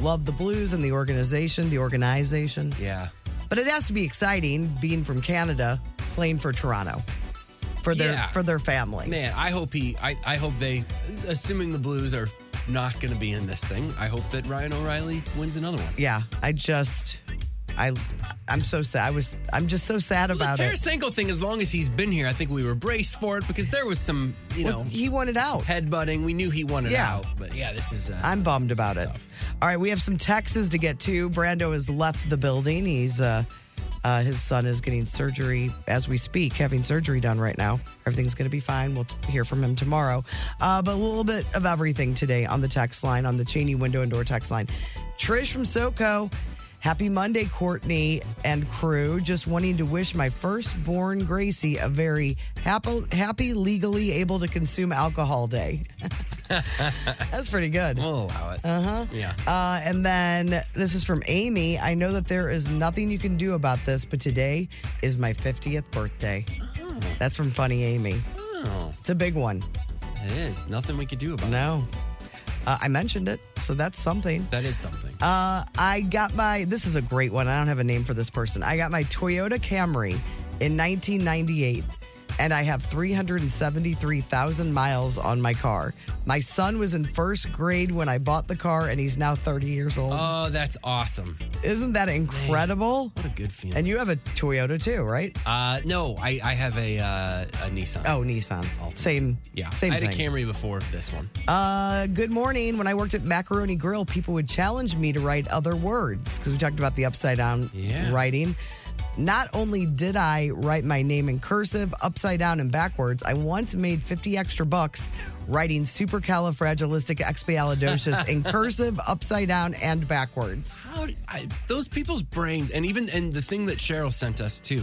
loved the blues and the organization, the organization.
Yeah.
But it has to be exciting being from Canada playing for Toronto for their
Yeah.
for their family.
Man, I hope he. I, I hope they. Assuming the Blues are not going to be in this thing, I hope that Ryan O'Reilly wins another one.
Yeah, I just I I'm so sad. I was I'm just so sad
The
about it.
Tarasenko thing, as long as he's been here, I think we were braced for it because there was some, you know,
Well, he wanted out.
headbutting. We knew he wanted
Yeah.
out, but yeah, this is. Uh,
I'm bummed about it. All right, we have some texts to get to. Brando has left the building. He's uh, uh, his son is getting surgery as we speak, having surgery done right now. Everything's going to be fine. We'll t- hear from him tomorrow. Uh, but a little bit of everything today on the text line, on the Cheney window and door text line. Trish from SoCo. Happy Monday, Courtney and crew. Just wanting to wish my firstborn Gracie a very happy, happy legally able to consume alcohol day. That's pretty good.
We'll allow it.
Uh-huh.
Yeah.
Uh, and then this is from Amy. I know that there is nothing you can do about this, but today is my 50th birthday. That's from Funny Amy.
Oh.
It's a big one.
It is. Nothing we could do about
no. Uh, I mentioned it, so that's something.
That is something.
Uh, I got my, this is a great one. I don't have a name for this person. I got my Toyota Camry in 1998, and I have 373,000 miles on my car. My son was in first grade when I bought the car, and he's now 30 years old.
Oh, that's awesome.
Isn't that incredible?
What a good feeling.
And you have a Toyota too, right?
Uh, no, I, I have a uh, a Nissan.
Oh, Nissan. Same.
Yeah.
Same
I had
thing.
a Camry before this one.
Uh, good morning. When I worked at Macaroni Grill, people would challenge me to write other words because we talked about the upside down
Yeah.
writing. Not only did I write my name in cursive, upside down, and backwards, I once made 50 extra bucks writing supercalifragilisticexpialidocious in cursive, upside down, and backwards.
How d- I, those people's brains, and even and the thing that Cheryl sent us too.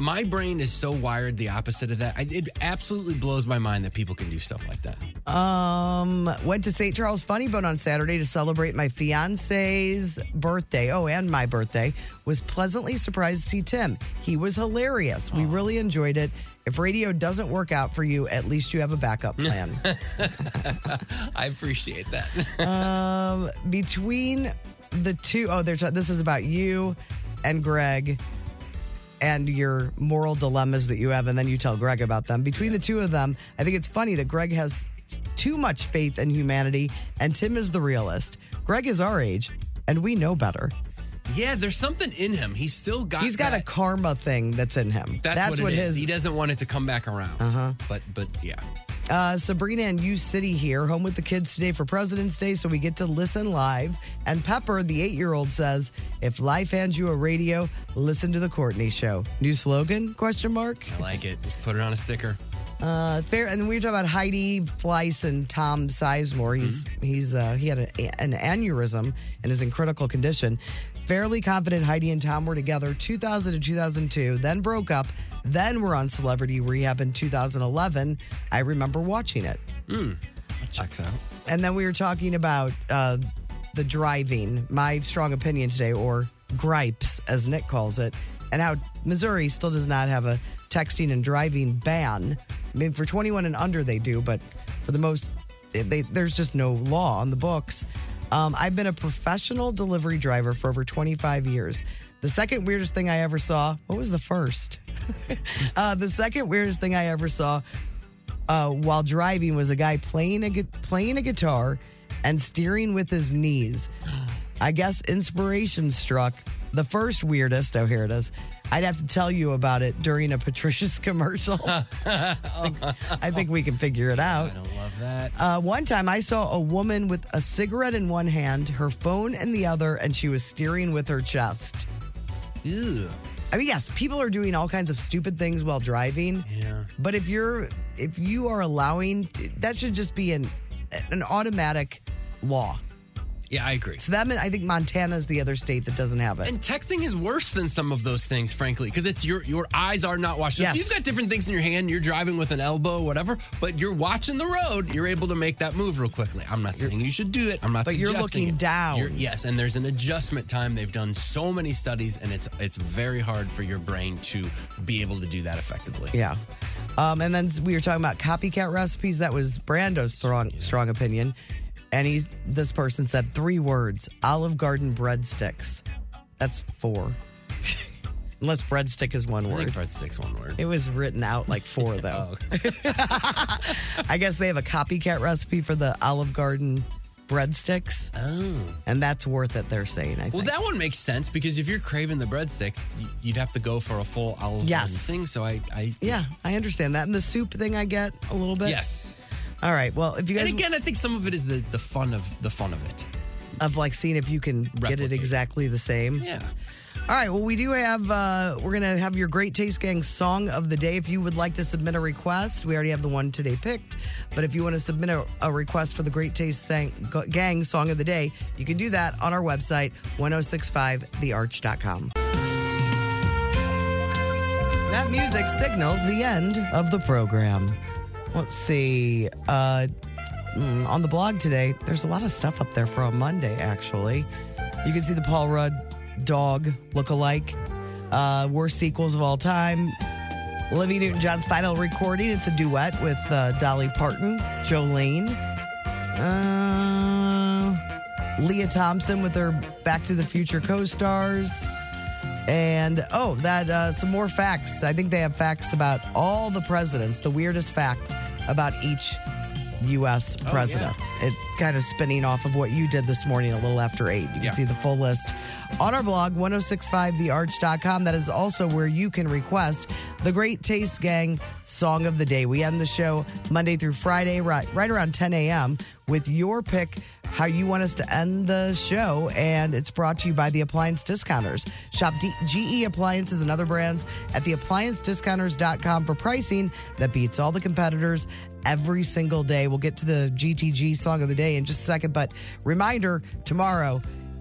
My brain is so wired the opposite of that. I, it absolutely blows my mind that people can do stuff like that.
Um, went to St. Charles Funny Bone on Saturday to celebrate my fiance's birthday. Oh, and my birthday. Was pleasantly surprised to see Tim. He was hilarious. We really enjoyed it. If radio doesn't work out for you, at least you have a backup plan.
I appreciate that.
um, between the two, oh, they're ta- this is about you and Greg and your moral dilemmas that you have, and then you tell Greg about them. Between the two of them, I think it's funny that Greg has too much faith in humanity, and Tim is the realist. Greg is our age, and we know better.
Yeah, there's something in him. He's still got.
He's got a karma thing that's in him.
That's, what, it is.
his
He doesn't want it to come back around. Uh huh. But but yeah.
Uh, Sabrina and U City here, home with the kids today for President's Day, so we get to listen live. And Pepper, the eight year old, says, "If life hands you a radio, listen to the Courtney Show." New slogan? Question mark.
I like it. Let's put it on a sticker.
Uh, fair. And we were talking about Heidi Fleiss and Tom Sizemore. He's he's uh, he had a, an aneurysm and is in critical condition. Fairly confident Heidi and Tom were together 2000 to 2002, then broke up, then were on Celebrity Rehab in 2011. I remember watching it.
Mm. That checks out.
And then we were talking about uh, the driving, my strong opinion today, or gripes, as Nick calls it, and how Missouri still does not have a texting and driving ban. I mean, for 21 and under, they do, but for the most, they, there's just no law on the books. Um, I've been a professional delivery driver for over 25 years. The second weirdest thing I ever saw, what was the first? uh, the second weirdest thing I ever saw uh, while driving was a guy playing a gu- playing a guitar and steering with his knees. I guess inspiration struck. The first weirdest, oh here it is. I'd have to tell you about it during a Patricia's commercial. I think we can figure it out.
Love that.
Uh, one time I saw a woman with a cigarette in one hand, her phone in the other, and she was steering with her chest.
Ew.
I mean, yes, people are doing all kinds of stupid things while driving.
Yeah.
But if you're if you are allowing that should just be an an automatic law.
Yeah, I agree.
So that meant I think Montana is the other state that doesn't have it.
And texting is worse than some of those things, frankly, because it's your your eyes are not watching.
Yes.
If you've got different things in your hand, you're driving with an elbow, whatever, but you're watching the road. You're able to make that move real quickly. I'm not saying you should do it. I'm not.
But you're
suggesting
looking
it.
down.
You're- yes, and there's an adjustment time. They've done so many studies, and it's it's very hard for your brain to be able to do that effectively.
Yeah. Um, and then we were talking about copycat recipes. That was Brando's strong strong opinion. And he's this person said three words: Olive Garden breadsticks. That's four. Unless breadstick is one
I
word.
think breadsticks one word.
It was written out like four, though.
Oh.
I guess they have a copycat recipe for the Olive Garden breadsticks.
Oh.
And that's worth it, they're saying. I
Well,
think.
that one makes sense because if you're craving the breadsticks, y- you'd have to go for a full olive garden
Yes.
thing. So I, I
yeah, I understand that. And the soup thing I get a little bit.
yes.
All right. Well, if you guys
and again, I think some of it is the the fun of the fun of it.
of like seeing if you can get it exactly the same.
Yeah.
All right. Well, we do have, uh, we're going to have your Great Taste Gang song of the day. If you would like to submit a request, we already have the one today picked. But if you want to submit a, a request for the Great Taste sang, G- Gang song of the day, you can do that on our website, 1065thearch.com. That music signals the end of the program. Let's see. Uh, mm, on the blog today, there's a lot of stuff up there for a Monday, actually. You can see the Paul Rudd dog look-alike, uh, worst sequels of all time, Olivia Newton John's final recording. It's a duet with uh, Dolly Parton, Jolene, uh, Leah Thompson with her Back to the Future co stars. And oh, that uh, some more facts. I think they have facts about all the presidents, the weirdest fact about each U.S.
Oh, yeah.
president. It kind of spinning off of what you did this morning a little after eight. You can
Yeah.
see the full list on our blog, 1065thearch.com. That is also where you can request the Great Taste Gang Song of the Day. We end the show Monday through Friday, right, right around 10 a.m., with your pick how you want us to end the show. And it's brought to you by the Appliance Discounters. Shop D- GE Appliances and other brands at theappliancediscounters.com for pricing that beats all the competitors every single day. We'll get to the GTG Song of the Day in just a second. But reminder tomorrow,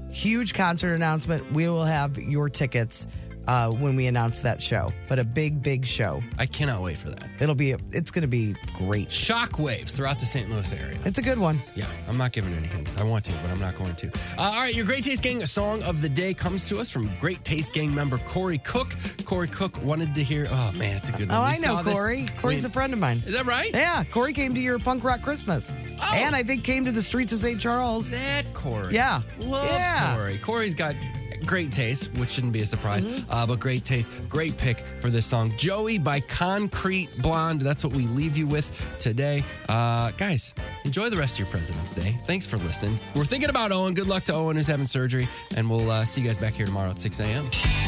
huge concert announcement. We will have your tickets uh, when we announce that show, but a big, big show.
I cannot wait for that.
It'll be, it's going to be great.
Shockwaves throughout the St. Louis area.
It's a good one.
Yeah, I'm not giving any hints. I want to, but I'm not going to. Uh, all right, your Great Taste Gang song of the day comes to us from Great Taste Gang member Corey Cook. Corey Cook wanted to hear. Oh man, it's a good one.
Oh,
We
I know
saw this-
Corey. Corey's
we-
a friend of mine. Is
that right? Oh.
Yeah, Corey came to your punk rock Christmas, and I think came to the streets of St. Charles.
That Corey.
Yeah.
Love
yeah.
Corey. Corey's got great taste, which shouldn't be a surprise,
Mm-hmm.
uh, but great taste. Great pick for this song. Joey by Concrete Blonde. That's what we leave you with today. Uh, guys, enjoy the rest of your President's Day. Thanks for listening. We're thinking about Owen. Good luck to Owen who's having surgery, and we'll uh, see you guys back here tomorrow at 6 a.m.